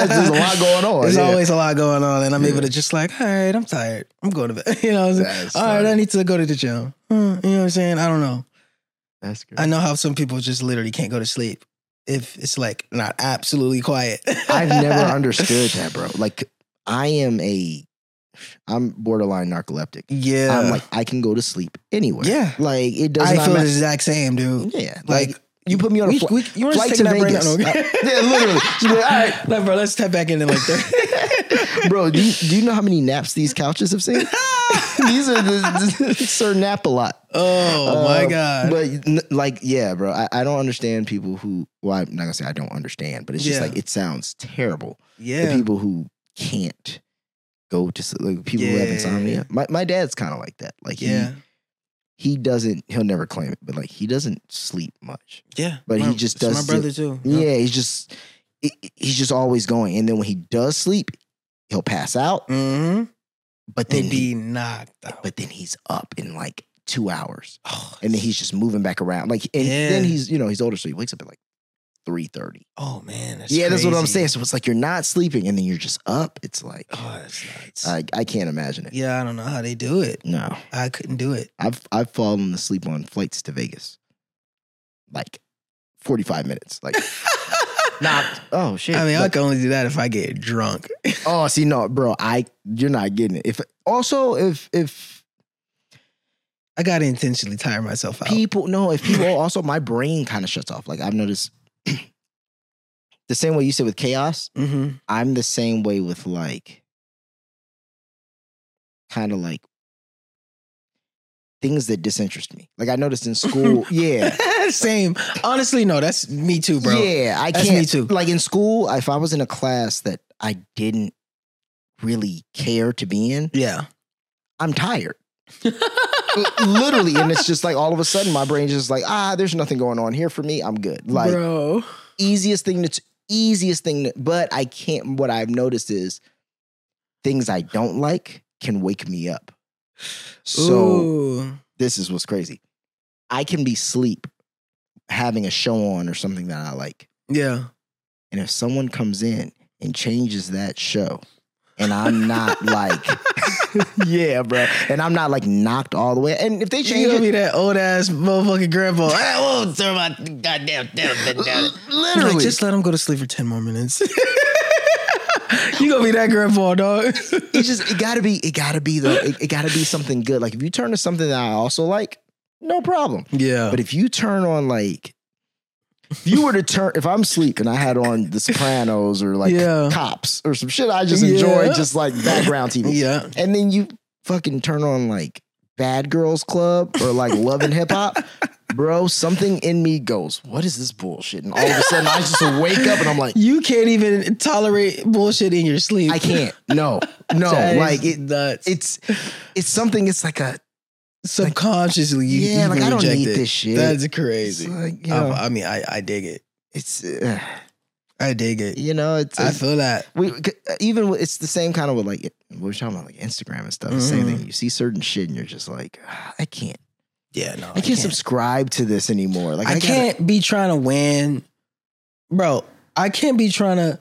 Speaker 8: That's, there's a lot going on.
Speaker 7: There's
Speaker 8: yeah.
Speaker 7: always a lot going on, and I'm
Speaker 8: Yeah.
Speaker 7: able to just like, all right, I'm tired. I'm going to bed. You know, all right,
Speaker 8: That's
Speaker 7: I
Speaker 8: funny.
Speaker 7: need to go to the gym. Huh, You know what I'm saying? I don't know.
Speaker 8: That's good.
Speaker 7: I know how some people just literally can't go to sleep if it's like not absolutely quiet.
Speaker 8: I've never understood that, bro. Like I am a I'm borderline narcoleptic.
Speaker 7: Yeah.
Speaker 8: I'm like I can go to sleep anywhere.
Speaker 7: Yeah.
Speaker 8: Like it does
Speaker 7: I
Speaker 8: not
Speaker 7: feel the
Speaker 8: matter.
Speaker 7: exact same, dude.
Speaker 8: Yeah. Like,
Speaker 7: Like,
Speaker 8: you put me on a
Speaker 7: We,
Speaker 8: fl-
Speaker 7: we, you weren't
Speaker 8: flight to
Speaker 7: taking that brain
Speaker 8: Vegas.
Speaker 7: out. no-
Speaker 8: Uh, yeah, literally. She's like, all right,
Speaker 7: Like, bro, let's step back in and like
Speaker 8: bro. Do you, do you know how many naps these couches have seen? these are the, the Sir Nap a lot.
Speaker 7: Oh
Speaker 8: Uh,
Speaker 7: my god.
Speaker 8: But n- like, yeah, bro. I, I don't understand people who. Well, I'm not gonna say I don't understand, but it's just
Speaker 7: Yeah.
Speaker 8: like it sounds terrible. The
Speaker 7: yeah.
Speaker 8: people who can't go to sleep, like people who have
Speaker 7: Yeah.
Speaker 8: insomnia. My my dad's kind of like that. Like he
Speaker 7: yeah.
Speaker 8: he doesn't. He'll never claim it, but like he doesn't sleep much.
Speaker 7: Yeah.
Speaker 8: but he
Speaker 7: My-
Speaker 8: just
Speaker 7: it's
Speaker 8: does
Speaker 7: my brother too.
Speaker 8: Yeah, he's just he- he's just always going. And then when he does sleep, he'll pass out.
Speaker 7: Mm-hmm.
Speaker 8: But then
Speaker 7: They
Speaker 8: he,
Speaker 7: be knocked out.
Speaker 8: but then he's up in like two hours,
Speaker 7: oh,
Speaker 8: and then he's just moving back around. Like and
Speaker 7: Yeah.
Speaker 8: then he's you know he's older, so he wakes up at like three thirty.
Speaker 7: oh man. That's
Speaker 8: Yeah, that's what I'm
Speaker 7: crazy.
Speaker 8: saying. So it's like you're not sleeping, and then you're just up. It's like
Speaker 7: Oh, that's nuts.
Speaker 8: I I can't imagine it.
Speaker 7: yeah, I don't know how they do it.
Speaker 8: No,
Speaker 7: I couldn't do it.
Speaker 8: I've I've fallen asleep on flights to Vegas, like forty five minutes. Like not. Oh shit.
Speaker 7: I mean, I
Speaker 8: Like,
Speaker 7: can only do that if I get drunk.
Speaker 8: Oh, see, no, bro, I you're not getting it. If also if if
Speaker 7: I gotta intentionally tire myself out.
Speaker 8: people no, if people also my brain kind of shuts off. Like I've noticed the same way you said with chaos,
Speaker 7: mm-hmm.
Speaker 8: I'm the same way with like kind of like things that disinterest me. Like I noticed in school, yeah.
Speaker 7: Same. Honestly, no, that's me too, bro.
Speaker 8: Yeah, I
Speaker 7: That's
Speaker 8: can't.
Speaker 7: me too.
Speaker 8: Like in school, if I was in a class that I didn't really care to be in,
Speaker 7: Yeah.
Speaker 8: I'm tired. Literally. And it's just like all of a sudden my brain's just like, ah, there's nothing going on here for me. I'm good. Like
Speaker 7: bro.
Speaker 8: easiest thing that's easiest thing to, but I can't what I've noticed is things I don't like can wake me up. So
Speaker 7: Ooh.
Speaker 8: this is what's crazy. I can be sleep having a show on or something that I like.
Speaker 7: yeah.
Speaker 8: And if someone comes in and changes that show, and I'm not like, yeah, bro, and I'm not like knocked all the way. And if they
Speaker 7: You
Speaker 8: change
Speaker 7: gonna
Speaker 8: it,
Speaker 7: be that old ass motherfucking grandpa. Ah, I won't throw my goddamn damn thing down. Literally. Like, just let him go to sleep for 10 more minutes. you gonna be that grandpa, dog.
Speaker 8: It just it gotta be it gotta be the it, it gotta be something good. Like if you turn to something that I also like, no problem.
Speaker 7: yeah.
Speaker 8: But if you turn on like, if you were to turn, if I'm asleep and I had on The Sopranos or like
Speaker 7: Yeah.
Speaker 8: Cops or some shit, I just enjoy
Speaker 7: Yeah.
Speaker 8: just like background TV.
Speaker 7: yeah.
Speaker 8: And then you fucking turn on like Bad Girls Club or like Love and Hip Hop. Bro, something in me goes, what is this bullshit? And all of a sudden I just wake up and I'm like,
Speaker 7: You can't even tolerate bullshit in your sleep.
Speaker 8: I can't. No, no.
Speaker 7: That is
Speaker 8: like it,
Speaker 7: nuts.
Speaker 8: it's it's something, it's like a
Speaker 7: subconsciously you
Speaker 8: Yeah,
Speaker 7: you
Speaker 8: like, I don't
Speaker 7: reject
Speaker 8: need
Speaker 7: it.
Speaker 8: this shit.
Speaker 7: That's
Speaker 8: it's
Speaker 7: crazy.
Speaker 8: like, you
Speaker 7: I-
Speaker 8: know,
Speaker 7: I, mean, I, I dig it.
Speaker 8: it's uh,
Speaker 7: I dig it.
Speaker 8: you know, it's,
Speaker 7: I
Speaker 8: it's
Speaker 7: feel that.
Speaker 8: we c- even with- it's the same kind of with like we we're talking about like Instagram and stuff. The Same
Speaker 7: Mhm.
Speaker 8: thing. You see certain shit and you're just like, "Ah, I can't,
Speaker 7: Yeah, no,
Speaker 8: I can't, subscribe to this anymore. Like I,
Speaker 7: I
Speaker 8: gotta-
Speaker 7: can't be trying to win, bro. I can't be trying to.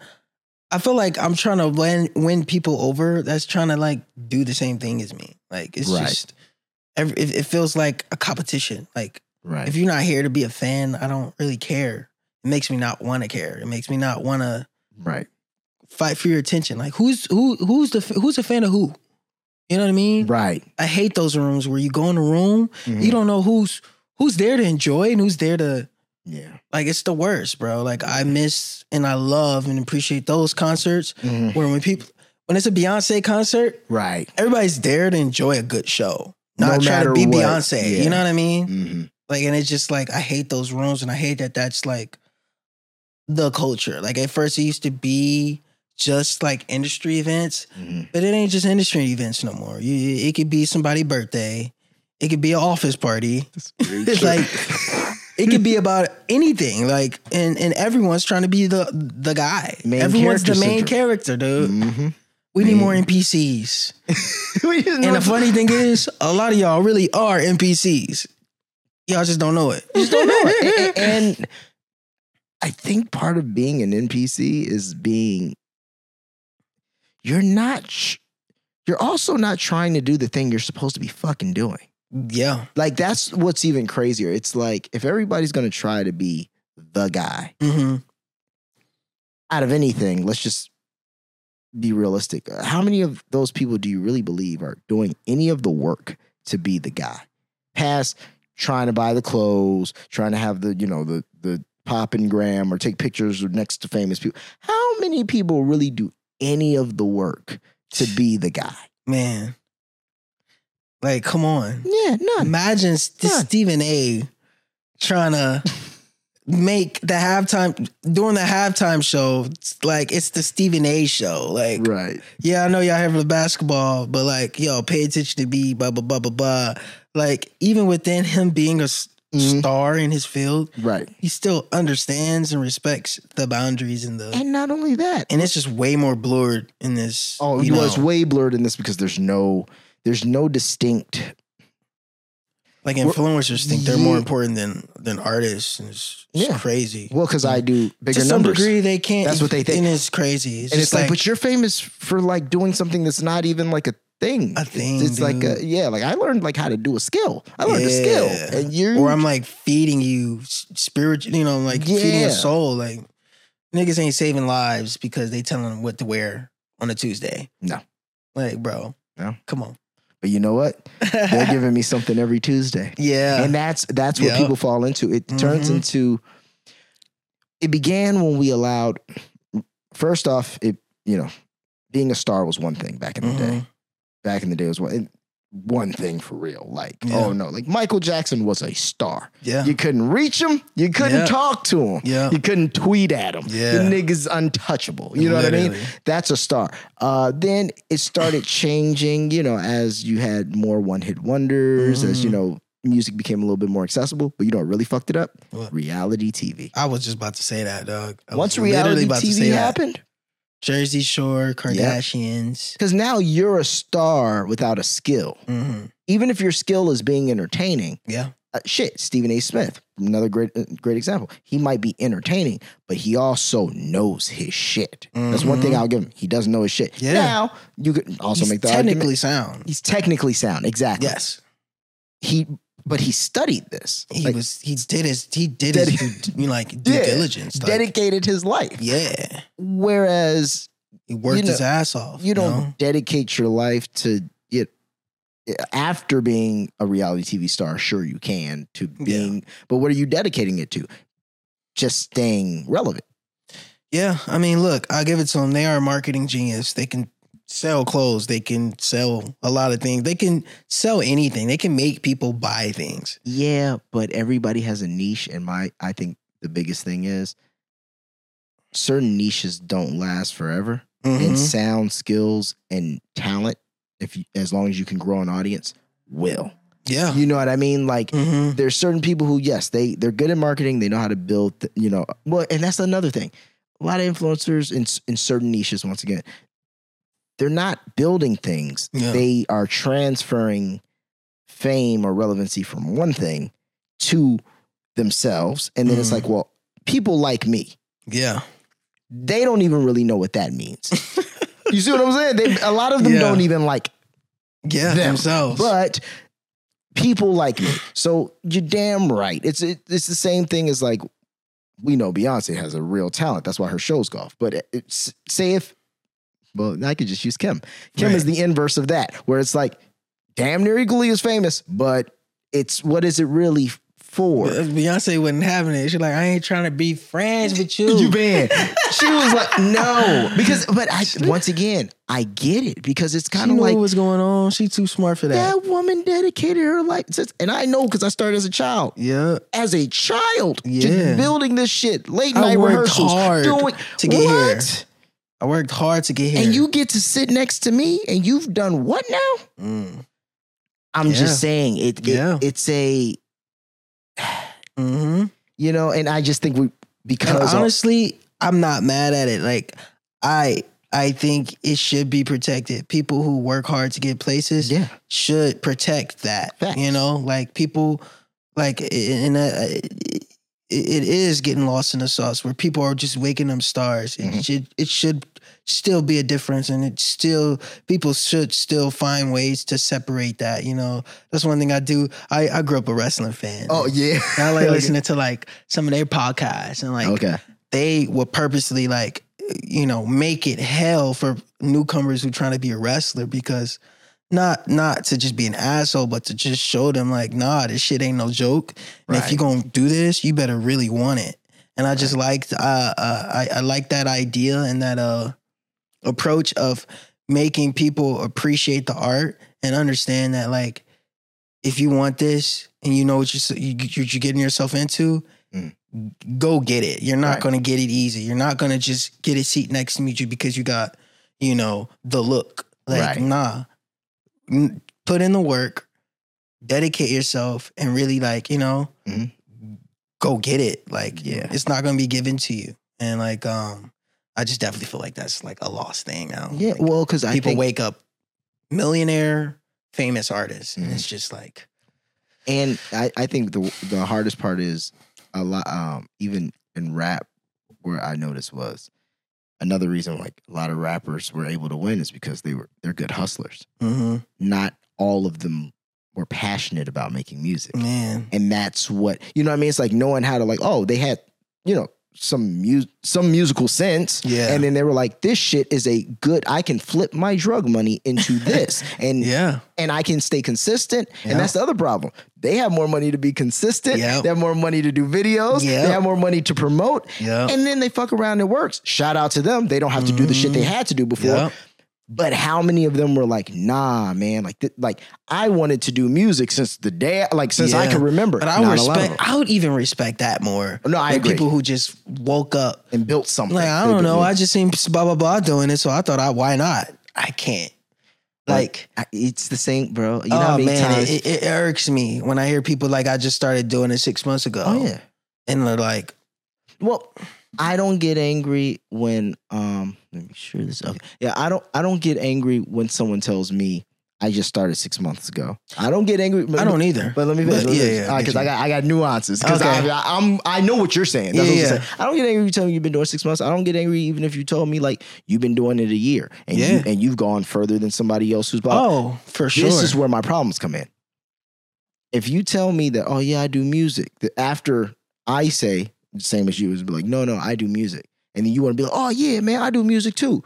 Speaker 7: I feel like I'm trying to win win people over. That's trying to like do the same thing as me. Like it's
Speaker 8: Right.
Speaker 7: just, every, it, it feels like a competition. Like
Speaker 8: Right.
Speaker 7: if you're not here to be a fan, I don't really care. It makes me not want to care. It makes me not want to
Speaker 8: right.
Speaker 7: fight for your attention. Like who's who who's the who's a fan of who? You know what I mean?
Speaker 8: Right.
Speaker 7: I hate those rooms where you go in a room, you
Speaker 8: Mhm.
Speaker 7: don't know who's who's there to enjoy and who's there to
Speaker 8: Yeah.
Speaker 7: like it's the worst, bro. Like I miss and I love and appreciate those concerts
Speaker 8: Mhm.
Speaker 7: where when people when it's a Beyonce concert,
Speaker 8: Right.
Speaker 7: everybody's there to enjoy a good show. Not
Speaker 8: No
Speaker 7: trying to
Speaker 8: matter
Speaker 7: be
Speaker 8: what.
Speaker 7: Beyonce.
Speaker 8: Yeah.
Speaker 7: You know what I mean?
Speaker 8: hmm
Speaker 7: Like, and it's just like I hate those rooms, and I hate that that's like the culture. Like at first, it used to be just like industry events,
Speaker 8: hmm
Speaker 7: but it ain't just industry events no more. You, it could be somebody's birthday, it could be an office party. It's like it could be about anything. Like, and and everyone's trying to be the the guy.
Speaker 8: Main
Speaker 7: everyone's the
Speaker 8: character
Speaker 7: main
Speaker 8: syndrome.
Speaker 7: character, dude.
Speaker 8: hmm
Speaker 7: We need
Speaker 8: Main-
Speaker 7: more NPCs. Mm-hmm. And the funny thing is, a lot of y'all really are NPCs. Y'all just don't know it. Just don't know
Speaker 8: A- and I think part of being an NPC is being you're not tr- you're also not trying to do the thing you're supposed to be fucking doing.
Speaker 7: yeah.
Speaker 8: Like that's what's even crazier. It's like if everybody's going to try to be the guy
Speaker 7: hmm
Speaker 8: out of anything, let's just be realistic. How many of those people do you really believe are doing any of the work to be the guy? Past trying to buy the clothes, trying to have the, you know, the the pop and gram or take pictures next to famous people. How many people really do any of the work to be the guy?
Speaker 7: Man. Like, come on.
Speaker 8: Yeah, none.
Speaker 7: Imagine St-
Speaker 8: None.
Speaker 7: Stephen A trying to make the halftime during the halftime show. it's Like, it's the Stephen A show. Like,
Speaker 8: Right.
Speaker 7: yeah, I know y'all here for the basketball, but like, yo, pay attention to be blah, blah, blah, blah, blah. Like, even within him being a s-
Speaker 8: Mhm.
Speaker 7: star in his field,
Speaker 8: Right.
Speaker 7: he still understands and respects the boundaries and the
Speaker 8: And not only that,
Speaker 7: and it's just way more blurred in this.
Speaker 8: Oh,
Speaker 7: you
Speaker 8: well,
Speaker 7: know,
Speaker 8: it's way blurred in this because there's no there's no distinct.
Speaker 7: like influencers think they're more
Speaker 8: Yeah.
Speaker 7: important than than artists, and it's, it's
Speaker 8: Yeah.
Speaker 7: crazy.
Speaker 8: Well, because I do bigger
Speaker 7: to some
Speaker 8: numbers,
Speaker 7: degree, they can't.
Speaker 8: That's what they think.
Speaker 7: and it's crazy. It's
Speaker 8: and
Speaker 7: just
Speaker 8: it's like, but you're famous for like doing something that's not even like a thing.
Speaker 7: A
Speaker 8: It's-
Speaker 7: thing,
Speaker 8: It's, like a
Speaker 7: dude.
Speaker 8: yeah. Like I learned like how to do a skill. I learned a
Speaker 7: Yeah.
Speaker 8: skill, and you're
Speaker 7: or I'm like feeding you spiritual, you know, like feeding
Speaker 8: Yeah.
Speaker 7: your soul. Like niggas ain't saving lives because they telling them what to wear on a Tuesday.
Speaker 8: No.
Speaker 7: like bro,
Speaker 8: No.
Speaker 7: come on.
Speaker 8: But you know what? They're giving me something every Tuesday,
Speaker 7: yeah,
Speaker 8: and that's that's what
Speaker 7: Yeah.
Speaker 8: people fall into. It turns
Speaker 7: Mhm.
Speaker 8: into. It began when we allowed. First off, it you know, being a star was one thing back in the day.
Speaker 7: Mhm.
Speaker 8: back in the day was one, one thing for real. Like,
Speaker 7: Yeah.
Speaker 8: oh no, like Michael Jackson was a star.
Speaker 7: yeah,
Speaker 8: You couldn't reach him, you couldn't
Speaker 7: Yeah.
Speaker 8: talk to him,
Speaker 7: yeah.
Speaker 8: you couldn't tweet at him.
Speaker 7: Yeah.
Speaker 8: The nigga's untouchable. You know what I mean?
Speaker 7: Literally.
Speaker 8: That's a star. Uh, then it started changing, you know, as you had more one hit wonders, as you
Speaker 7: Mhm.
Speaker 8: know, music became a little bit more accessible. But you know what really fucked it up?
Speaker 7: What?
Speaker 8: Reality TV.
Speaker 7: I was just about to say that, dog. I
Speaker 8: Once
Speaker 7: was literally
Speaker 8: reality
Speaker 7: about to say
Speaker 8: TV
Speaker 7: that.
Speaker 8: happened,
Speaker 7: Jersey Shore, Kardashians.
Speaker 8: because now you're a star without a skill.
Speaker 7: hmm
Speaker 8: Even if your skill is being entertaining,
Speaker 7: Yeah,
Speaker 8: uh, shit, Stephen A. Smith, another great uh, great example. He might be entertaining, but he also knows his shit. That's one thing
Speaker 7: Mhm.
Speaker 8: I'll give him. He doesn't know his shit.
Speaker 7: Yeah.
Speaker 8: Now you could also
Speaker 7: He's
Speaker 8: make the
Speaker 7: technically
Speaker 8: argument.
Speaker 7: sound.
Speaker 8: He's technically sound, exactly.
Speaker 7: Yes,
Speaker 8: He, but he studied this.
Speaker 7: he
Speaker 8: Like,
Speaker 7: was. He did his. He did
Speaker 8: Dedi-
Speaker 7: his. due- You know, like due
Speaker 8: Yeah.
Speaker 7: diligence. Like,
Speaker 8: dedicated his life.
Speaker 7: yeah,
Speaker 8: Whereas
Speaker 7: He worked
Speaker 8: You know,
Speaker 7: his ass off.
Speaker 8: you don't
Speaker 7: know?
Speaker 8: dedicate your life to it after being a reality TV star. Sure, you can to being, but what are you dedicating it to? Just staying relevant.
Speaker 7: Yeah, I mean, look, I give it to them. They are a marketing genius. They can sell clothes. They can sell a lot of things. They can sell anything. They can make people buy things.
Speaker 8: Yeah, but everybody has a niche, and my I think the biggest thing is certain niches don't last forever.
Speaker 7: Mhm.
Speaker 8: And sound skills and talent, if you, as long as you can grow an audience, will.
Speaker 7: Yeah.
Speaker 8: You know what I mean? Like
Speaker 7: hmm
Speaker 8: there's certain people who yes they they're good at marketing they know how to build th- you know well and that's another thing a lot of influencers in, s- in certain niches once again they're not building things
Speaker 7: Yeah.
Speaker 8: they are transferring fame or relevancy from one thing to themselves and then it's
Speaker 7: Mhm.
Speaker 8: like well people like me
Speaker 7: Yeah.
Speaker 8: they don't even really know what that means you see what i'm saying they, a lot of them
Speaker 7: Yeah.
Speaker 8: don't even like
Speaker 7: Yeah.
Speaker 8: them.
Speaker 7: Themselves.
Speaker 8: but people like me. So you're damn right. It's it, it's the same thing as like we know Beyonce has a real talent. That's why her shows go off. But it's, say if well, I could just use Kim. Kim is
Speaker 7: Right.
Speaker 8: the inverse of that, where it's like damn near equally as famous, but it's what is it really for?
Speaker 7: Uh, Beyonce wasn't having it. She's like, I ain't trying to be friends with you.
Speaker 8: You banned. she was like, no, because but I once again I get it because it's
Speaker 7: she
Speaker 8: kind
Speaker 7: knew
Speaker 8: of like
Speaker 7: what was going on. She too smart for that.
Speaker 8: that woman dedicated her life, and I know because I started as a child.
Speaker 7: Yeah.
Speaker 8: as a child,
Speaker 7: Yeah.
Speaker 8: just building this shit, late
Speaker 7: I
Speaker 8: night
Speaker 7: worked
Speaker 8: rehearsals,
Speaker 7: hard
Speaker 8: doing
Speaker 7: to get
Speaker 8: what?
Speaker 7: I worked hard to get here.
Speaker 8: And you get to sit next to me, and you've done what now?
Speaker 7: Mm.
Speaker 8: I'm
Speaker 7: Yeah.
Speaker 8: just saying it. it-
Speaker 7: Yeah.
Speaker 8: it's a
Speaker 7: hmm
Speaker 8: you know, and I just think we
Speaker 7: And
Speaker 8: because of-
Speaker 7: honestly, I'm not mad at it. Like, I I think it should be protected. People who work hard to get places
Speaker 8: yeah,
Speaker 7: should protect that.
Speaker 8: Facts.
Speaker 7: You know, like people, like and uh, it, it is getting lost in the sauce where people are just waking them stars. It
Speaker 8: Mhm.
Speaker 7: should it should still be a difference, and it still people should still find ways to separate that. You know, that's one thing I do. I I grew up a wrestling fan.
Speaker 8: oh yeah,
Speaker 7: And I like
Speaker 8: Okay.
Speaker 7: listening to like some of their podcasts and like
Speaker 8: Okay,
Speaker 7: they will purposely like you know make it hell for newcomers who trying to be a wrestler because not not to just be an asshole but to just show them like nah this shit ain't no joke and if
Speaker 8: Right.
Speaker 7: you're gonna do this you better really want it and i just liked uh, uh i i like that idea and that uh approach of making people appreciate the art and understand that like if you want this and you know what you're, you, you're getting yourself into
Speaker 8: Mm.
Speaker 7: go get it you're not
Speaker 8: Right.
Speaker 7: going to get it easy you're not going to just get a seat next to me ju- because you got you know the look like
Speaker 8: Right.
Speaker 7: nah N- put in the work dedicate yourself and really like you know
Speaker 8: Mhm.
Speaker 7: go get it like
Speaker 8: Yeah.
Speaker 7: it's not going to be given to you and like um i just definitely feel like that's like a lost thing now
Speaker 8: yeah.
Speaker 7: Like,
Speaker 8: Well, because I
Speaker 7: people
Speaker 8: think,
Speaker 7: wake up millionaire famous artists and it's just like
Speaker 8: and I, I think the the hardest part is a lot. Um, even in rap, where I noticed was another reason like a lot of rappers were able to win is because they were they're good hustlers.
Speaker 7: mm-hmm.
Speaker 8: not all of them were passionate about making music.
Speaker 7: Mm. man
Speaker 8: And that's what, you know what I mean? It's like knowing how to like, oh, they had, you know, some mu- some musical sense.
Speaker 7: Yeah.
Speaker 8: And then they were like, this shit is a good, I can flip my drug money into this. and
Speaker 7: yeah
Speaker 8: and I can stay consistent.
Speaker 7: Yeah.
Speaker 8: And that's the other problem. They have more money to be consistent.
Speaker 7: Yep.
Speaker 8: They have more money to do videos.
Speaker 7: Yep.
Speaker 8: They have more money to promote.
Speaker 7: Yep.
Speaker 8: And then they fuck around and it works. Shout out to them. They don't have to do the shit
Speaker 7: Mm-hmm.
Speaker 8: they had to do before.
Speaker 7: Yep.
Speaker 8: But how many of them were like, nah, man, like, th- like I wanted to do music since the day, like since I
Speaker 7: Yeah.
Speaker 8: can remember.
Speaker 7: But I
Speaker 8: Not
Speaker 7: would
Speaker 8: a lot of
Speaker 7: respect.
Speaker 8: them.
Speaker 7: I would even respect that more.
Speaker 8: No, I
Speaker 7: than
Speaker 8: agree.
Speaker 7: People who just woke up.
Speaker 8: and built something.
Speaker 7: Like I
Speaker 8: They
Speaker 7: don't
Speaker 8: built
Speaker 7: know. I
Speaker 8: it.
Speaker 7: just seen blah blah blah doing it, so I thought, I why not? I can't.
Speaker 8: But
Speaker 7: Like
Speaker 8: I- it's the same, bro. You know
Speaker 7: oh
Speaker 8: how many
Speaker 7: man,
Speaker 8: times?
Speaker 7: it, it, it irks me when I hear people like I just started doing it six months ago.
Speaker 8: oh yeah.
Speaker 7: and they're like,
Speaker 8: Well, I don't get angry when um let me make sure this okay. Yeah, I don't I don't get angry when someone tells me I just started six months ago. I don't get angry.
Speaker 7: I don't either.
Speaker 8: But let me finish.
Speaker 7: But- yeah, yeah, I get
Speaker 8: Because I
Speaker 7: you.
Speaker 8: got I got nuances. Because
Speaker 7: Okay.
Speaker 8: I, am I know what you're saying. That's what
Speaker 7: Yeah,
Speaker 8: I'm
Speaker 7: yeah.
Speaker 8: saying. I don't get angry. if You tell me you've been doing six months. I don't get angry even if you told me like you've been doing it a year and
Speaker 7: Yeah.
Speaker 8: you, and you've gone further than somebody else who's. about-
Speaker 7: oh, for sure.
Speaker 8: This is where my problems come in. If you tell me that, oh yeah, I do music, that after I say same as you is be like, no, no, I do music, and then you want to be like, oh yeah, man, I do music too.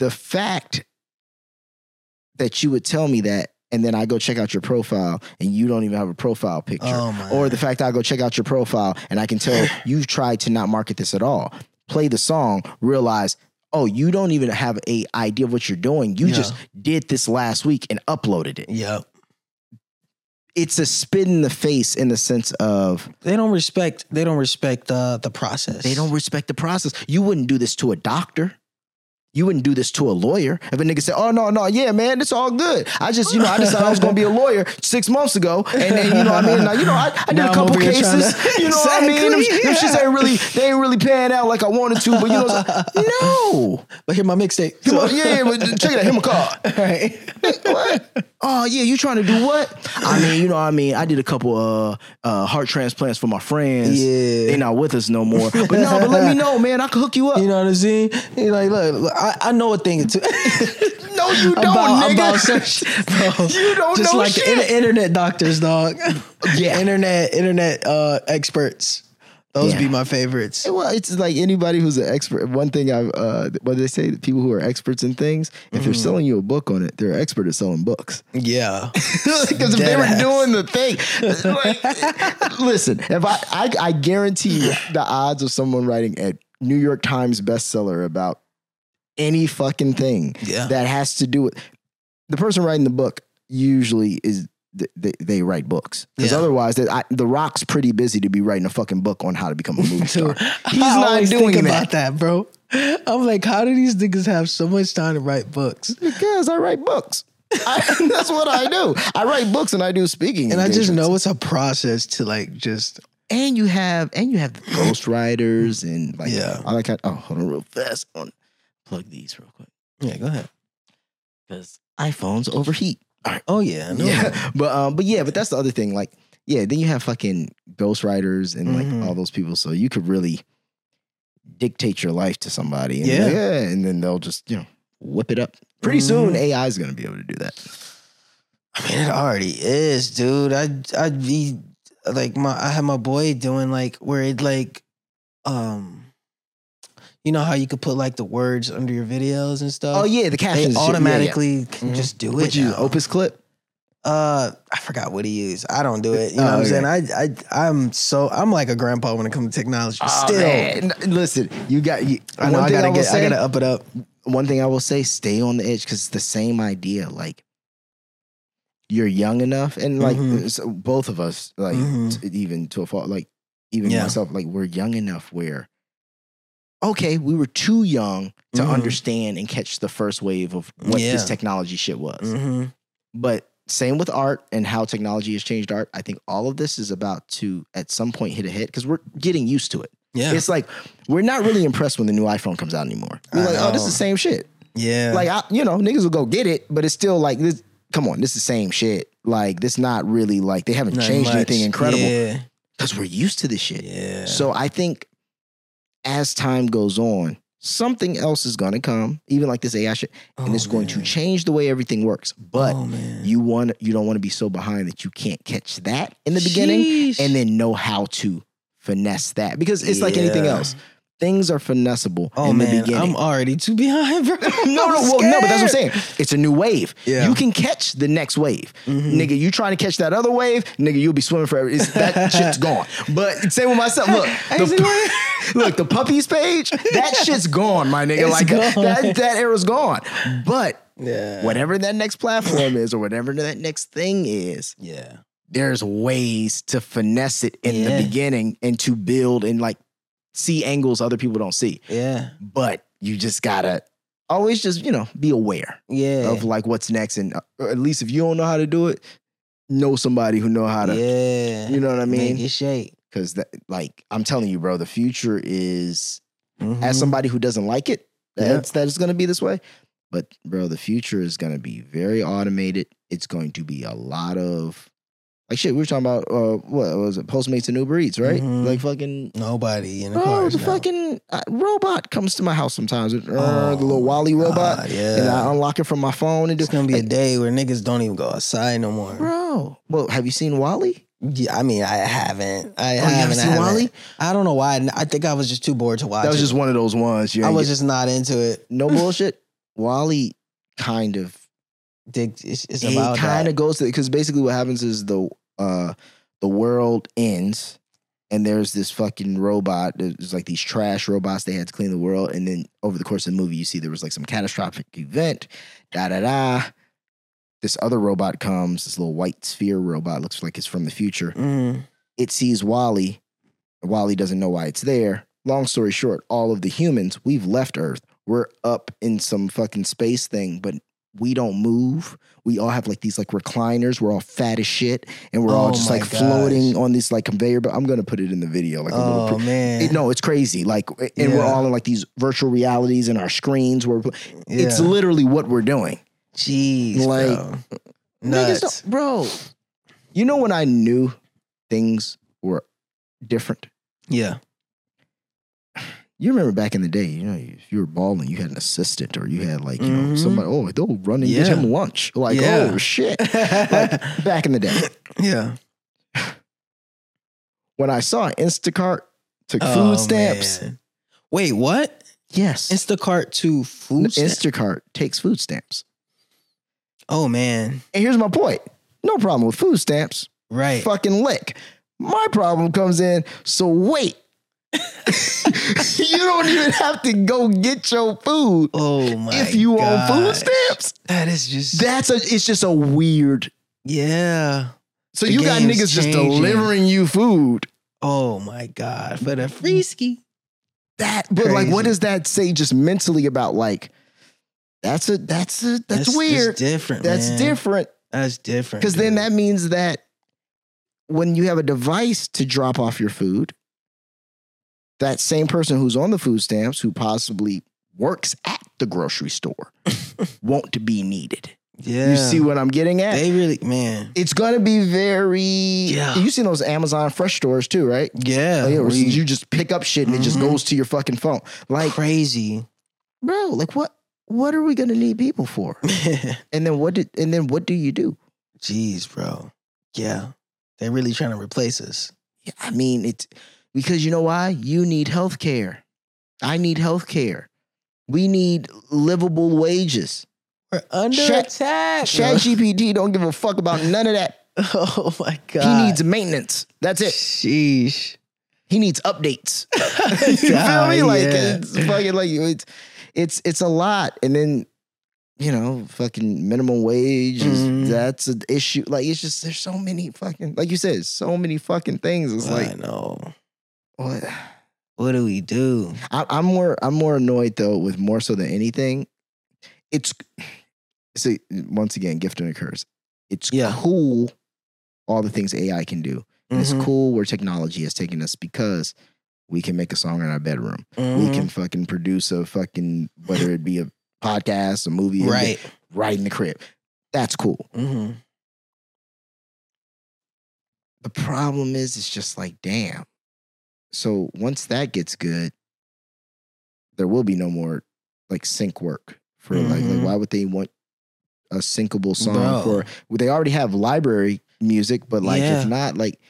Speaker 8: the fact that you would tell me that and then I go check out your profile and you don't even have a profile picture.
Speaker 7: Oh, my.
Speaker 8: Or the fact I go check out your profile and I can tell you've tried to not market this at all. Play the song, realize, oh, you don't even have a idea of what you're doing. You
Speaker 7: Yeah.
Speaker 8: just did this last week and uploaded it.
Speaker 7: Yep.
Speaker 8: It's a spit in the face in the sense of
Speaker 7: They don't respect. They don't respect uh, the process.
Speaker 8: They don't respect the process. You wouldn't do this to a doctor. You wouldn't do this to a lawyer. If a nigga said, "Oh no, no, yeah, man, it's all good. I just, you know, I decided I was gonna be a lawyer six months ago, and then you know, what I mean, now you know, I, I did
Speaker 7: Now
Speaker 8: a
Speaker 7: I'm
Speaker 8: couple
Speaker 7: over here trying
Speaker 8: cases.
Speaker 7: to-
Speaker 8: you know what I mean? Them,
Speaker 7: Exactly,
Speaker 8: them shits
Speaker 7: yeah.
Speaker 8: ain't really, they ain't really paying out like I wanted to. But you know, it's- no,
Speaker 7: But hear my mixtape.
Speaker 8: Him a- yeah, yeah, but check it out, him a call.
Speaker 7: right.
Speaker 8: What? Oh yeah, you trying to do what? I mean, you know, what I mean, I did a couple uh, uh heart transplants for my friends.
Speaker 7: Yeah.
Speaker 8: they not with us no more. But no, but let me know, man. I can hook you up.
Speaker 7: You know what I'm saying? You're like, look, look, I, I know a thing or two.
Speaker 8: no, you don't,
Speaker 7: about,
Speaker 8: nigga.
Speaker 7: about search, bro.
Speaker 8: You don't
Speaker 7: just
Speaker 8: know
Speaker 7: like
Speaker 8: shit.
Speaker 7: The inter- internet doctors, dog.
Speaker 8: Yeah.
Speaker 7: internet internet uh, experts. Those
Speaker 8: Yeah.
Speaker 7: be my favorites.
Speaker 8: well, it's like anybody who's an expert. One thing I've, uh, what do they say? People who are experts in things, if they're selling you a book on it, they're an expert at selling books.
Speaker 7: Yeah,
Speaker 8: Because if they were
Speaker 7: Deadass.
Speaker 8: doing the thing, like, listen, if I, I, I guarantee you the odds of someone writing a New York Times bestseller about any fucking thing
Speaker 7: Yeah.
Speaker 8: that has to do with the person writing the book usually is th- they, they write books because
Speaker 7: Yeah.
Speaker 8: otherwise that I, the rock's pretty busy to be writing a fucking book on how to become a movie star he's
Speaker 7: I
Speaker 8: not
Speaker 7: always
Speaker 8: doing
Speaker 7: think
Speaker 8: that
Speaker 7: about that, bro. I'm like, how do these niggas have so much time to write books?
Speaker 8: because i write books I, that's what i do i write books and i do speaking
Speaker 7: And I just
Speaker 8: engagements.
Speaker 7: know it's a process to like just
Speaker 8: and you have and you have the ghost riders and like
Speaker 7: Yeah.
Speaker 8: I like how, oh hold on real fast on plug these real quick
Speaker 7: yeah. Go ahead.
Speaker 8: because iPhones overheat.
Speaker 7: Oh yeah, I know.
Speaker 8: Yeah, but um, but yeah, but that's the other thing. Like, yeah, then you have fucking ghost riders and
Speaker 7: Mhm.
Speaker 8: like all those people, so you could really dictate your life to somebody. And
Speaker 7: Yeah. Mm-hmm.
Speaker 8: like, yeah, and then they'll just you know whip it up. Pretty soon, AI is gonna be able to do that.
Speaker 7: I mean, it already is, dude. I I'd be like my I had my boy doing like where it like um you know how you could put like the words under your videos and stuff?
Speaker 8: Oh yeah, the
Speaker 7: They
Speaker 8: captions shit, yeah, yeah.
Speaker 7: automatically can
Speaker 8: Mhm.
Speaker 7: just do it.
Speaker 8: What'd you use,
Speaker 7: now.
Speaker 8: Opus clip?
Speaker 7: Uh, I forgot what he used. I don't do it. You know
Speaker 8: Oh,
Speaker 7: what I'm saying? I I I'm so I'm like a grandpa when it comes to technology. Still,
Speaker 8: N- listen, you got. You,
Speaker 7: I know
Speaker 8: Oh, one
Speaker 7: I
Speaker 8: thing
Speaker 7: gotta
Speaker 8: will
Speaker 7: get
Speaker 8: say-
Speaker 7: I gotta up it up.
Speaker 8: one thing I will say, stay on the edge because it's the same idea. Like you're young enough, and like
Speaker 7: Mhm.
Speaker 8: so both of us, like
Speaker 7: Mhm.
Speaker 8: t- even to a fault, like even
Speaker 7: Yeah.
Speaker 8: myself, like we're young enough where okay, we were too young to
Speaker 7: Mhm.
Speaker 8: understand and catch the first wave of what this
Speaker 7: Yeah.
Speaker 8: technology shit was.
Speaker 7: Mm-hmm.
Speaker 8: But same with art and how technology has changed art. I think all of this is about to at some point hit a hit because we're getting used to it.
Speaker 7: Yeah,
Speaker 8: It's like we're not really impressed when the new iPhone comes out anymore. We're
Speaker 7: I
Speaker 8: like, oh, this
Speaker 7: know.
Speaker 8: is the same shit.
Speaker 7: yeah.
Speaker 8: Like, I, you know, niggas will go get it, but it's still like this. Come on, this is the same shit. Like, this not really like they haven't
Speaker 7: Not
Speaker 8: changed
Speaker 7: much.
Speaker 8: anything incredible
Speaker 7: Yeah,
Speaker 8: because we're used to this shit.
Speaker 7: yeah.
Speaker 8: So I think as time goes on, something else is gonna come, even like this AI shit, and
Speaker 7: Oh,
Speaker 8: it's going to
Speaker 7: man.
Speaker 8: change the way everything works. But
Speaker 7: oh, man.
Speaker 8: you want you don't want to be so behind that you can't catch that in the beginning
Speaker 7: Sheesh.
Speaker 8: and then know how to finesse that because it's like anything
Speaker 7: Yeah.
Speaker 8: else. Things are finessable
Speaker 7: Oh
Speaker 8: in the
Speaker 7: man,
Speaker 8: beginning.
Speaker 7: I'm already too behind, bro.
Speaker 8: no, no, well, no, but that's what I'm saying. It's a new wave.
Speaker 7: Yeah. Hmm.
Speaker 8: You can catch the next wave.
Speaker 7: Mm-hmm.
Speaker 8: Nigga, you trying to catch that other wave, nigga, you'll be swimming forever. It's, that shit's gone. But same with myself. Look,
Speaker 7: Hey, see
Speaker 8: the,
Speaker 7: what-
Speaker 8: look, the puppies page, that shit's gone, my nigga.
Speaker 7: It's
Speaker 8: like
Speaker 7: gone.
Speaker 8: that that era's gone. But
Speaker 7: Yeah.
Speaker 8: whatever that next platform is or whatever that next thing is,
Speaker 7: Yeah.
Speaker 8: there's ways to finesse it in
Speaker 7: Yeah.
Speaker 8: the beginning and to build and like see angles other people don't see.
Speaker 7: Yeah.
Speaker 8: But you just gotta always just, you know, be aware
Speaker 7: Yeah.
Speaker 8: of like what's next. And uh, at least if you don't know how to do it, know somebody who know how to,
Speaker 7: yeah.
Speaker 8: you know what I
Speaker 7: Make
Speaker 8: mean?
Speaker 7: it shake.
Speaker 8: Cause that, like, I'm telling you, bro, the future is as
Speaker 7: Mhm.
Speaker 8: somebody who doesn't like it,
Speaker 7: Yeah.
Speaker 8: that's that is going to be this way. But bro, the future is going to be very automated. It's going to be a lot of like shit. We were talking about uh, what was it? Postmates and Uber Eats, right?
Speaker 7: Mhm.
Speaker 8: Like fucking.
Speaker 7: Nobody in the
Speaker 8: Oh,
Speaker 7: cars
Speaker 8: the
Speaker 7: now.
Speaker 8: fucking uh, robot comes to my house sometimes. Uh, the
Speaker 7: Oh,
Speaker 8: little Wally robot,
Speaker 7: God,
Speaker 8: and I
Speaker 7: yeah.
Speaker 8: unlock it from my phone and
Speaker 7: It's
Speaker 8: just
Speaker 7: gonna be a
Speaker 8: like,
Speaker 7: day where niggas don't even go outside no more.
Speaker 8: bro. Well, have you seen Wally?
Speaker 7: Yeah, I mean, I haven't. I
Speaker 8: Oh, you haven't
Speaker 7: haven't. I,
Speaker 8: seen
Speaker 7: haven't.
Speaker 8: Wally?
Speaker 7: I don't know why. I think I was just too bored to watch.
Speaker 8: That was
Speaker 7: it.
Speaker 8: just one of those ones. You
Speaker 7: I
Speaker 8: ain't
Speaker 7: was
Speaker 8: get-
Speaker 7: just not into it.
Speaker 8: no bullshit. Wally kind of
Speaker 7: Dick is, is
Speaker 8: he
Speaker 7: about
Speaker 8: kind
Speaker 7: that.
Speaker 8: of goes to because basically what happens is the uh the world ends and there's this fucking robot there's like these trash robots they had to clean the world and then over the course of the movie you see there was like some catastrophic event da da da this other robot comes this little white sphere robot looks like it's from the future
Speaker 7: Mm,
Speaker 8: it sees Wally. Wally doesn't know why it's there. Long story short, all of the humans, we've left Earth. We're up in some fucking space thing, but we don't move. We all have like these like recliners. We're all fat as shit, and we're all
Speaker 7: Oh
Speaker 8: just
Speaker 7: my
Speaker 8: like
Speaker 7: gosh.
Speaker 8: floating on this like conveyor. But I'm gonna put it in the video, like a little.
Speaker 7: oh
Speaker 8: Pre-
Speaker 7: man,
Speaker 8: It- no, it's crazy. Like, and we're
Speaker 7: Yeah.
Speaker 8: all in like these virtual realities and our screens. Where it's
Speaker 7: Yeah.
Speaker 8: literally what we're doing.
Speaker 7: jeez,
Speaker 8: like,
Speaker 7: bro.
Speaker 8: Niggas
Speaker 7: nuts.
Speaker 8: don't- bro. You know when I knew things were different.
Speaker 7: Yeah,
Speaker 8: you remember back in the day, you know, if you were balling, you had an assistant or you had like, you know,
Speaker 7: Mhm.
Speaker 8: somebody, oh, they'll run and get
Speaker 7: Yeah.
Speaker 8: him lunch. Like,
Speaker 7: Yeah.
Speaker 8: oh shit. Like, back in the day.
Speaker 7: yeah.
Speaker 8: When I saw Instacart took
Speaker 7: Oh,
Speaker 8: food stamps.
Speaker 7: man. Wait, what?
Speaker 8: Yes.
Speaker 7: Instacart to food stamps.
Speaker 8: Instacart takes food stamps.
Speaker 7: oh man,
Speaker 8: And here's my point. No problem with food stamps.
Speaker 7: right.
Speaker 8: Fucking lick. My problem comes in, so wait. you don't even have to go get your food
Speaker 7: Oh my!
Speaker 8: if you
Speaker 7: gosh.
Speaker 8: own food stamps.
Speaker 7: that is just
Speaker 8: That's a it's just a weird
Speaker 7: yeah.
Speaker 8: So
Speaker 7: The
Speaker 8: you got
Speaker 7: game's
Speaker 8: niggas just
Speaker 7: changing.
Speaker 8: delivering you food.
Speaker 7: Oh my god! For the free ski.
Speaker 8: That, but like, what
Speaker 7: Crazy.
Speaker 8: does that say just mentally about like? That's a that's a that's, weird.
Speaker 7: different.
Speaker 8: that's
Speaker 7: man.
Speaker 8: different
Speaker 7: That's different.
Speaker 8: because then
Speaker 7: dude.
Speaker 8: that means that when you have a device to drop off your food, that same person who's on the food stamps who possibly works at the grocery store won't be needed.
Speaker 7: yeah.
Speaker 8: You see what I'm getting at?
Speaker 7: they really man.
Speaker 8: it's gonna be very.
Speaker 7: Yeah.
Speaker 8: You see those Amazon Fresh stores too, right?
Speaker 7: Yeah,
Speaker 8: Like,
Speaker 7: where
Speaker 8: Oh, where
Speaker 7: you-
Speaker 8: you just pick up shit and it just
Speaker 7: Mhm.
Speaker 8: goes to your fucking phone. Like,
Speaker 7: crazy.
Speaker 8: bro, like what? What are we gonna need people for? And then what did? And then what do you do?
Speaker 7: Jeez, bro. Yeah, they really trying to replace us.
Speaker 8: Yeah, I mean, it's because you know why you need health care. I need health care. We need livable wages.
Speaker 7: We're under
Speaker 8: Shut-
Speaker 7: attack.
Speaker 8: Chat GPT don't give a fuck about none of that.
Speaker 7: oh my god.
Speaker 8: He needs maintenance. That's it.
Speaker 7: Sheesh.
Speaker 8: He needs updates. you feel me? Like
Speaker 7: Yeah.
Speaker 8: it's fucking like it's it's it's a lot, and then you know, fucking minimum wage is
Speaker 7: Mhm.
Speaker 8: that's an issue. Like it's just there's so many fucking like you said, so many fucking things. It's
Speaker 7: I
Speaker 8: like
Speaker 7: know.
Speaker 8: what?
Speaker 7: What do we do?
Speaker 8: I, I'm more I'm more annoyed though with more so than anything. It's it's a, once again gift and a curse. It's
Speaker 7: Yeah.
Speaker 8: cool all the things AI can do. And
Speaker 7: Mhm.
Speaker 8: It's cool where technology has taken us because we can make a song in our bedroom. we
Speaker 7: Mhm.
Speaker 8: can fucking produce a fucking whether it be a podcast, a movie, a-
Speaker 7: right.
Speaker 8: right in the crib. That's cool.
Speaker 7: hmm
Speaker 8: The problem is, it's just like, damn. So once that gets good, there will be no more like sync work for like, like,
Speaker 7: Mhm.
Speaker 8: why would they want a syncable song
Speaker 7: Bro.
Speaker 8: for? Well, they already have library music, but like
Speaker 7: Yeah.
Speaker 8: if not, like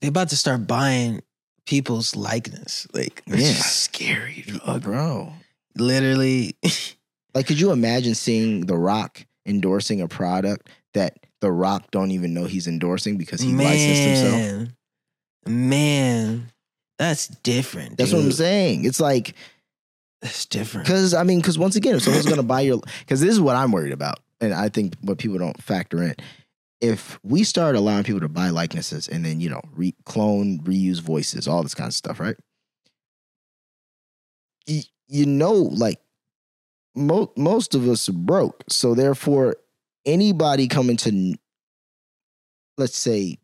Speaker 7: They about to start buying people's likeness. Like it's
Speaker 8: Yeah.
Speaker 7: just scary, dog.
Speaker 8: bro,
Speaker 7: Literally.
Speaker 8: like could you imagine seeing The Rock endorsing a product that The Rock don't even know he's endorsing because he licensed himself?
Speaker 7: Man. Man. That's different.
Speaker 8: That's what I'm
Speaker 7: dude.
Speaker 8: saying. It's like
Speaker 7: That's different.
Speaker 8: because I mean, because once again, if someone's gonna buy your, because this is what I'm worried about, and I think what people don't factor in, if we start allowing people to buy likenesses and then you know re- clone, reuse voices, all this kind of stuff, right? You, you know, like mo- most of us are broke, so therefore, anybody coming to, n- let's say,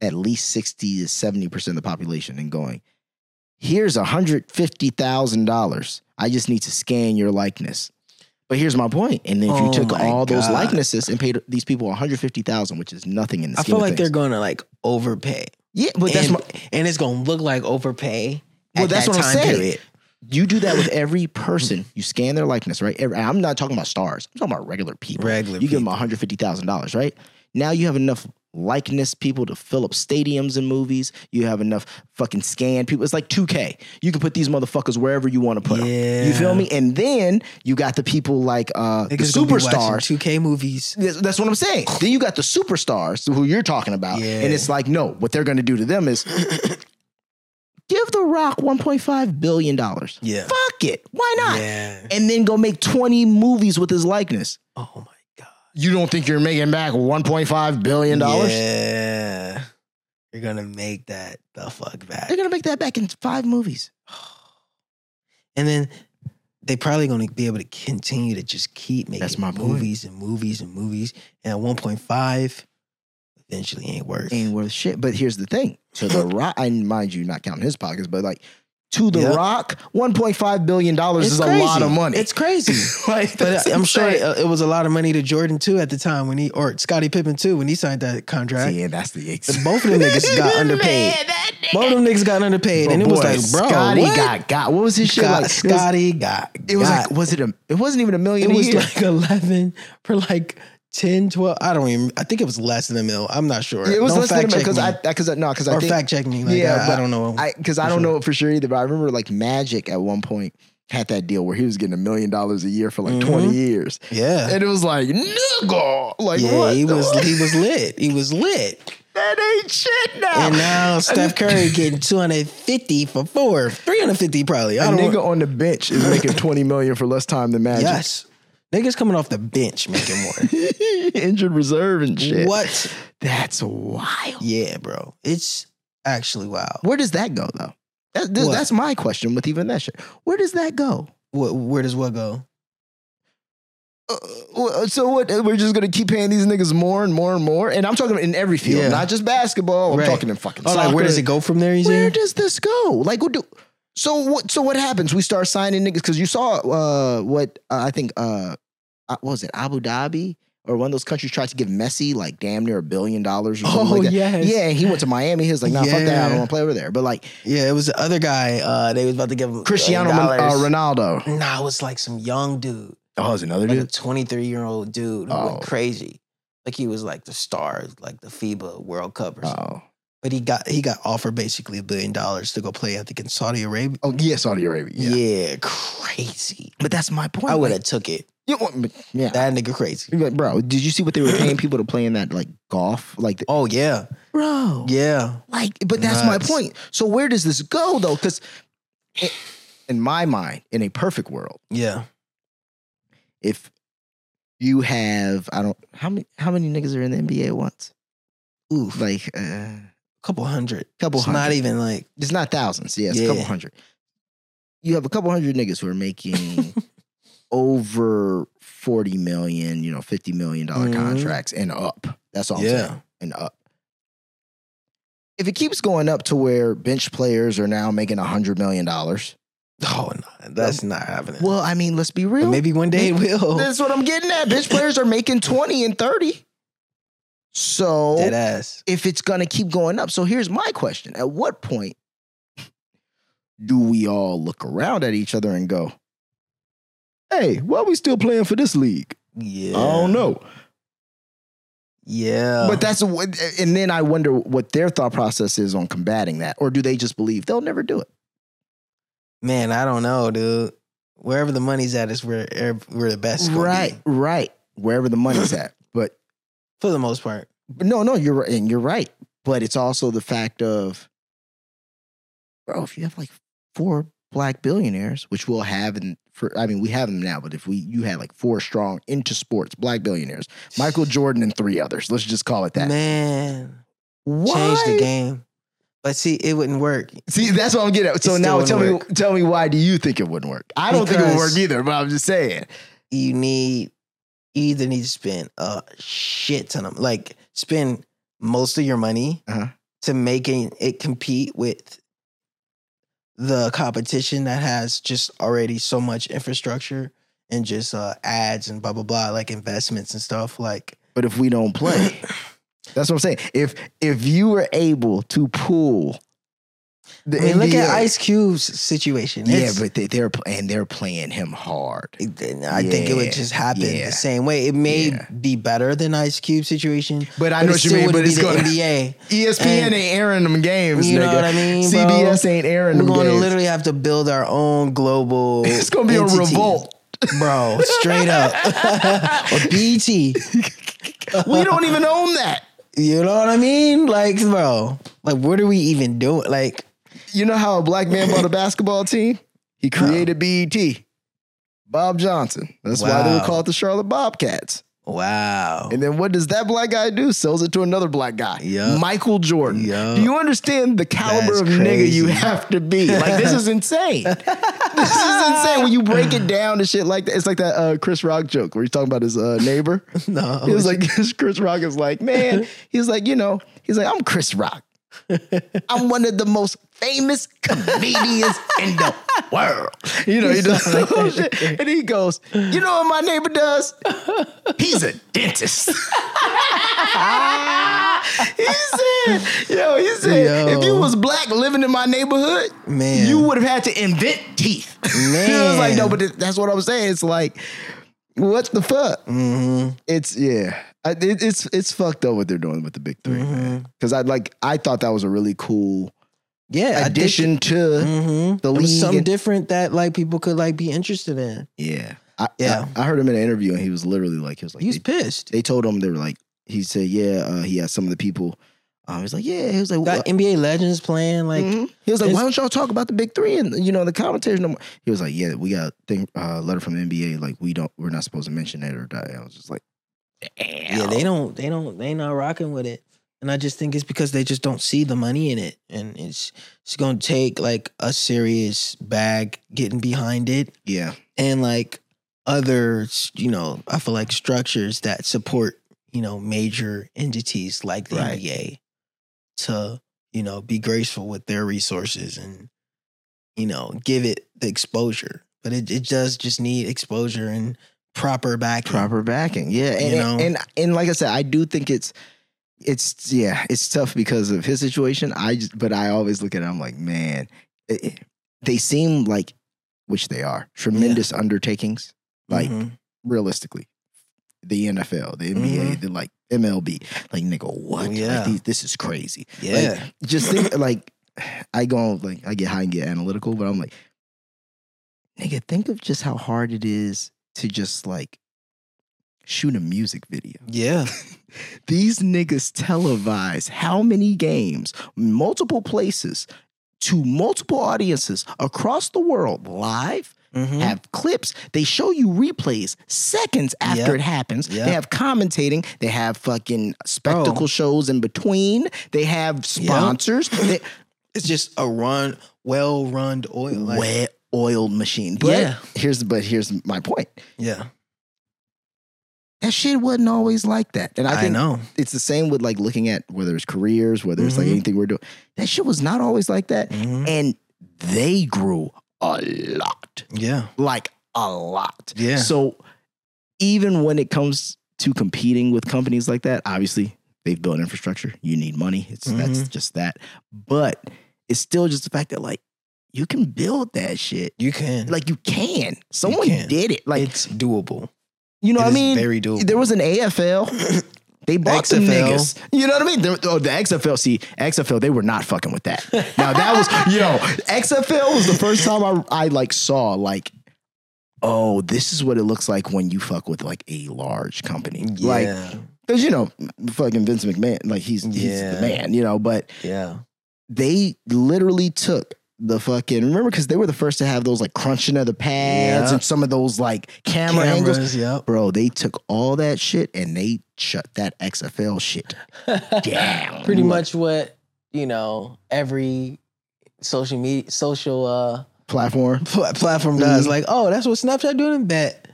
Speaker 8: at least sixty to seventy percent of the population and going here's $150,000. I just need to scan your likeness. But here's my point. And if you
Speaker 7: Oh
Speaker 8: took
Speaker 7: my
Speaker 8: all those
Speaker 7: God.
Speaker 8: likenesses and paid these people 150,000, which is nothing in the
Speaker 7: I
Speaker 8: scheme
Speaker 7: feel
Speaker 8: of
Speaker 7: like they're
Speaker 8: things.
Speaker 7: gonna like overpay.
Speaker 8: Yeah, but that's
Speaker 7: and,
Speaker 8: my,
Speaker 7: and it's gonna look like overpay.
Speaker 8: Well,
Speaker 7: at
Speaker 8: that's
Speaker 7: that
Speaker 8: what I'm
Speaker 7: time
Speaker 8: saying.
Speaker 7: period.
Speaker 8: you do that with every person. You scan their likeness, right? Every, I'm not talking about stars. I'm talking about regular people.
Speaker 7: Regular
Speaker 8: you give them $150,000, right? Now you have enough likeness people to fill up stadiums in movies. You have enough fucking scan people. It's like 2K. You can put these motherfuckers wherever you want to put them. You feel
Speaker 7: Yeah.
Speaker 8: me? And then you got the people like uh, the
Speaker 7: Niggas gonna be watching
Speaker 8: superstars
Speaker 7: 2K movies.
Speaker 8: that's, that's what I'm saying. Then you got the superstars who you're talking about,
Speaker 7: Yeah.
Speaker 8: and it's like, no, what they're going to do to them is give The Rock 1.5 billion dollars.
Speaker 7: Yeah.
Speaker 8: Fuck it, why not?
Speaker 7: Yeah.
Speaker 8: And then go make 20 movies with his likeness.
Speaker 7: Oh my
Speaker 8: You don't think you're making back 1.5 billion
Speaker 7: god.
Speaker 8: dollars?
Speaker 7: Yeah. You're gonna make that the fuck back.
Speaker 8: They're going to make that back in five movies.
Speaker 7: And then they probably going to be able to continue to just keep making
Speaker 8: That's my point.
Speaker 7: movies and movies and movies. And at 1.5, eventually ain't worth.
Speaker 8: Ain't worth shit. But here's the thing: to The Rock, and mind you, not counting his pockets, but like. To The
Speaker 7: Yeah.
Speaker 8: Rock, $1.5 billion is a lot of money.
Speaker 7: It's crazy.
Speaker 8: like,
Speaker 7: But
Speaker 8: that's
Speaker 7: I'm sure
Speaker 8: insane.
Speaker 7: it, it was a lot of money to Jordan too at the time when he or Scottie Pippen too when he signed that contract.
Speaker 8: Yeah, that's the ex-
Speaker 7: Both of them niggas got underpaid. Both of them niggas got underpaid, and it was
Speaker 8: Boy,
Speaker 7: like, bro,
Speaker 8: Scotty
Speaker 7: what?
Speaker 8: got got. What was his shit
Speaker 7: Got-
Speaker 8: like? It was-
Speaker 7: Scotty got.
Speaker 8: It was
Speaker 7: got.
Speaker 8: like was it a? It wasn't even a million.
Speaker 7: it
Speaker 8: a
Speaker 7: was
Speaker 8: year.
Speaker 7: like 11 for like 10 12 i don't even i think it was less than a mil i'm not sure
Speaker 8: it was
Speaker 7: don't
Speaker 8: less than a million
Speaker 7: fact check
Speaker 8: because
Speaker 7: me.
Speaker 8: I because I, no because I
Speaker 7: or
Speaker 8: think
Speaker 7: fact check me like, yeah I, I
Speaker 8: but
Speaker 7: don't know
Speaker 8: I because I
Speaker 7: for
Speaker 8: don't
Speaker 7: sure.
Speaker 8: know it for sure either. But I remember like Magic at one point had that deal where he was getting a million dollars a year for like twenty years,
Speaker 7: Mm-hmm. yeah
Speaker 8: and it was like nigga, like
Speaker 7: yeah
Speaker 8: what
Speaker 7: he
Speaker 8: the-
Speaker 7: was he was lit he was lit
Speaker 8: that ain't shit now.
Speaker 7: and now steph curry getting 250 for four 350 probably i
Speaker 8: a
Speaker 7: don't
Speaker 8: nigga
Speaker 7: know
Speaker 8: on the bench is making twenty million for less time than Magic.
Speaker 7: yes niggas coming off the bench making more
Speaker 8: Injured reserve and shit.
Speaker 7: what
Speaker 8: That's wild.
Speaker 7: yeah bro it's actually wild
Speaker 8: Where does that go though? That, this,
Speaker 7: What?
Speaker 8: that's my question with even that shit. Where does that go?
Speaker 7: Wh- where does what go
Speaker 8: Uh, uh, so what? uh, We're just gonna keep paying these niggas more and more and more. And I'm talking in every field,
Speaker 7: Yeah.
Speaker 8: not just basketball. I'm
Speaker 7: Right.
Speaker 8: talking in fucking.
Speaker 7: oh like where does
Speaker 8: soccer.
Speaker 7: it go from there you
Speaker 8: Where
Speaker 7: saying?
Speaker 8: does this go? Like what do? So what? So what happens? We start signing niggas because you saw uh, what uh, I think. Uh, uh, what was it Abu Dhabi or one of those countries tried to give Messi like damn near a billion dollars or something
Speaker 7: Oh,
Speaker 8: like that?
Speaker 7: yes.
Speaker 8: Yeah, and he went to Miami. He was like, nah, fuck that. I
Speaker 7: Yeah.
Speaker 8: don't want to play over there. But like
Speaker 7: Yeah, it was the other guy. Uh, they was about to give him
Speaker 8: Cristiano
Speaker 7: $1
Speaker 8: Mon- uh, Ronaldo.
Speaker 7: Nah, it was like some young dude,
Speaker 8: Oh, it's another
Speaker 7: like a 23 year old dude who
Speaker 8: Oh.
Speaker 7: went crazy. Like he was like the star, of, like the FIBA World Cup or something.
Speaker 8: Oh.
Speaker 7: But he got he got offered basically a billion dollars to go play. I think in Saudi Arabia.
Speaker 8: Oh yeah, Saudi Arabia.
Speaker 7: Yeah, crazy.
Speaker 8: but that's my point.
Speaker 7: I would
Speaker 8: like,
Speaker 7: have took it.
Speaker 8: you want- but- yeah.
Speaker 7: That nigga crazy.
Speaker 8: Like, bro, did you see what they were paying people to play in that like golf? Like, the-
Speaker 7: Oh yeah,
Speaker 8: bro,
Speaker 7: yeah.
Speaker 8: like, but that's my
Speaker 7: Nuts.
Speaker 8: point. So where does this go though? Because in my mind, in a perfect world,
Speaker 7: Yeah.
Speaker 8: if you have, I don't how many how many niggas are in the NBA at once?
Speaker 7: Oof. Like
Speaker 8: Like, uh,
Speaker 7: a couple hundred.
Speaker 8: couple
Speaker 7: It's
Speaker 8: hundred.
Speaker 7: not even like
Speaker 8: It's not thousands. Yeah, it's a couple
Speaker 7: Yeah.
Speaker 8: hundred. You have a couple hundred niggas who are making over 40 million, you know, 50 million dollar
Speaker 7: Mhm.
Speaker 8: contracts and up. That's all I'm
Speaker 7: Yeah.
Speaker 8: saying. And up. If it keeps going up to where bench players are now making 100 million dollars.
Speaker 7: oh no, that's not happening.
Speaker 8: Well, I mean, let's be
Speaker 7: But
Speaker 8: real.
Speaker 7: maybe one day it will.
Speaker 8: that's what I'm getting at. Bench players are making 20 and 30. So
Speaker 7: Dead ass.
Speaker 8: if it's gonna keep going up. So here's my question: At what point do we all look around at each other and go, "Hey, why we still playing for this league?
Speaker 7: Yeah. Uh.
Speaker 8: I don't know."
Speaker 7: Yeah.
Speaker 8: But that's what, and then I wonder what their thought process is on combating that, or do they just believe they'll never do it?
Speaker 7: Man, I don't know, dude. Wherever the money's at is where ev- where the best, gonna be,
Speaker 8: right, right. Wherever the money's at, but,
Speaker 7: for the most part.
Speaker 8: but no, no, you're right, and you're right. But it's also the fact of, bro, if you have like four black billionaires, which we'll have in for I mean, we have them now, but if we you had like four strong into sports, black billionaires, Michael Jordan and three others. Let's just call it that.
Speaker 7: Man,
Speaker 8: Why?
Speaker 7: change the game. But see, it wouldn't work.
Speaker 8: See, that's what I'm getting at. So
Speaker 7: It still
Speaker 8: now
Speaker 7: wouldn't
Speaker 8: tell me
Speaker 7: work.
Speaker 8: tell me why do you think it wouldn't work? I don't think it would work
Speaker 7: Because-
Speaker 8: either, but I'm just saying.
Speaker 7: You need you either need to spend a shit ton of like spend most of your money
Speaker 8: Uh-huh.
Speaker 7: to making it compete with the competition that has just already so much infrastructure and just uh, ads and blah blah blah like investments and stuff like
Speaker 8: But if we don't play, that's what I'm saying. If if you were able to pull The
Speaker 7: I mean, look at
Speaker 8: NBA
Speaker 7: Ice Cube's situation.
Speaker 8: Yeah,
Speaker 7: It's-
Speaker 8: but they, they're pl- and they're playing him hard.
Speaker 7: it- then I think it
Speaker 8: Yeah,
Speaker 7: would just happen
Speaker 8: yeah.
Speaker 7: the same way. It may
Speaker 8: Yeah.
Speaker 7: be better than Ice Cube situation,
Speaker 8: But I know
Speaker 7: it
Speaker 8: what you
Speaker 7: still
Speaker 8: mean,
Speaker 7: wouldn't
Speaker 8: but
Speaker 7: be
Speaker 8: it's
Speaker 7: the
Speaker 8: gonna-
Speaker 7: NBA.
Speaker 8: ESPN
Speaker 7: And-
Speaker 8: ain't airing them games.
Speaker 7: You know
Speaker 8: nigga.
Speaker 7: what I mean? bro?
Speaker 8: CBS ain't airing
Speaker 7: We're
Speaker 8: them
Speaker 7: going to
Speaker 8: games.
Speaker 7: literally have to build our own global.
Speaker 8: it's gonna be
Speaker 7: entity.
Speaker 8: a revolt.
Speaker 7: bro. Straight up, E or BT.
Speaker 8: we don't even own that.
Speaker 7: You know what I mean? Like, bro, like, what are we even doing? Like,
Speaker 8: You know how a black man bought a basketball team? He created BET. Bob Johnson. That's why they were
Speaker 7: Wow.
Speaker 8: called the Charlotte Bobcats.
Speaker 7: wow.
Speaker 8: And then what does that black guy do? Sells it to another black guy.
Speaker 7: Yup.
Speaker 8: Michael Jordan.
Speaker 7: Yup.
Speaker 8: Do you understand the caliber
Speaker 7: That's
Speaker 8: of nigga you
Speaker 7: crazy.
Speaker 8: have to be? Like this is insane. this is insane when you break it down and shit like that. It's like that uh, Chris Rock joke where he's talking about his uh, neighbor.
Speaker 7: No,
Speaker 8: He was like, Chris Rock is like, man, he's like, you know, he's like, I'm Chris Rock. I'm one of the most famous comedians in the world. You know, he does that whole shit. And he goes, you know what my neighbor does? He's a dentist. he said, yo, he said,
Speaker 7: Yo.
Speaker 8: if you was black living in my neighborhood,
Speaker 7: Man.
Speaker 8: you would have had to invent teeth. it was like,
Speaker 7: Man.
Speaker 8: no, but th- that's what I'm saying. It's like, what the fuck?
Speaker 7: Mm-hmm.
Speaker 8: It's yeah, I, it, it's it's fucked up what they're doing with the big
Speaker 7: Mm-hmm.
Speaker 8: 3 man. Because I like I thought that was a really cool
Speaker 7: yeah,
Speaker 8: addition to
Speaker 7: Mm-hmm.
Speaker 8: the
Speaker 7: It was
Speaker 8: league.
Speaker 7: something
Speaker 8: and-
Speaker 7: different that like people could like be interested in.
Speaker 8: yeah, I,
Speaker 7: Yeah.
Speaker 8: I, I heard him in an interview and he was literally like, he was like,
Speaker 7: He was
Speaker 8: they,
Speaker 7: pissed.
Speaker 8: they told him they were like, he said, yeah, uh, he had some of the people. Um, he was like, yeah, he was like,
Speaker 7: Got
Speaker 8: "Wha-
Speaker 7: NBA legends playing like
Speaker 8: Mhm. He was like,
Speaker 7: It's-
Speaker 8: "Why don't y'all talk about the big three and you know the commentators no more?" He was like, "Yeah, we got a thing, uh, letter from the NBA. Like we don't, we're not supposed to mention it or die." I was just like, "Damn,
Speaker 7: yeah, they don't they don't they not rocking with it. And I just think it's because they just don't see the money in it. And it's it's gonna take like a serious bag getting behind it
Speaker 8: yeah,
Speaker 7: and like other you know, I feel like structures that support, you know, major entities like the
Speaker 8: Right.
Speaker 7: NBA to, you know, be graceful with their resources and, you know, give it the exposure. But it, it does just need exposure and proper backing.
Speaker 8: proper backing, yeah." And,
Speaker 7: You know?
Speaker 8: and and like I said, I do think it's it's yeah, it's tough because of his situation. I just, but I always look at it. I'm like, man, it- it- they seem like which they are tremendous undertakings. Like
Speaker 7: Mhm.
Speaker 8: realistically, the NFL, the NBA,
Speaker 7: Mhm.
Speaker 8: the like MLB, like nigga, what? Like,
Speaker 7: Yeah.
Speaker 8: these- this is crazy.
Speaker 7: yeah.
Speaker 8: Just think like I go on, like I get high and get analytical, but I'm like, nigga, think of just how hard it is to just like shoot a music video.
Speaker 7: yeah.
Speaker 8: These niggas televise how many games, multiple places, to multiple audiences across the world live
Speaker 7: Mhm.
Speaker 8: have clips. They show you replays seconds after
Speaker 7: Yep.
Speaker 8: it happens.
Speaker 7: Yep. Oh.
Speaker 8: They have commentating. They have fucking spectacle
Speaker 7: Bro.
Speaker 8: shows in between. They have sponsors. They-
Speaker 7: It's just a run, well run oil. Like,
Speaker 8: wet oiled machine. But
Speaker 7: Yeah.
Speaker 8: here's but here's my point.
Speaker 7: yeah.
Speaker 8: That shit wasn't always like that. And I
Speaker 7: I
Speaker 8: think
Speaker 7: know.
Speaker 8: it's the same with like looking at whether it's careers, whether it's like
Speaker 7: Mhm.
Speaker 8: anything we're doing. That shit was not always like that.
Speaker 7: Mhm.
Speaker 8: And they grew a lot.
Speaker 7: Yeah.
Speaker 8: like a lot.
Speaker 7: Yeah.
Speaker 8: So even when it comes to competing with companies like that, obviously they've built infrastructure. You need money. It's
Speaker 7: Mm-hmm.
Speaker 8: that's just that. But it's still just the fact that like you can build that shit.
Speaker 7: You can.
Speaker 8: Like you can. Someone
Speaker 7: can.
Speaker 8: did it. Like
Speaker 7: it's doable.
Speaker 8: you know
Speaker 7: it
Speaker 8: what I
Speaker 7: is
Speaker 8: mean?
Speaker 7: very doable.
Speaker 8: There was an AFL. They bought some
Speaker 7: XFL.
Speaker 8: niggas. You know what I mean? There- oh, the XFL. See, XFL. They were not fucking with that. Now that was yo. XFL was the first time I I like saw like, oh, this is what it looks like when you fuck with like a large company. Like,
Speaker 7: yeah.
Speaker 8: because you know, fucking Vince McMahon. Like he's he's the
Speaker 7: Yeah.
Speaker 8: man. You know, but
Speaker 7: Yeah.
Speaker 8: they literally took the fucking remember because they were the first to have those like crunching of the pads
Speaker 7: Yeah.
Speaker 8: and some of those like camera angles
Speaker 7: Yep.
Speaker 8: bro, they took all that shit and they shut that XFL shit down.
Speaker 7: Pretty much what you know every social media social uh
Speaker 8: platform.
Speaker 7: pl- platform does.
Speaker 8: Mhm.
Speaker 7: Like, oh, that's what Snapchat doing. in Bet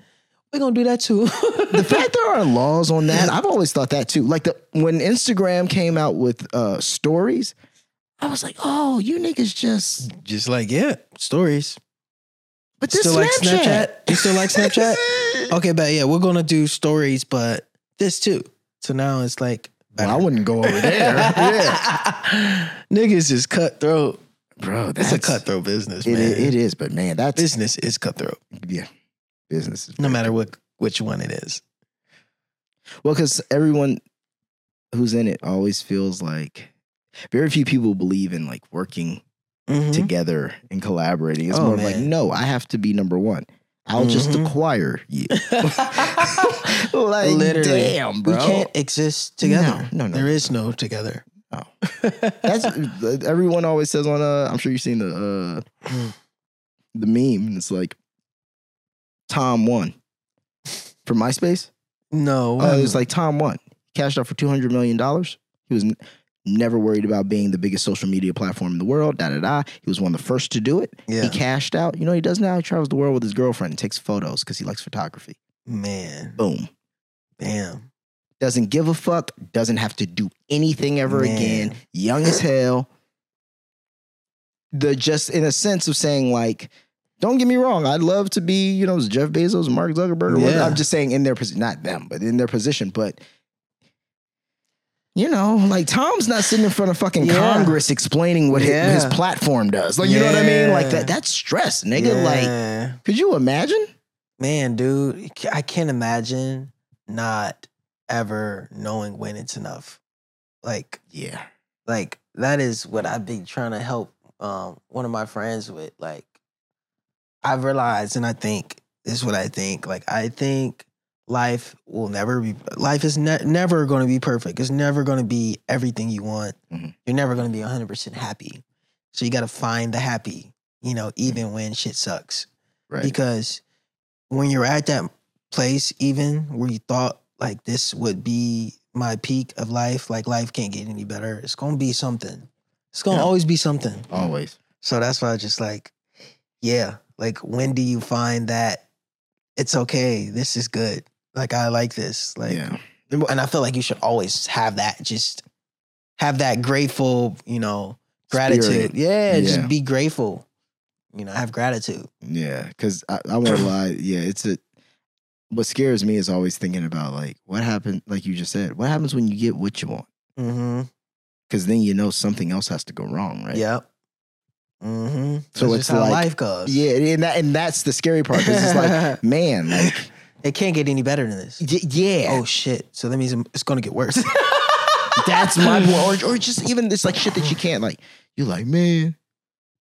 Speaker 7: we're gonna do that too.
Speaker 8: The fact there are laws on that, I've always thought that too. Like the when Instagram came out with uh stories, I was like, oh, you niggas just
Speaker 7: Just like yeah, stories.
Speaker 8: but this
Speaker 7: still like
Speaker 8: Snapchat.
Speaker 7: Snapchat. You still like Snapchat? okay, but yeah, we're gonna do stories, but this too. So now it's like
Speaker 8: Well, I wouldn't go over there. yeah.
Speaker 7: niggas is cutthroat.
Speaker 8: bro.
Speaker 7: It's a cutthroat business,
Speaker 8: It,
Speaker 7: man.
Speaker 8: i- it is, but man, that's
Speaker 7: business is cutthroat,
Speaker 8: yeah, business. is-
Speaker 7: no matter what which one it is.
Speaker 8: Well, because everyone who's in it always feels like very few people believe in like working Mm-hmm.
Speaker 7: Mhm.
Speaker 8: together and collaborating. It's
Speaker 7: Oh,
Speaker 8: more of like,
Speaker 7: man.
Speaker 8: no, I have to be number one. I'll just
Speaker 7: Mhm.
Speaker 8: acquire you. Mm-hmm. like,
Speaker 7: Literally.
Speaker 8: damn, bro.
Speaker 7: We can't exist together.
Speaker 8: No, Oh. no, no.
Speaker 7: There is no together.
Speaker 8: No. That's uh, everyone always says on. Uh, I'm sure you've seen the uh, the meme. It's like Tom won from MySpace.
Speaker 7: no.
Speaker 8: Oh, it's like Tom won. Cashed out for two hundred million dollars. He was n- never worried about being the biggest social media platform in the world. Da da da. He was one of the first to do it.
Speaker 7: yeah.
Speaker 8: He cashed out. You know what he does now. He travels the world with his girlfriend and takes photos because he likes photography.
Speaker 7: man.
Speaker 8: Boom.
Speaker 7: Damn.
Speaker 8: Doesn't give a fuck. Doesn't have to do anything ever
Speaker 7: Man.
Speaker 8: again. Young as hell. The just in a sense of saying like. Don't get me wrong. I'd love to be, you know, Jeff Bezos, Mark Zuckerberg. Or whatever.
Speaker 7: Yeah.
Speaker 8: I'm just saying in their position, not them, but in their position. But you know, like Tom's not sitting in front of fucking
Speaker 7: Yeah.
Speaker 8: Congress explaining what hi-
Speaker 7: Yeah.
Speaker 8: his, platform does. Like, you know what I mean? Like
Speaker 7: Yeah.
Speaker 8: that. That's stress, nigga. Like,
Speaker 7: Yeah.
Speaker 8: could you imagine?
Speaker 7: man, dude, I can't imagine not ever knowing when it's enough. Like,
Speaker 8: Yeah.
Speaker 7: like that is what I've been trying to help um, one of my friends with. Like, I've realized, and I think this is what I think. Like, I think life will never be. Life is ne- never going to be perfect. It's never going to be everything you want.
Speaker 8: Mhm.
Speaker 7: You're never going to be 100 percent happy. So you got to find the happy. You know, even when shit sucks
Speaker 8: Right.
Speaker 7: because when you're at that place even where you thought like this would be my peak of life like life can't get any better it's gonna be something it's gonna
Speaker 8: Yeah.
Speaker 7: always be something
Speaker 8: Always.
Speaker 7: so that's why i just like yeah like when do you find that it's okay this is good like i like this like
Speaker 8: yeah.
Speaker 7: and i feel like you should always have that just have that grateful you know gratitude
Speaker 8: Spirit.
Speaker 7: yeah,
Speaker 8: Yeah.
Speaker 7: just be grateful you know have gratitude
Speaker 8: Yeah, because I, I won't lie. Yeah, it's a. What scares me is always thinking about like what happened, like you just said, what happens when you get what you want?
Speaker 7: mm-hmm
Speaker 8: Because then you know something else has to go wrong, right?
Speaker 7: Yep. Mm-hmm.
Speaker 8: So
Speaker 7: So
Speaker 8: it's
Speaker 7: it's how
Speaker 8: like-
Speaker 7: life goes.
Speaker 8: Yeah, and that and that's the scary part. 'cause it's like, man, like,
Speaker 7: it can't get any better than this.
Speaker 8: y- yeah,
Speaker 7: Oh shit! So that means it's gonna get worse.
Speaker 8: that's my point. Or, or just even this like shit that you can't like. You're like, man,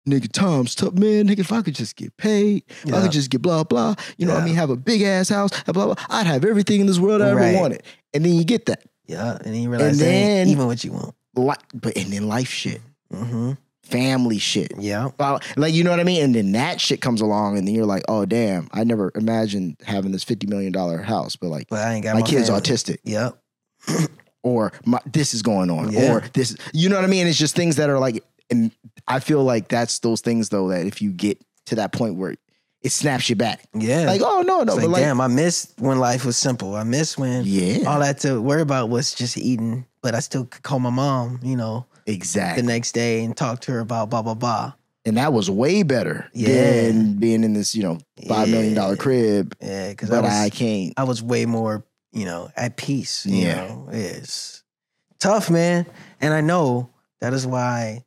Speaker 8: nigga, Tom's tough, man, nigga. If I could just get paid, if I
Speaker 7: Yeah.
Speaker 8: could just get blah blah. You know what I
Speaker 7: Yeah.
Speaker 8: mean? Have a big ass house, blah blah. I'd have everything in this world I ever
Speaker 7: Right.
Speaker 8: wanted. And then you get that,
Speaker 7: yeah, and then you realize
Speaker 8: And
Speaker 7: that ain't
Speaker 8: then-
Speaker 7: even what you want.
Speaker 8: li- but and then life shit.
Speaker 7: Mm-hmm.
Speaker 8: family shit.
Speaker 7: Yeah.
Speaker 8: Well, Like you know what I mean, and then that shit comes along, and then you're like, "Oh damn, I never imagined having this fifty million dollar house." But like,
Speaker 7: But I ain't got
Speaker 8: my
Speaker 7: my
Speaker 8: kid's
Speaker 7: family.
Speaker 8: autistic,
Speaker 7: Yep.
Speaker 8: or my, this is going on,
Speaker 7: Yeah.
Speaker 8: or this, you know what I mean? It's just things that are like, and I feel like that's those things though that if you get to that point where it snaps you back,
Speaker 7: Yeah.
Speaker 8: like, "Oh no, no,"
Speaker 7: It's
Speaker 8: but
Speaker 7: like,
Speaker 8: like,
Speaker 7: damn, Uh, I missed when life was simple. I missed when
Speaker 8: yeah,
Speaker 7: all I had to worry about was just eating. But I still could call my mom, you know, the
Speaker 8: exactly,
Speaker 7: next day and talk to her about blah blah blah.
Speaker 8: and that was way better
Speaker 7: Yeah.
Speaker 8: than being in this, you know, five million dollar
Speaker 7: Yeah.
Speaker 8: crib,
Speaker 7: Yeah, because I
Speaker 8: but
Speaker 7: was
Speaker 8: I can't.
Speaker 7: I was way more, you know, at peace. You
Speaker 8: Yeah.
Speaker 7: know? It's tough, man. And I know that is why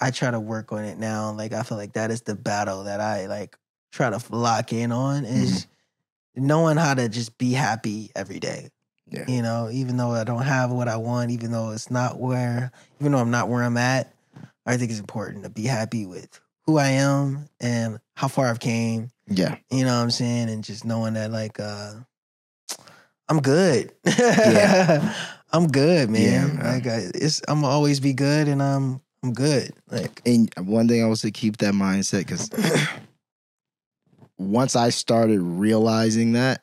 Speaker 7: I try to work on it now. Like I feel like that is the battle that I like try to lock in on is knowing how to just be happy every day.
Speaker 8: Mm-hmm. Yeah.
Speaker 7: You know, even though I don't have what I want, even though it's not where even though I'm not where I'm at, I think it's important to be happy with who I am and how far I've came
Speaker 8: Yeah,
Speaker 7: you know what I'm saying? And just knowing that like uh I'm good.
Speaker 8: Yeah.
Speaker 7: I'm good,
Speaker 8: Yeah,
Speaker 7: man.
Speaker 8: man.
Speaker 7: Like I, it's I'm gonna always be good and I'm I'm good. Like
Speaker 8: and one thing I was to keep that mindset because once I started realizing that,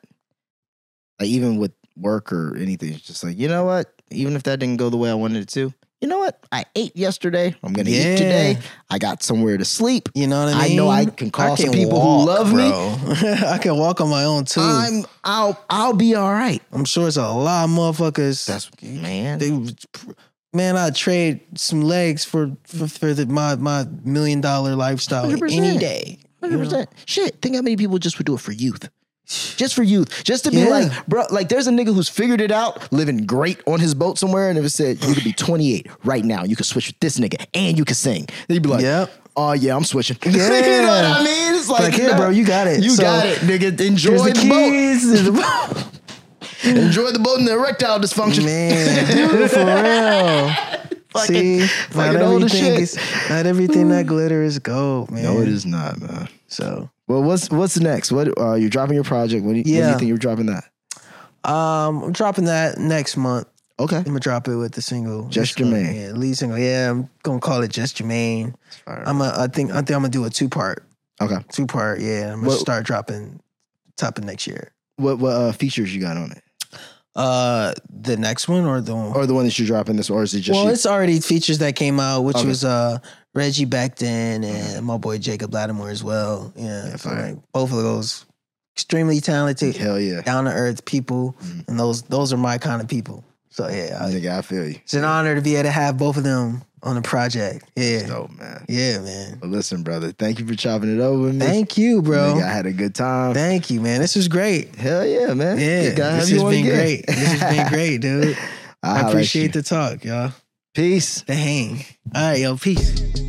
Speaker 8: like even with work or anything, it's just like, you know what? Even if that didn't go the way I wanted it to, you know what? I ate yesterday. I'm gonna eat
Speaker 7: Yeah.
Speaker 8: today. I got somewhere to sleep.
Speaker 7: You know what I
Speaker 8: I
Speaker 7: mean?
Speaker 8: know I can call some people who love me.
Speaker 7: me. I can walk on my own too. I'm,
Speaker 8: I'm I'll I'll be all right.
Speaker 7: sure it's a lot of motherfuckers.
Speaker 8: That's man.
Speaker 7: they man, I trade some legs for for, for the, my my million dollar lifestyle
Speaker 8: 100%.
Speaker 7: Oh, any day. you know?
Speaker 8: 100%. Shit, think how many people just would do it for youth. Just for youth. Just to be
Speaker 7: Yeah.
Speaker 8: like, bro, like there's a nigga who's figured it out, living great on his boat somewhere, and if it said, you could be 28 right now, you could switch with this nigga, and you could sing. They'd be like,
Speaker 7: Yep.
Speaker 8: oh yeah, I'm switching. you know what I mean? It's like,
Speaker 7: Like, yeah,
Speaker 8: no,
Speaker 7: bro, you got it.
Speaker 8: You
Speaker 7: So,
Speaker 8: got it, nigga. Enjoy
Speaker 7: Here's
Speaker 8: the,
Speaker 7: the keys. here's the
Speaker 8: boat. Enjoy the boat and the erectile dysfunction.
Speaker 7: Man, dude, for real.
Speaker 8: Fucking-
Speaker 7: See,
Speaker 8: fucking
Speaker 7: not
Speaker 8: old as
Speaker 7: everything
Speaker 8: shit.
Speaker 7: is not everything that glitter is gold, man.
Speaker 8: No, it is not, man.
Speaker 7: So,
Speaker 8: Well, what's what's next? What uh, you're dropping your project? When, do you when do
Speaker 7: Yeah.
Speaker 8: you think you're dropping that?
Speaker 7: um, I'm dropping that next month.
Speaker 8: Okay.
Speaker 7: I'm gonna drop it with the single,
Speaker 8: Just
Speaker 7: It's gonna-
Speaker 8: Jermaine.
Speaker 7: yeah, lead single. Yeah, I'm gonna call it just Jermaine.
Speaker 8: fire.
Speaker 7: I'm a, I think I think I'm gonna do a two part,
Speaker 8: Okay.
Speaker 7: two part. Yeah, I'm gonna
Speaker 8: What-
Speaker 7: start dropping top of next year.
Speaker 8: What what uh, features you got on it,
Speaker 7: Uh, the next one or the one?
Speaker 8: or the one that you're dropping this, or is it just
Speaker 7: well,
Speaker 8: you?
Speaker 7: it's already features that came out, which
Speaker 8: Okay.
Speaker 7: was uh Reggie Beckton and my boy Jacob Lattimore as well. Yeah,
Speaker 8: Yeah,
Speaker 7: so
Speaker 8: fire.
Speaker 7: like both of those extremely talented,
Speaker 8: hell yeah,
Speaker 7: down to earth people,
Speaker 8: Mhm.
Speaker 7: and those those are my kind of people. So yeah, I-
Speaker 8: nigga, I feel you.
Speaker 7: it's an honor to be able to have both of them on the project. Yeah,
Speaker 8: Dope, man.
Speaker 7: yeah, man.
Speaker 8: Well, listen, brother. Thank you for chopping it over with me.
Speaker 7: Thank you, bro.
Speaker 8: Nigga, I had a good time.
Speaker 7: Thank you, man. This was great.
Speaker 8: Hell yeah, man.
Speaker 7: Yeah,
Speaker 8: Good to have
Speaker 7: this
Speaker 8: you
Speaker 7: has
Speaker 8: on
Speaker 7: been
Speaker 8: again.
Speaker 7: great. This has been great, dude.
Speaker 8: I'll
Speaker 7: I
Speaker 8: holler at
Speaker 7: appreciate
Speaker 8: you.
Speaker 7: the talk, y'all.
Speaker 8: peace.
Speaker 7: The hang. All right, yo, peace.